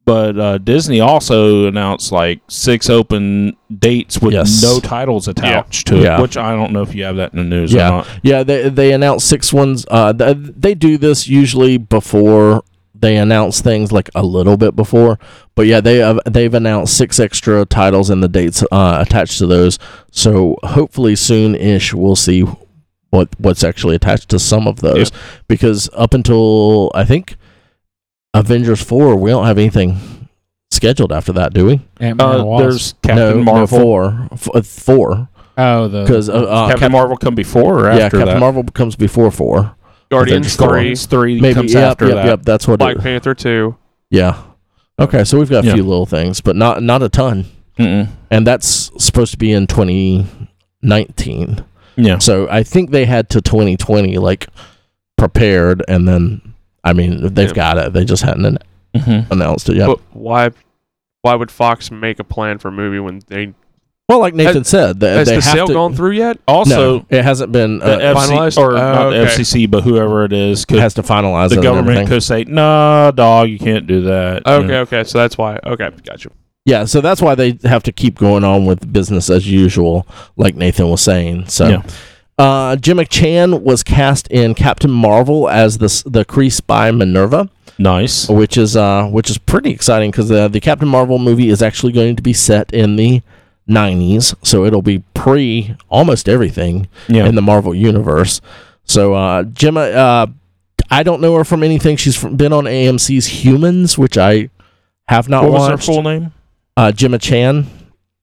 [SPEAKER 6] but uh, Disney also announced like six open dates with
[SPEAKER 1] Yes.
[SPEAKER 6] no titles attached to it,
[SPEAKER 1] Yeah.
[SPEAKER 6] which I don't know if you have that in the news
[SPEAKER 1] Yeah.
[SPEAKER 6] or not.
[SPEAKER 1] Yeah, they they announce six ones. Uh, th- they do this usually before they announce things, like a little bit before. But yeah, they have they've announced six extra titles and the dates uh, attached to those. So hopefully soon ish, we'll see what what's actually attached to some of those. Because up until I think Avengers four, we don't have anything scheduled after that, do we?
[SPEAKER 3] Ant-Man and the
[SPEAKER 6] Uh,
[SPEAKER 3] Wasp.
[SPEAKER 6] there's Captain
[SPEAKER 1] no,
[SPEAKER 6] Marvel.
[SPEAKER 1] no four, F- uh, four,
[SPEAKER 3] oh the
[SPEAKER 1] because uh, uh,
[SPEAKER 6] Captain
[SPEAKER 1] Cap-
[SPEAKER 6] Marvel come before or
[SPEAKER 1] yeah,
[SPEAKER 6] after
[SPEAKER 1] Captain
[SPEAKER 6] that?
[SPEAKER 1] Marvel comes before four.
[SPEAKER 4] Guardians
[SPEAKER 1] Avengers
[SPEAKER 4] three,
[SPEAKER 6] three
[SPEAKER 1] Maybe
[SPEAKER 6] comes
[SPEAKER 1] yep,
[SPEAKER 6] after
[SPEAKER 1] yep,
[SPEAKER 6] that.
[SPEAKER 1] yep. That's what.
[SPEAKER 4] Black
[SPEAKER 1] it,
[SPEAKER 4] Panther two.
[SPEAKER 1] yeah. Okay, so we've got a
[SPEAKER 6] Yeah.
[SPEAKER 1] few little things, but not not a ton,
[SPEAKER 6] Mm-mm.
[SPEAKER 1] and that's supposed to be in 2019.
[SPEAKER 6] Yeah.
[SPEAKER 1] So I think they had to 2020 like prepared, and then I mean they've
[SPEAKER 4] Yeah.
[SPEAKER 1] got it. They just hadn't an-
[SPEAKER 6] Mhm.
[SPEAKER 1] announced it yet.
[SPEAKER 4] But why? Why would Fox make a plan for a movie when they
[SPEAKER 1] well, like Nathan said, they,
[SPEAKER 4] has
[SPEAKER 1] Uh, they
[SPEAKER 4] the
[SPEAKER 1] have
[SPEAKER 4] sale
[SPEAKER 1] to,
[SPEAKER 4] gone through yet?
[SPEAKER 6] Also,
[SPEAKER 1] No, it hasn't been.
[SPEAKER 6] the
[SPEAKER 1] Uh,
[SPEAKER 6] FC,
[SPEAKER 4] finalized?
[SPEAKER 6] or
[SPEAKER 4] Oh,
[SPEAKER 6] not the
[SPEAKER 4] okay.
[SPEAKER 6] FCC, but whoever it is,
[SPEAKER 1] it
[SPEAKER 6] could,
[SPEAKER 1] has to finalize it
[SPEAKER 6] the
[SPEAKER 1] and
[SPEAKER 6] government
[SPEAKER 1] everything.
[SPEAKER 6] could say, "Nah, dog, you can't do that." you
[SPEAKER 4] Okay,
[SPEAKER 6] know.
[SPEAKER 4] okay, so that's why. Okay, gotcha.
[SPEAKER 1] Yeah, so that's why they have to keep going on with business as usual, like Nathan was saying. So,
[SPEAKER 6] Yeah.
[SPEAKER 1] uh, Jim McChan was cast in Captain Marvel as the s- the Kree spy Minerva,
[SPEAKER 6] Nice.
[SPEAKER 1] which is uh, which is pretty exciting because the the Captain Marvel movie is actually going to be set in the '90s, so it'll be pre almost everything
[SPEAKER 6] Yeah.
[SPEAKER 1] in the Marvel universe. So uh, Gemma, uh, I don't know her from anything. She's from, been on AMC's Humans, which I have not
[SPEAKER 6] what was her
[SPEAKER 1] watched.
[SPEAKER 6] full name?
[SPEAKER 1] uh, Gemma Chan.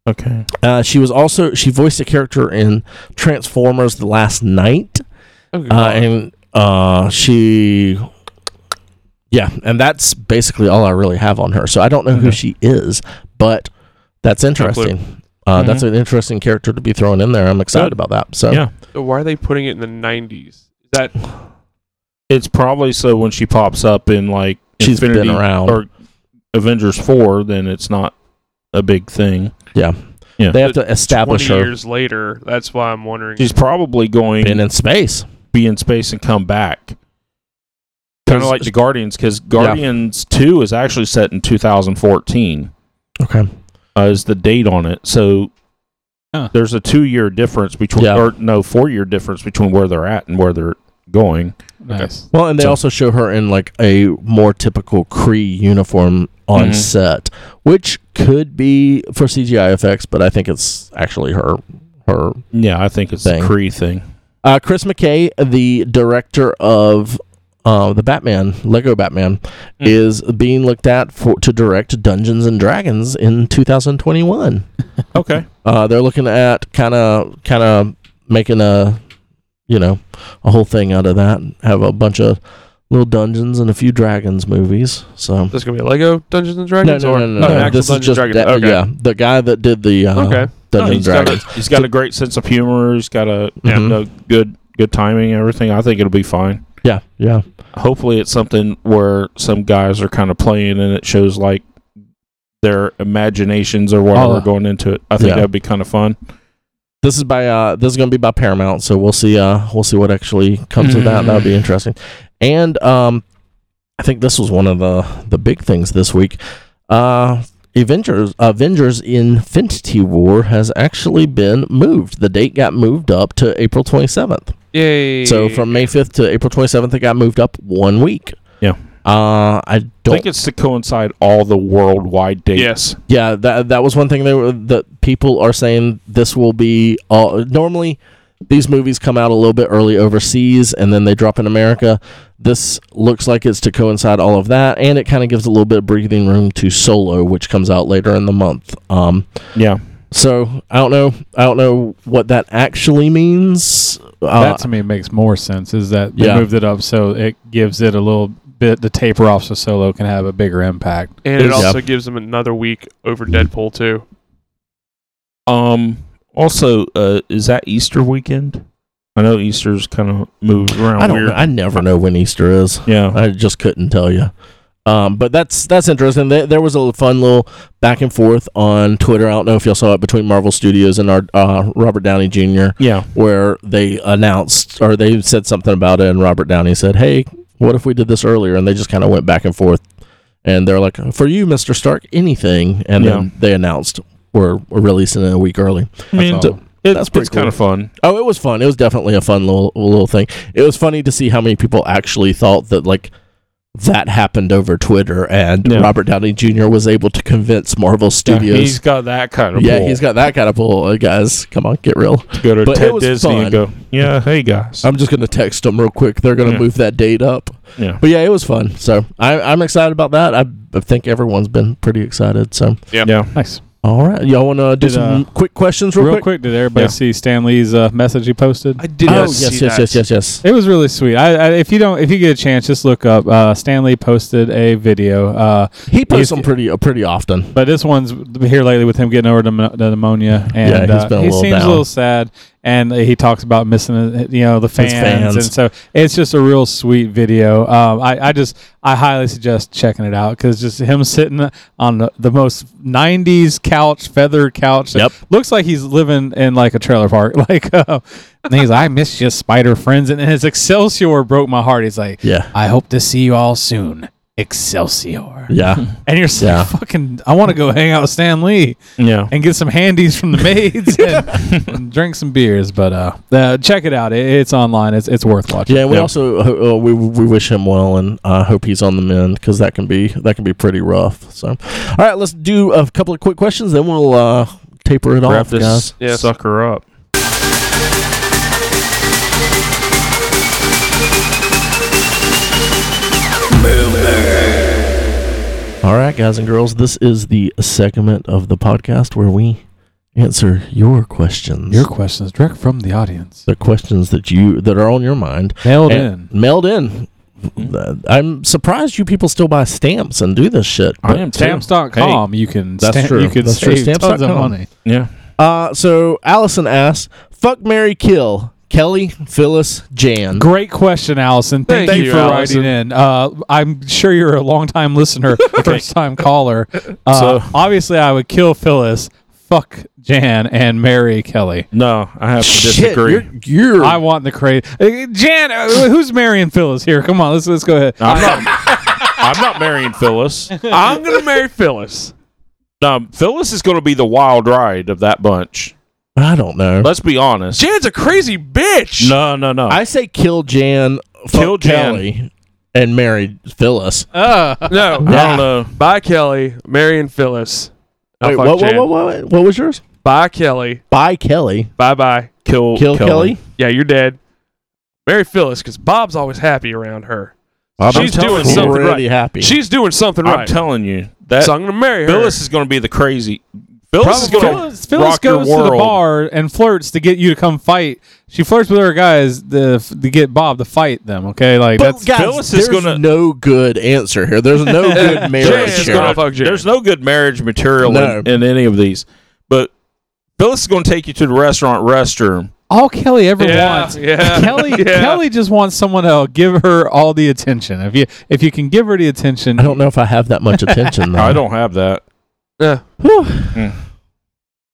[SPEAKER 6] Okay.
[SPEAKER 1] Uh, she was also she voiced a character in Transformers: The Last Night,
[SPEAKER 4] Okay.
[SPEAKER 1] uh, and uh, she, yeah, and that's basically all I really have on her. So I don't know who
[SPEAKER 6] Okay.
[SPEAKER 1] she is, but that's interesting. Uh, That's
[SPEAKER 6] Mhm.
[SPEAKER 1] an interesting character to be thrown in there. I'm excited
[SPEAKER 6] Good.
[SPEAKER 1] about that. So
[SPEAKER 6] Yeah.
[SPEAKER 4] so why are they putting it in the nineties? Is that
[SPEAKER 6] It's probably so when she pops up in like
[SPEAKER 1] She's been
[SPEAKER 6] Infinity
[SPEAKER 1] around.
[SPEAKER 6] or Avengers four, then it's not a big thing.
[SPEAKER 1] they have
[SPEAKER 4] But
[SPEAKER 1] to establish
[SPEAKER 4] twenty
[SPEAKER 1] her
[SPEAKER 4] years later? That's why I'm wondering.
[SPEAKER 6] She's probably going
[SPEAKER 1] been
[SPEAKER 6] to
[SPEAKER 1] in space.
[SPEAKER 6] be in space and come back. Kind of like the Guardians, because Guardians two is actually set in 2014
[SPEAKER 1] Okay,
[SPEAKER 6] uh, is the date on it. So
[SPEAKER 3] Huh.
[SPEAKER 6] there's a two year difference between,
[SPEAKER 1] Yeah.
[SPEAKER 6] or no, four year difference between where they're at and where they're going.
[SPEAKER 3] nice.
[SPEAKER 1] well, and they
[SPEAKER 6] So-
[SPEAKER 1] also show her in like a more typical Kree uniform on
[SPEAKER 6] Mhm.
[SPEAKER 1] set, which could be for CGI effects, but I think it's actually her her
[SPEAKER 6] Yeah, I think it's
[SPEAKER 1] Thing.
[SPEAKER 6] the Cree thing.
[SPEAKER 1] Uh, Chris McKay, the director of uh, the Batman Lego Batman,
[SPEAKER 4] Hmm.
[SPEAKER 1] is being looked at for to direct Dungeons and Dragons in 2021.
[SPEAKER 6] Okay,
[SPEAKER 1] Uh, they're looking at kind of kind of making a you know a whole thing out of that. Have a bunch of little dungeons and a few dragons movies. So.
[SPEAKER 4] This is gonna be a Lego Dungeons and
[SPEAKER 1] No,
[SPEAKER 4] Dragons.
[SPEAKER 1] no,
[SPEAKER 4] or-
[SPEAKER 1] no, no,
[SPEAKER 4] an
[SPEAKER 1] no.
[SPEAKER 4] actual
[SPEAKER 1] This is
[SPEAKER 4] Dungeons
[SPEAKER 1] just
[SPEAKER 4] Dragons.
[SPEAKER 1] that-
[SPEAKER 4] okay.
[SPEAKER 1] yeah, the guy that did the uh,
[SPEAKER 4] Okay.
[SPEAKER 1] Dungeons and
[SPEAKER 6] he's got,
[SPEAKER 1] Dragons. Mm-hmm.
[SPEAKER 6] a, he's got a great sense of humor. He's got a
[SPEAKER 1] Yeah.
[SPEAKER 6] you know, good good timing. and Everything. I think it'll be fine.
[SPEAKER 1] Yeah, yeah,
[SPEAKER 6] Hopefully, it's something where some guys are kind of playing and it shows like their imaginations or whatever
[SPEAKER 3] Oh.
[SPEAKER 6] going into it. I think
[SPEAKER 1] Yeah.
[SPEAKER 6] that'd be kind of fun.
[SPEAKER 1] this is by uh this is gonna be by Paramount, so we'll see uh we'll see what actually comes of that. That'll be interesting. And um I think this was one of the the big things this week. Uh Avengers Avengers Infinity War has actually been moved. The date got moved up to April 27th.
[SPEAKER 4] Yay!
[SPEAKER 1] So from May 5th to April 27th it got moved up one week.
[SPEAKER 6] Yeah.
[SPEAKER 1] Uh I
[SPEAKER 6] I
[SPEAKER 1] don't
[SPEAKER 6] think it's to coincide all the worldwide dates.
[SPEAKER 4] yes,
[SPEAKER 1] yeah, that that was one thing they were that people are saying this will be all normally These movies come out a little bit early overseas and then they drop in America. This looks like it's to coincide all of that, and it kind of gives a little bit of breathing room to Solo, which comes out later in the month. Um,
[SPEAKER 6] Yeah.
[SPEAKER 1] so I don't know. I don't know what that actually means. Uh,
[SPEAKER 3] that to me makes more sense. Is that they
[SPEAKER 1] Yeah.
[SPEAKER 3] moved it up so it gives it a little bit the taper off so Solo can have a bigger impact.
[SPEAKER 4] and it
[SPEAKER 1] Yeah.
[SPEAKER 4] also gives them another week over Deadpool too.
[SPEAKER 6] Um. Also, uh, is that Easter weekend? I know Easter's kind of moved around.
[SPEAKER 1] I don't.
[SPEAKER 6] weird.
[SPEAKER 1] know. I never know when Easter is.
[SPEAKER 6] yeah.
[SPEAKER 1] I just couldn't tell you. Um, but that's that's interesting. There, there was a fun little back and forth on Twitter. I don't know if y'all saw it between Marvel Studios and our uh, Robert Downey Jr.
[SPEAKER 6] yeah.
[SPEAKER 1] where they announced or they said something about it, and Robert Downey said, "Hey, what if we did this earlier?" And they just kind of went back and forth, and they're like, "For you, Mister Stark, anything," and
[SPEAKER 6] Yeah.
[SPEAKER 1] then they announced we're, we're releasing it a week early.
[SPEAKER 6] I mean,
[SPEAKER 3] all.
[SPEAKER 6] it- it's,
[SPEAKER 1] That's pretty
[SPEAKER 6] kind of fun.
[SPEAKER 1] Oh, it was fun. It was definitely a fun little little thing. It was funny to see how many people actually thought that like that happened over Twitter, and
[SPEAKER 6] Yeah.
[SPEAKER 1] Robert Downey Jr. was able to convince Marvel
[SPEAKER 6] he's
[SPEAKER 1] Studios.
[SPEAKER 6] got that kind of.
[SPEAKER 1] Yeah,
[SPEAKER 6] pull.
[SPEAKER 1] he's got that kind of pull, uh, guys. Come on, get real.
[SPEAKER 6] to go to
[SPEAKER 1] but it
[SPEAKER 6] Ted
[SPEAKER 1] was
[SPEAKER 6] Disney
[SPEAKER 1] fun. Um,
[SPEAKER 6] and go. Yeah. Hey guys.
[SPEAKER 1] I'm just gonna text them real quick. They're gonna
[SPEAKER 6] Yeah.
[SPEAKER 1] move that date up.
[SPEAKER 6] yeah.
[SPEAKER 1] But yeah, it was fun. So I, I'm excited about that. I, I think everyone's been pretty excited. So
[SPEAKER 6] Yeah.
[SPEAKER 3] Nice.
[SPEAKER 1] all right, y'all want to do
[SPEAKER 3] Did,
[SPEAKER 1] some
[SPEAKER 3] uh,
[SPEAKER 1] quick questions real,
[SPEAKER 3] Real
[SPEAKER 1] quick?
[SPEAKER 3] quick, did everybody
[SPEAKER 6] Yeah.
[SPEAKER 3] see Stan Lee's uh, message he posted?
[SPEAKER 4] I did
[SPEAKER 1] Oh
[SPEAKER 4] not
[SPEAKER 1] yes,
[SPEAKER 4] see
[SPEAKER 1] yes,
[SPEAKER 4] that.
[SPEAKER 1] yes, yes, yes.
[SPEAKER 3] It was really sweet. I, I, if you don't, if you get a chance, just look up. Uh, Stanley posted a video, uh,
[SPEAKER 1] He posts
[SPEAKER 3] He's-
[SPEAKER 1] them pretty uh, pretty often.
[SPEAKER 3] but this one's here lately with him getting over the, pneu- the pneumonia,
[SPEAKER 1] Yeah,
[SPEAKER 3] and
[SPEAKER 1] he's
[SPEAKER 3] uh,
[SPEAKER 1] been a
[SPEAKER 3] he
[SPEAKER 1] little
[SPEAKER 3] seems
[SPEAKER 1] down.
[SPEAKER 3] a little sad. And he talks about missing, uh, you know, the fans,
[SPEAKER 1] fans.
[SPEAKER 3] and so it's just a real sweet video. Um, I, I just, I highly suggest checking it out because just him sitting on the, the most '90s couch, feather couch.
[SPEAKER 1] Yep.
[SPEAKER 3] looks like he's living in like a trailer park. Like, uh, and he's, like, I miss you, Spider Friends, and his Excelsior broke my heart. He's like,
[SPEAKER 1] Yeah,
[SPEAKER 3] I hope to see you all soon. Excelsior.
[SPEAKER 1] yeah.
[SPEAKER 3] And you're so
[SPEAKER 1] Yeah.
[SPEAKER 3] fucking I want to go hang out with Stan Lee
[SPEAKER 6] Yeah.
[SPEAKER 3] and get some handies from the maids and, and drink some beers. But uh, uh check it out. It, it's online. It's it's worth watching.
[SPEAKER 1] Yeah, and we
[SPEAKER 6] Yeah.
[SPEAKER 1] also uh, uh, we we wish him well, and I uh, hope he's on the mend because that can be that can be pretty rough. So, all right, let's do a couple of quick questions, then we'll uh, taper it
[SPEAKER 6] Wrap
[SPEAKER 1] off, guys.
[SPEAKER 6] this
[SPEAKER 4] Yes.
[SPEAKER 6] sucker up.
[SPEAKER 1] All right, guys and girls, this is the segment of the podcast where we answer your questions,
[SPEAKER 3] Your questions direct from the audience.
[SPEAKER 1] the questions that you that are on your mind,
[SPEAKER 3] Nailed
[SPEAKER 1] And- mailed in. Mm-hmm. Th- I'm surprised you people still buy stamps and do this shit.
[SPEAKER 6] I
[SPEAKER 1] but-
[SPEAKER 6] am
[SPEAKER 3] in. Stamps.com. you can
[SPEAKER 1] that's
[SPEAKER 3] stamp-
[SPEAKER 1] true.
[SPEAKER 3] You can
[SPEAKER 1] That's true.
[SPEAKER 3] save tons of
[SPEAKER 1] Stamps.com.
[SPEAKER 3] money.
[SPEAKER 6] Yeah.
[SPEAKER 1] Uh, so Allison asks, "Fuck Mary, kill Kelly, Phyllis, Jan."
[SPEAKER 3] Great question, Allison. Thank,
[SPEAKER 4] Thank
[SPEAKER 3] you,
[SPEAKER 4] you,
[SPEAKER 3] for
[SPEAKER 4] Allison.
[SPEAKER 3] writing in. Uh, I'm sure you're a longtime listener, first time caller. Uh,
[SPEAKER 6] So-
[SPEAKER 3] Obviously, I would kill Phyllis, fuck Jan, and marry Kelly.
[SPEAKER 6] No, I have to
[SPEAKER 1] Shit,
[SPEAKER 6] disagree.
[SPEAKER 1] you're, you're
[SPEAKER 3] I want the crazy Jan. uh, who's marrying Phyllis here? Come on, let's let's go ahead.
[SPEAKER 6] I'm not. I'm not marrying Phyllis.
[SPEAKER 4] I'm gonna marry Phyllis.
[SPEAKER 6] No, Phyllis is going to be the wild ride of that bunch.
[SPEAKER 1] I don't know.
[SPEAKER 6] Let's be honest.
[SPEAKER 4] Jan's a crazy bitch.
[SPEAKER 6] No, no, no.
[SPEAKER 1] I say kill Jan, kill
[SPEAKER 6] Kill Jan.
[SPEAKER 1] Kelly, and marry Phyllis.
[SPEAKER 3] Uh,
[SPEAKER 4] No,
[SPEAKER 6] I don't know.
[SPEAKER 4] Bye Kelly, Marion Phyllis. I'll
[SPEAKER 1] Wait,
[SPEAKER 4] fuck
[SPEAKER 1] what, what,
[SPEAKER 4] Jan.
[SPEAKER 1] what, what, what was yours?
[SPEAKER 4] Bye Kelly.
[SPEAKER 1] Bye Kelly,
[SPEAKER 4] Bye bye.
[SPEAKER 6] Kill,
[SPEAKER 1] kill Kelly.
[SPEAKER 4] Yeah, you're dead. Marry Phyllis because Bob's always happy around her. She's
[SPEAKER 1] I'm
[SPEAKER 4] doing
[SPEAKER 1] pretty
[SPEAKER 4] something right.
[SPEAKER 1] happy.
[SPEAKER 4] She's doing something
[SPEAKER 6] I'm
[SPEAKER 4] right.
[SPEAKER 6] telling you that
[SPEAKER 4] so I'm gonna marry her.
[SPEAKER 6] Phyllis is going to be the crazy. Phyllis
[SPEAKER 4] Probably.
[SPEAKER 6] is going
[SPEAKER 3] Phyllis,
[SPEAKER 6] to
[SPEAKER 3] Phyllis
[SPEAKER 6] rock your
[SPEAKER 3] goes to the
[SPEAKER 6] world.
[SPEAKER 3] bar and flirts to get you to come fight. She flirts with her guys to, to get Bob to fight them. Okay, like
[SPEAKER 1] but
[SPEAKER 3] that's
[SPEAKER 1] guys,
[SPEAKER 6] Phyllis
[SPEAKER 1] there's
[SPEAKER 6] is gonna-
[SPEAKER 1] no good answer here. There's no good marriage
[SPEAKER 4] Jan's
[SPEAKER 1] here.
[SPEAKER 4] gonna fuck Jan.
[SPEAKER 6] There's no good marriage material in,
[SPEAKER 1] No.
[SPEAKER 6] in any of these, but Phyllis is going to take you to the restaurant restroom.
[SPEAKER 3] all Kelly ever
[SPEAKER 4] Yeah,
[SPEAKER 3] wants.
[SPEAKER 4] yeah,
[SPEAKER 3] Kelly
[SPEAKER 4] yeah.
[SPEAKER 3] Kelly just wants someone to give her all the attention. If you if you can give her the attention,
[SPEAKER 1] I don't know if I have that much attention. Though.
[SPEAKER 6] I don't have that.
[SPEAKER 4] Yeah.
[SPEAKER 1] Whew.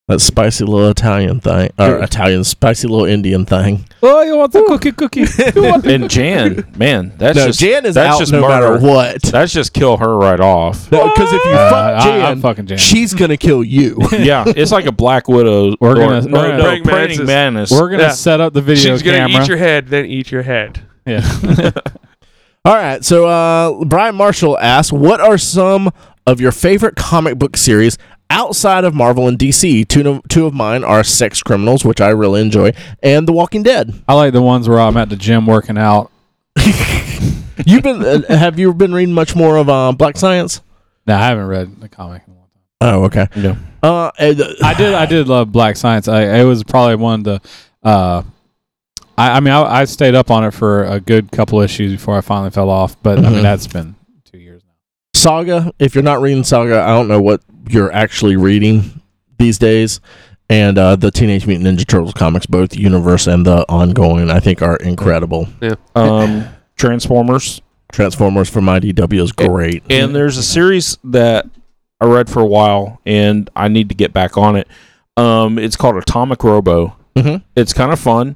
[SPEAKER 1] That spicy little Italian thing, or Italian spicy little Indian thing.
[SPEAKER 3] oh, you want the cookie cookie. You want the-
[SPEAKER 6] And Jan, man, that's
[SPEAKER 1] no,
[SPEAKER 6] just
[SPEAKER 1] Jan is
[SPEAKER 6] that's
[SPEAKER 1] out
[SPEAKER 6] just
[SPEAKER 1] no
[SPEAKER 6] murder.
[SPEAKER 1] matter what.
[SPEAKER 6] That's just kill her right off.
[SPEAKER 1] Because if you
[SPEAKER 3] Uh,
[SPEAKER 1] fuck
[SPEAKER 3] I-
[SPEAKER 1] Jan,
[SPEAKER 3] I'm fucking Jan.
[SPEAKER 1] she's gonna kill you.
[SPEAKER 6] yeah, it's like a Black Widow.
[SPEAKER 3] We're
[SPEAKER 6] or-
[SPEAKER 3] gonna-
[SPEAKER 6] no,
[SPEAKER 3] we're gonna-
[SPEAKER 6] no,
[SPEAKER 4] Praying
[SPEAKER 6] praying
[SPEAKER 4] Mantis.
[SPEAKER 6] mantis.
[SPEAKER 3] We're gonna
[SPEAKER 4] Yeah.
[SPEAKER 3] set up the video
[SPEAKER 4] She's gonna
[SPEAKER 3] camera.
[SPEAKER 4] eat your head, then eat your head.
[SPEAKER 3] yeah.
[SPEAKER 1] All right, so uh, Brian Marshall asks, "What are some of your favorite comic book series Outside of Marvel and DC, two of, two of mine are Sex Criminals, which I really enjoy, and The Walking Dead.
[SPEAKER 3] I like the ones where I'm at the gym working out.
[SPEAKER 1] You've been uh, have you been reading much more of uh, Black Science?
[SPEAKER 3] No, I haven't read the comic. in a long time.
[SPEAKER 1] Oh, okay.
[SPEAKER 6] Yeah.
[SPEAKER 1] Uh, and, uh,
[SPEAKER 3] I did. I did love Black Science. I it was probably one of the. Uh, I, I mean, I, I stayed up on it for a good couple issues before I finally fell off. But I
[SPEAKER 1] Mhm.
[SPEAKER 3] mean, that's been two years now.
[SPEAKER 1] Saga. If you're not reading Saga, I don't know what you're actually reading these days. And uh, the Teenage Mutant Ninja Turtles comics, both Universe and the ongoing, I think are incredible.
[SPEAKER 6] Um, Transformers.
[SPEAKER 1] Transformers from IDW is great.
[SPEAKER 6] And there's a series that I read for a while, and I need to get back on it. Um, it's called Atomic Robo.
[SPEAKER 1] Mhm.
[SPEAKER 6] It's kind of fun.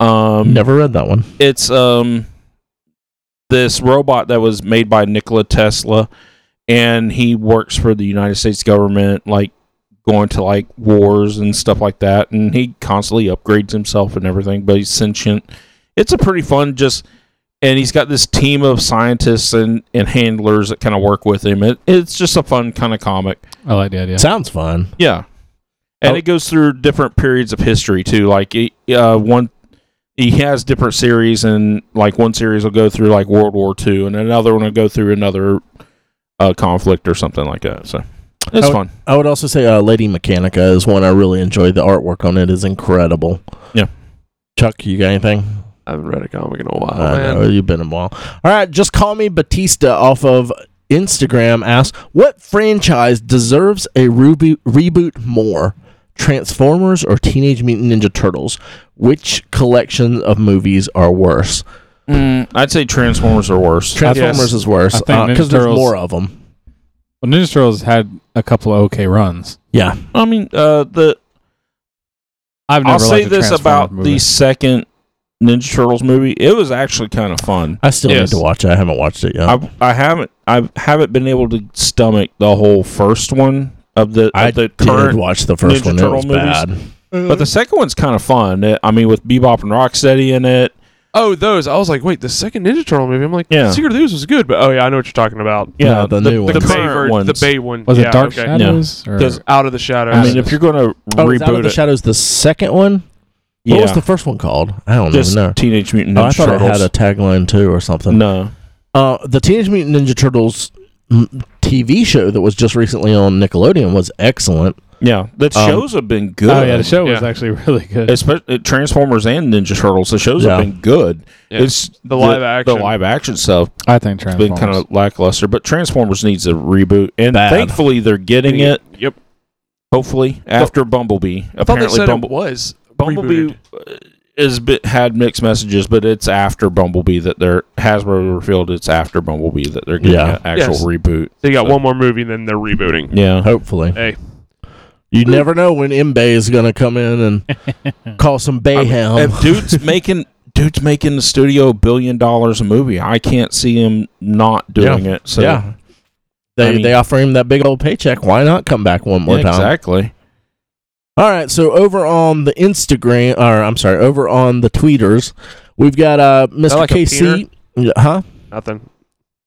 [SPEAKER 6] Um,
[SPEAKER 1] Never read that one.
[SPEAKER 6] it's um this robot that was made by Nikola Tesla and he works for the United States government like going to like wars and stuff like that and he constantly upgrades himself and everything but he's sentient. It's a pretty fun just and he's got this team of scientists and, and handlers that kind of work with him. It, it's just a fun kind of comic.
[SPEAKER 3] I like the idea.
[SPEAKER 1] Sounds fun.
[SPEAKER 6] Yeah, and it goes through different periods of history too. Like he, uh, one, he has different series, and like one series will go through like World War II, and another one will go through another uh, conflict or something like that. So it's
[SPEAKER 1] Oh,
[SPEAKER 6] fun.
[SPEAKER 1] I would also say uh, Lady Mechanica is one I really enjoy. The artwork on it is incredible.
[SPEAKER 6] Yeah.
[SPEAKER 1] Chuck, you got anything?
[SPEAKER 4] I haven't read a comic in a while,
[SPEAKER 1] I
[SPEAKER 4] man.
[SPEAKER 1] know you've been a while. All right, just call me Batista off of Instagram. Asks what franchise deserves a reboot reboot more, Transformers or Teenage Mutant Ninja Turtles? Which collection of movies are worse?
[SPEAKER 6] Mm, I'd say Transformers are worse.
[SPEAKER 1] Transformers
[SPEAKER 6] Yes.
[SPEAKER 1] is worse
[SPEAKER 3] I think Ninja
[SPEAKER 1] because there's
[SPEAKER 3] Turtles-
[SPEAKER 1] more of them.
[SPEAKER 3] Well, Ninja Turtles had a couple of okay runs.
[SPEAKER 1] Yeah,
[SPEAKER 6] I mean, uh, the
[SPEAKER 3] I've never.
[SPEAKER 6] I'll say
[SPEAKER 3] liked the
[SPEAKER 6] this
[SPEAKER 3] Transformers
[SPEAKER 6] about
[SPEAKER 3] movie.
[SPEAKER 6] the second Ninja Turtles movie. It was actually kind of fun.
[SPEAKER 1] I still
[SPEAKER 6] Yes.
[SPEAKER 1] need to watch it. I haven't watched it yet. I,
[SPEAKER 6] I I haven't I haven't been able to stomach the whole first one of the of the
[SPEAKER 1] did
[SPEAKER 6] current,
[SPEAKER 1] watch the first
[SPEAKER 6] Ninja
[SPEAKER 1] one. It
[SPEAKER 6] Turtle
[SPEAKER 1] was
[SPEAKER 6] movies.
[SPEAKER 1] bad.
[SPEAKER 6] but the second one's kind of fun. It- I mean, with Bebop and Rocksteady in it.
[SPEAKER 4] Oh, those. I was like, wait, the second Ninja Turtle movie. I'm like,
[SPEAKER 6] Yeah.
[SPEAKER 4] Secret of the Ooze was good, but oh yeah, I know what you're talking about.
[SPEAKER 1] Yeah, the new
[SPEAKER 4] The
[SPEAKER 1] ones.
[SPEAKER 4] Bay,
[SPEAKER 6] current
[SPEAKER 4] ver-
[SPEAKER 6] ones.
[SPEAKER 4] the Bay one.
[SPEAKER 3] was
[SPEAKER 4] yeah,
[SPEAKER 3] it Dark
[SPEAKER 4] okay.
[SPEAKER 3] Shadows or
[SPEAKER 6] 'Cause-
[SPEAKER 4] Out of the Shadows.
[SPEAKER 6] I mean, if you're going to
[SPEAKER 1] Oh, it's Out
[SPEAKER 6] reboot
[SPEAKER 1] of the
[SPEAKER 6] it,
[SPEAKER 1] Shadows, the second one.
[SPEAKER 6] yeah,
[SPEAKER 1] What was the first one called? I don't
[SPEAKER 6] just
[SPEAKER 1] even know.
[SPEAKER 6] Teenage Mutant Ninja
[SPEAKER 1] Oh, I thought
[SPEAKER 6] Turtles.
[SPEAKER 1] it had a tagline too, or something.
[SPEAKER 6] no,
[SPEAKER 1] Uh, the Teenage Mutant Ninja Turtles mm, TV show that was just recently on Nickelodeon was excellent.
[SPEAKER 6] yeah, the
[SPEAKER 1] Um,
[SPEAKER 6] shows have been good.
[SPEAKER 3] Oh yeah, the show was
[SPEAKER 4] Yeah.
[SPEAKER 3] actually really good.
[SPEAKER 6] Especially Transformers and Ninja Turtles. The shows
[SPEAKER 1] Yeah.
[SPEAKER 6] have been good.
[SPEAKER 4] Yeah.
[SPEAKER 6] It's
[SPEAKER 4] The live action.
[SPEAKER 6] the live action stuff
[SPEAKER 3] I think
[SPEAKER 6] has been
[SPEAKER 3] Transformers.
[SPEAKER 6] kind of lackluster. But Transformers needs a reboot, and
[SPEAKER 1] Bad.
[SPEAKER 6] thankfully they're getting it.
[SPEAKER 4] Yep.
[SPEAKER 6] Hopefully, after Bumblebee.
[SPEAKER 4] I thought they
[SPEAKER 6] Apparently,
[SPEAKER 4] said
[SPEAKER 6] Bumble-
[SPEAKER 4] it was.
[SPEAKER 6] Bumblebee
[SPEAKER 4] rebooted.
[SPEAKER 6] uh, is bit, had mixed messages, but it's after Bumblebee that they're Hasbro revealed it's after Bumblebee that they're getting
[SPEAKER 1] Yeah.
[SPEAKER 6] an actual
[SPEAKER 4] Yes.
[SPEAKER 6] reboot.
[SPEAKER 4] They got
[SPEAKER 6] So-
[SPEAKER 4] one more movie, and then they're rebooting.
[SPEAKER 6] Yeah,
[SPEAKER 1] Hopefully,
[SPEAKER 4] Hey.
[SPEAKER 1] you never know when Mbe is gonna come in and call some bayhem.
[SPEAKER 6] if dude's making dude's making the studio a billion dollars a movie, I can't see him not doing it. So
[SPEAKER 1] yeah, they
[SPEAKER 6] I mean-
[SPEAKER 1] they offer him that big old paycheck. Why not come back one more
[SPEAKER 6] Yeah,
[SPEAKER 1] time?
[SPEAKER 6] exactly.
[SPEAKER 1] All right, so over on the Instagram, or I'm sorry, over on the tweeters, we've got uh, Mr.
[SPEAKER 4] like a
[SPEAKER 1] KC, Yeah, huh?
[SPEAKER 4] Nothing.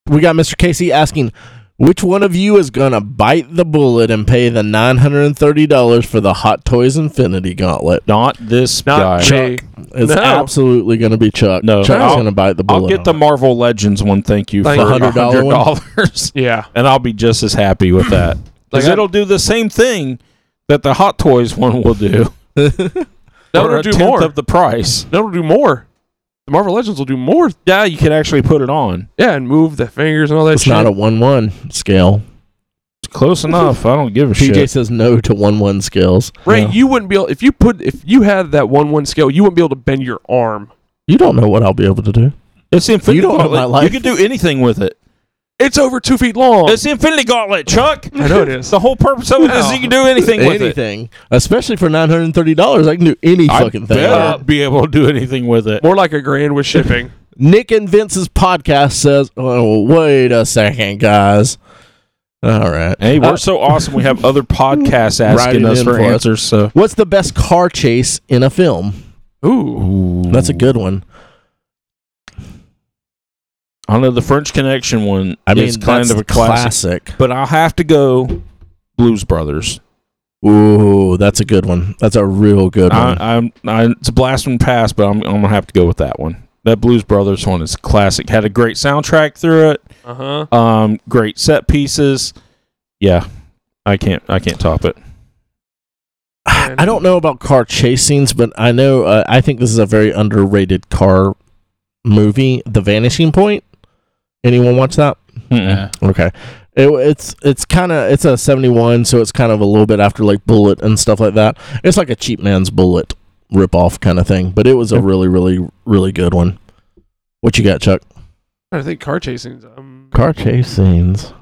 [SPEAKER 1] We got Mr. KC asking, which one of you is gonna bite the bullet and pay the nine hundred and thirty dollars for the Hot Toys Infinity Gauntlet?
[SPEAKER 6] Not this
[SPEAKER 4] Not
[SPEAKER 6] guy.
[SPEAKER 4] Jay.
[SPEAKER 1] It's
[SPEAKER 4] No.
[SPEAKER 1] absolutely gonna be Chuck.
[SPEAKER 6] No.
[SPEAKER 1] Chuck's
[SPEAKER 6] I'll-
[SPEAKER 1] gonna bite the bullet.
[SPEAKER 6] I'll get the
[SPEAKER 1] on
[SPEAKER 6] Marvel Legends one. Thank you
[SPEAKER 4] Thank
[SPEAKER 6] for
[SPEAKER 4] you.
[SPEAKER 6] hundred
[SPEAKER 1] $100 one?
[SPEAKER 6] dollars,
[SPEAKER 4] Yeah.
[SPEAKER 6] and I'll be just as happy with that
[SPEAKER 4] Like
[SPEAKER 6] because
[SPEAKER 4] I-
[SPEAKER 6] it'll do the same thing that the Hot Toys one will do.
[SPEAKER 4] That
[SPEAKER 6] Or
[SPEAKER 4] will
[SPEAKER 6] a
[SPEAKER 4] do
[SPEAKER 6] tenth
[SPEAKER 4] more.
[SPEAKER 6] of the price.
[SPEAKER 4] That will do more. The Marvel Legends will do more.
[SPEAKER 6] Yeah, you can actually put it on.
[SPEAKER 4] Yeah, and move the fingers and all that.
[SPEAKER 1] it. It's
[SPEAKER 4] shit.
[SPEAKER 1] not a one-one scale.
[SPEAKER 6] It's close enough. I don't give a
[SPEAKER 1] PJ
[SPEAKER 6] shit.
[SPEAKER 1] says no to one-one scales.
[SPEAKER 4] Ray,
[SPEAKER 6] Yeah.
[SPEAKER 4] you wouldn't be able if you put if you had that one one scale, you wouldn't be able to bend your arm.
[SPEAKER 1] You don't know what I'll be able to do.
[SPEAKER 6] It's the Infinity
[SPEAKER 1] You don't know
[SPEAKER 6] Gauntlet.
[SPEAKER 1] my life.
[SPEAKER 6] You can do anything with it.
[SPEAKER 4] It's over two feet long.
[SPEAKER 6] It's the Infinity Gauntlet, Chuck.
[SPEAKER 4] I know it is.
[SPEAKER 6] The whole purpose of it is
[SPEAKER 4] No.
[SPEAKER 6] you can do anything with it.
[SPEAKER 1] anything, especially for nine hundred and thirty dollars, I can do any
[SPEAKER 6] I
[SPEAKER 1] fucking thing.
[SPEAKER 6] better be able to do anything with it.
[SPEAKER 4] More like a grand with shipping.
[SPEAKER 1] Nick and Vince's podcast says, "Oh, wait a second, guys." All right.
[SPEAKER 6] Hey, we're
[SPEAKER 1] Uh,
[SPEAKER 6] so awesome. We have other podcasts
[SPEAKER 1] Writing
[SPEAKER 6] asking us
[SPEAKER 1] in
[SPEAKER 6] for
[SPEAKER 1] for us.
[SPEAKER 6] answers. So
[SPEAKER 1] What's the best car chase in a film?
[SPEAKER 4] Ooh.
[SPEAKER 1] That's a good one.
[SPEAKER 6] I don't know the French Connection one.
[SPEAKER 1] I mean,
[SPEAKER 6] is kind
[SPEAKER 1] that's
[SPEAKER 6] of a classic,
[SPEAKER 1] classic.
[SPEAKER 6] but I'll have to go Blues Brothers.
[SPEAKER 1] Ooh, that's a good one. That's a real good
[SPEAKER 6] I,
[SPEAKER 1] one.
[SPEAKER 6] I'm, I, it's a blast from the past, but I'm, I'm gonna have to go with that one. That Blues Brothers one is classic. Had a great soundtrack through it.
[SPEAKER 4] Uh huh.
[SPEAKER 6] Um, great set pieces. Yeah, I can't I can't top it.
[SPEAKER 1] I don't know about car chase scenes, but I know uh, I think this is a very underrated car movie, The Vanishing Point. Anyone watch that?
[SPEAKER 6] Mm-mm.
[SPEAKER 1] Okay. It, it's it's kind of it's a 71 so it's kind of a little bit after like bullet and stuff like that it's like a cheap man's bullet rip off kind of thing but it was a really really really good one what you got chuck
[SPEAKER 4] I think car chasing. Um,
[SPEAKER 1] car chase scenes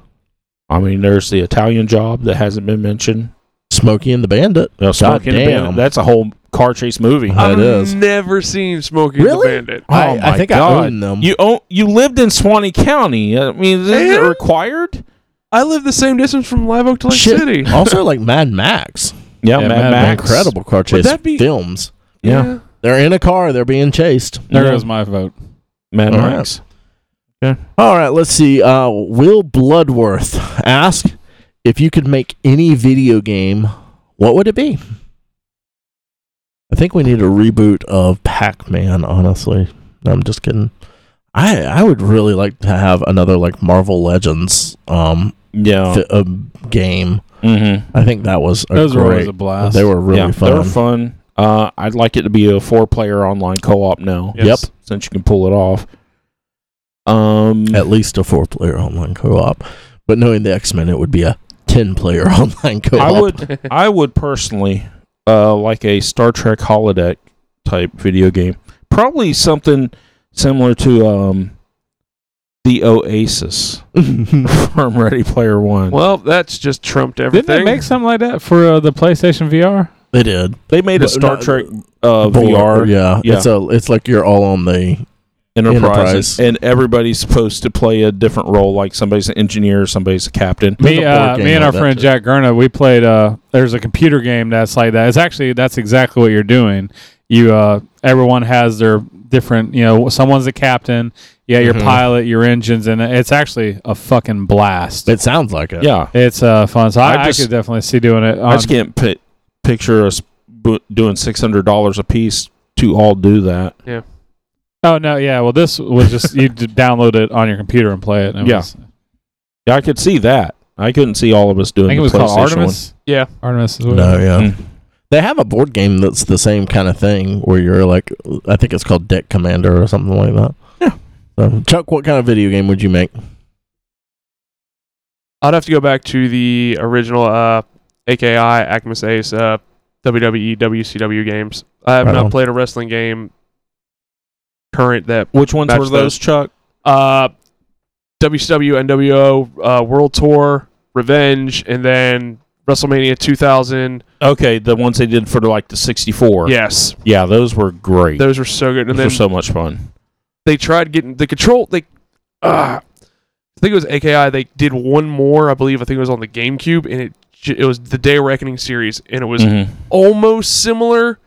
[SPEAKER 6] I mean, there's the Italian Job that hasn't been mentioned.
[SPEAKER 1] smokey and the bandit
[SPEAKER 6] No, Smokey and the
[SPEAKER 1] Goddamn.
[SPEAKER 6] Bandit. That's a whole car chase movie.
[SPEAKER 1] Uh,
[SPEAKER 4] I've
[SPEAKER 1] That is.
[SPEAKER 4] never seen Smokey and
[SPEAKER 1] Really?
[SPEAKER 4] the Bandit.
[SPEAKER 1] I,
[SPEAKER 6] Oh
[SPEAKER 1] I
[SPEAKER 6] my
[SPEAKER 1] think
[SPEAKER 6] God.
[SPEAKER 1] i own them
[SPEAKER 6] you own, you lived in Swanee County. I mean, is it
[SPEAKER 4] Yeah.
[SPEAKER 6] required?
[SPEAKER 4] I live the same distance from Live Oak to Lake
[SPEAKER 1] Shit.
[SPEAKER 4] City.
[SPEAKER 6] Oh,
[SPEAKER 1] also like mad max
[SPEAKER 6] Yeah,
[SPEAKER 3] Yeah,
[SPEAKER 6] Mad,
[SPEAKER 3] Mad
[SPEAKER 6] Max.
[SPEAKER 1] incredible car chase
[SPEAKER 6] that be-
[SPEAKER 1] films
[SPEAKER 6] Yeah,
[SPEAKER 1] they're in a car they're being chased
[SPEAKER 3] There
[SPEAKER 6] Yeah.
[SPEAKER 3] goes my vote.
[SPEAKER 6] Mad
[SPEAKER 1] All right.
[SPEAKER 6] Max.
[SPEAKER 1] All right, let's see. Uh, Will Bloodworth ask if you could make any video game, what would it be? I think we need a reboot of Pac-Man. Honestly, No, I'm just kidding. I I would really like to have another like Marvel Legends um
[SPEAKER 6] Yeah,
[SPEAKER 1] fi- uh, game.
[SPEAKER 6] mm-hmm.
[SPEAKER 1] I think that was a
[SPEAKER 3] Oh. Those were always
[SPEAKER 1] great.
[SPEAKER 3] a blast.
[SPEAKER 1] they were really
[SPEAKER 6] yeah,
[SPEAKER 1] fun.
[SPEAKER 6] they're fun. Uh, I'd like it to be a four-player online co-op now.
[SPEAKER 1] Yep.
[SPEAKER 6] since you can pull it off. Um,
[SPEAKER 1] At least a four-player online co-op, but knowing the X-Men, it would be a ten-player online co-op.
[SPEAKER 6] I would, I would personally uh, like a Star Trek holodeck type video game. Probably something similar to um, the Oasis from Ready Player One.
[SPEAKER 4] Well, that's just trumped
[SPEAKER 3] Didn't
[SPEAKER 4] everything.
[SPEAKER 3] they make something like that for uh, the PlayStation VR?
[SPEAKER 1] they did.
[SPEAKER 6] they made a
[SPEAKER 1] But
[SPEAKER 6] Star
[SPEAKER 1] not-
[SPEAKER 6] Trek uh,
[SPEAKER 1] Bull-
[SPEAKER 6] VR
[SPEAKER 1] Yeah,
[SPEAKER 6] Yeah.
[SPEAKER 1] it's a it's like you're all on the
[SPEAKER 6] Enterprise,
[SPEAKER 1] Enterprise.
[SPEAKER 6] And, and everybody's supposed to play a different role. Like somebody's an engineer, somebody's a captain.
[SPEAKER 1] There's
[SPEAKER 3] Me,
[SPEAKER 1] a board
[SPEAKER 3] uh,
[SPEAKER 1] game
[SPEAKER 3] me and
[SPEAKER 1] like
[SPEAKER 3] our
[SPEAKER 1] that
[SPEAKER 3] friend
[SPEAKER 1] too.
[SPEAKER 3] Jack Gurna, we played. Uh, there's a computer game that's like that. It's actually that's exactly what you're doing. You, uh, everyone has their different. You know, someone's the captain. Yeah, your
[SPEAKER 1] Mhm.
[SPEAKER 3] pilot, your engines, and it's actually a fucking blast.
[SPEAKER 1] It sounds like it.
[SPEAKER 6] Yeah,
[SPEAKER 3] It's uh, fun. So
[SPEAKER 6] I
[SPEAKER 3] I, I,
[SPEAKER 6] just-
[SPEAKER 3] could definitely see doing it.
[SPEAKER 6] I
[SPEAKER 3] On,
[SPEAKER 6] just can't pi- picture us bu- doing six hundred dollars a piece to all do that.
[SPEAKER 3] oh no, yeah. Well, this was just you d- download it on your computer and play it. And it
[SPEAKER 6] Yeah.
[SPEAKER 3] was-
[SPEAKER 6] Yeah, I could see that. I couldn't see all of us doing.
[SPEAKER 3] I think it
[SPEAKER 6] the
[SPEAKER 3] was called
[SPEAKER 6] PlayStation
[SPEAKER 3] Artemis.
[SPEAKER 4] Yeah.
[SPEAKER 3] Artemis is what.
[SPEAKER 1] No, yeah.
[SPEAKER 6] Mm.
[SPEAKER 1] They have a board game that's the same kind of thing where you're like, I think it's called Deck Commander or something like that.
[SPEAKER 6] Yeah.
[SPEAKER 1] So, Chuck, what kind of video game would you make?
[SPEAKER 4] I'd have to go back to the original uh, AKI Actimus Ace uh, WWE WCW games. I have
[SPEAKER 1] Right
[SPEAKER 4] not
[SPEAKER 1] on.
[SPEAKER 4] played a wrestling game current that
[SPEAKER 6] Which ones
[SPEAKER 4] Match
[SPEAKER 6] were
[SPEAKER 4] those.
[SPEAKER 6] those, Chuck?
[SPEAKER 4] uh, WCW NWO uh, World Tour Revenge and then WrestleMania 2000.
[SPEAKER 6] Okay, the ones they did for like the sixty-four.
[SPEAKER 4] Yes,
[SPEAKER 6] yeah, those were great.
[SPEAKER 4] those were so good. And
[SPEAKER 6] those were
[SPEAKER 4] then
[SPEAKER 6] so much fun.
[SPEAKER 4] they tried getting the control. They, uh, I think it was AKI. They did one more, I believe. I think it was on the GameCube, and it j- it was the Day of Reckoning series, and it was
[SPEAKER 6] Mhm.
[SPEAKER 4] almost similar,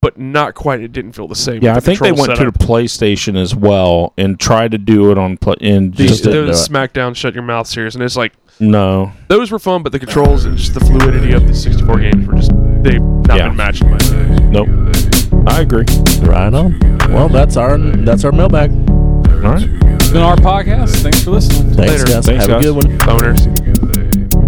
[SPEAKER 4] but not quite. It didn't feel the same.
[SPEAKER 6] Yeah, I
[SPEAKER 4] with the
[SPEAKER 6] think they
[SPEAKER 4] control
[SPEAKER 6] went to
[SPEAKER 4] setup.
[SPEAKER 6] the PlayStation as well and tried to do it on play. And
[SPEAKER 4] the,
[SPEAKER 6] just
[SPEAKER 4] the,
[SPEAKER 6] didn't do it.
[SPEAKER 4] SmackDown Shut Your Mouth series, and it's like
[SPEAKER 6] no.
[SPEAKER 4] those were fun, but the controls and just the fluidity of the 64 games were just they've not
[SPEAKER 6] Yeah.
[SPEAKER 4] been matched in my opinion.
[SPEAKER 6] Nope. I agree.
[SPEAKER 1] Right on. Well, that's our that's our mailbag.
[SPEAKER 6] All right.
[SPEAKER 3] It's been our podcast. Thanks for listening.
[SPEAKER 1] Thanks,
[SPEAKER 4] Later.
[SPEAKER 1] guys.
[SPEAKER 6] Thanks,
[SPEAKER 1] have
[SPEAKER 6] guys.
[SPEAKER 1] a good one.
[SPEAKER 4] Boners.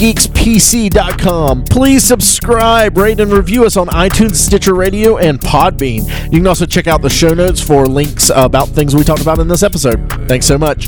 [SPEAKER 1] Please subscribe, rate, and review us on iTunes, Stitcher Radio, and Podbean. You can also check out the show notes for links about things we talked about in this episode. Thanks so much.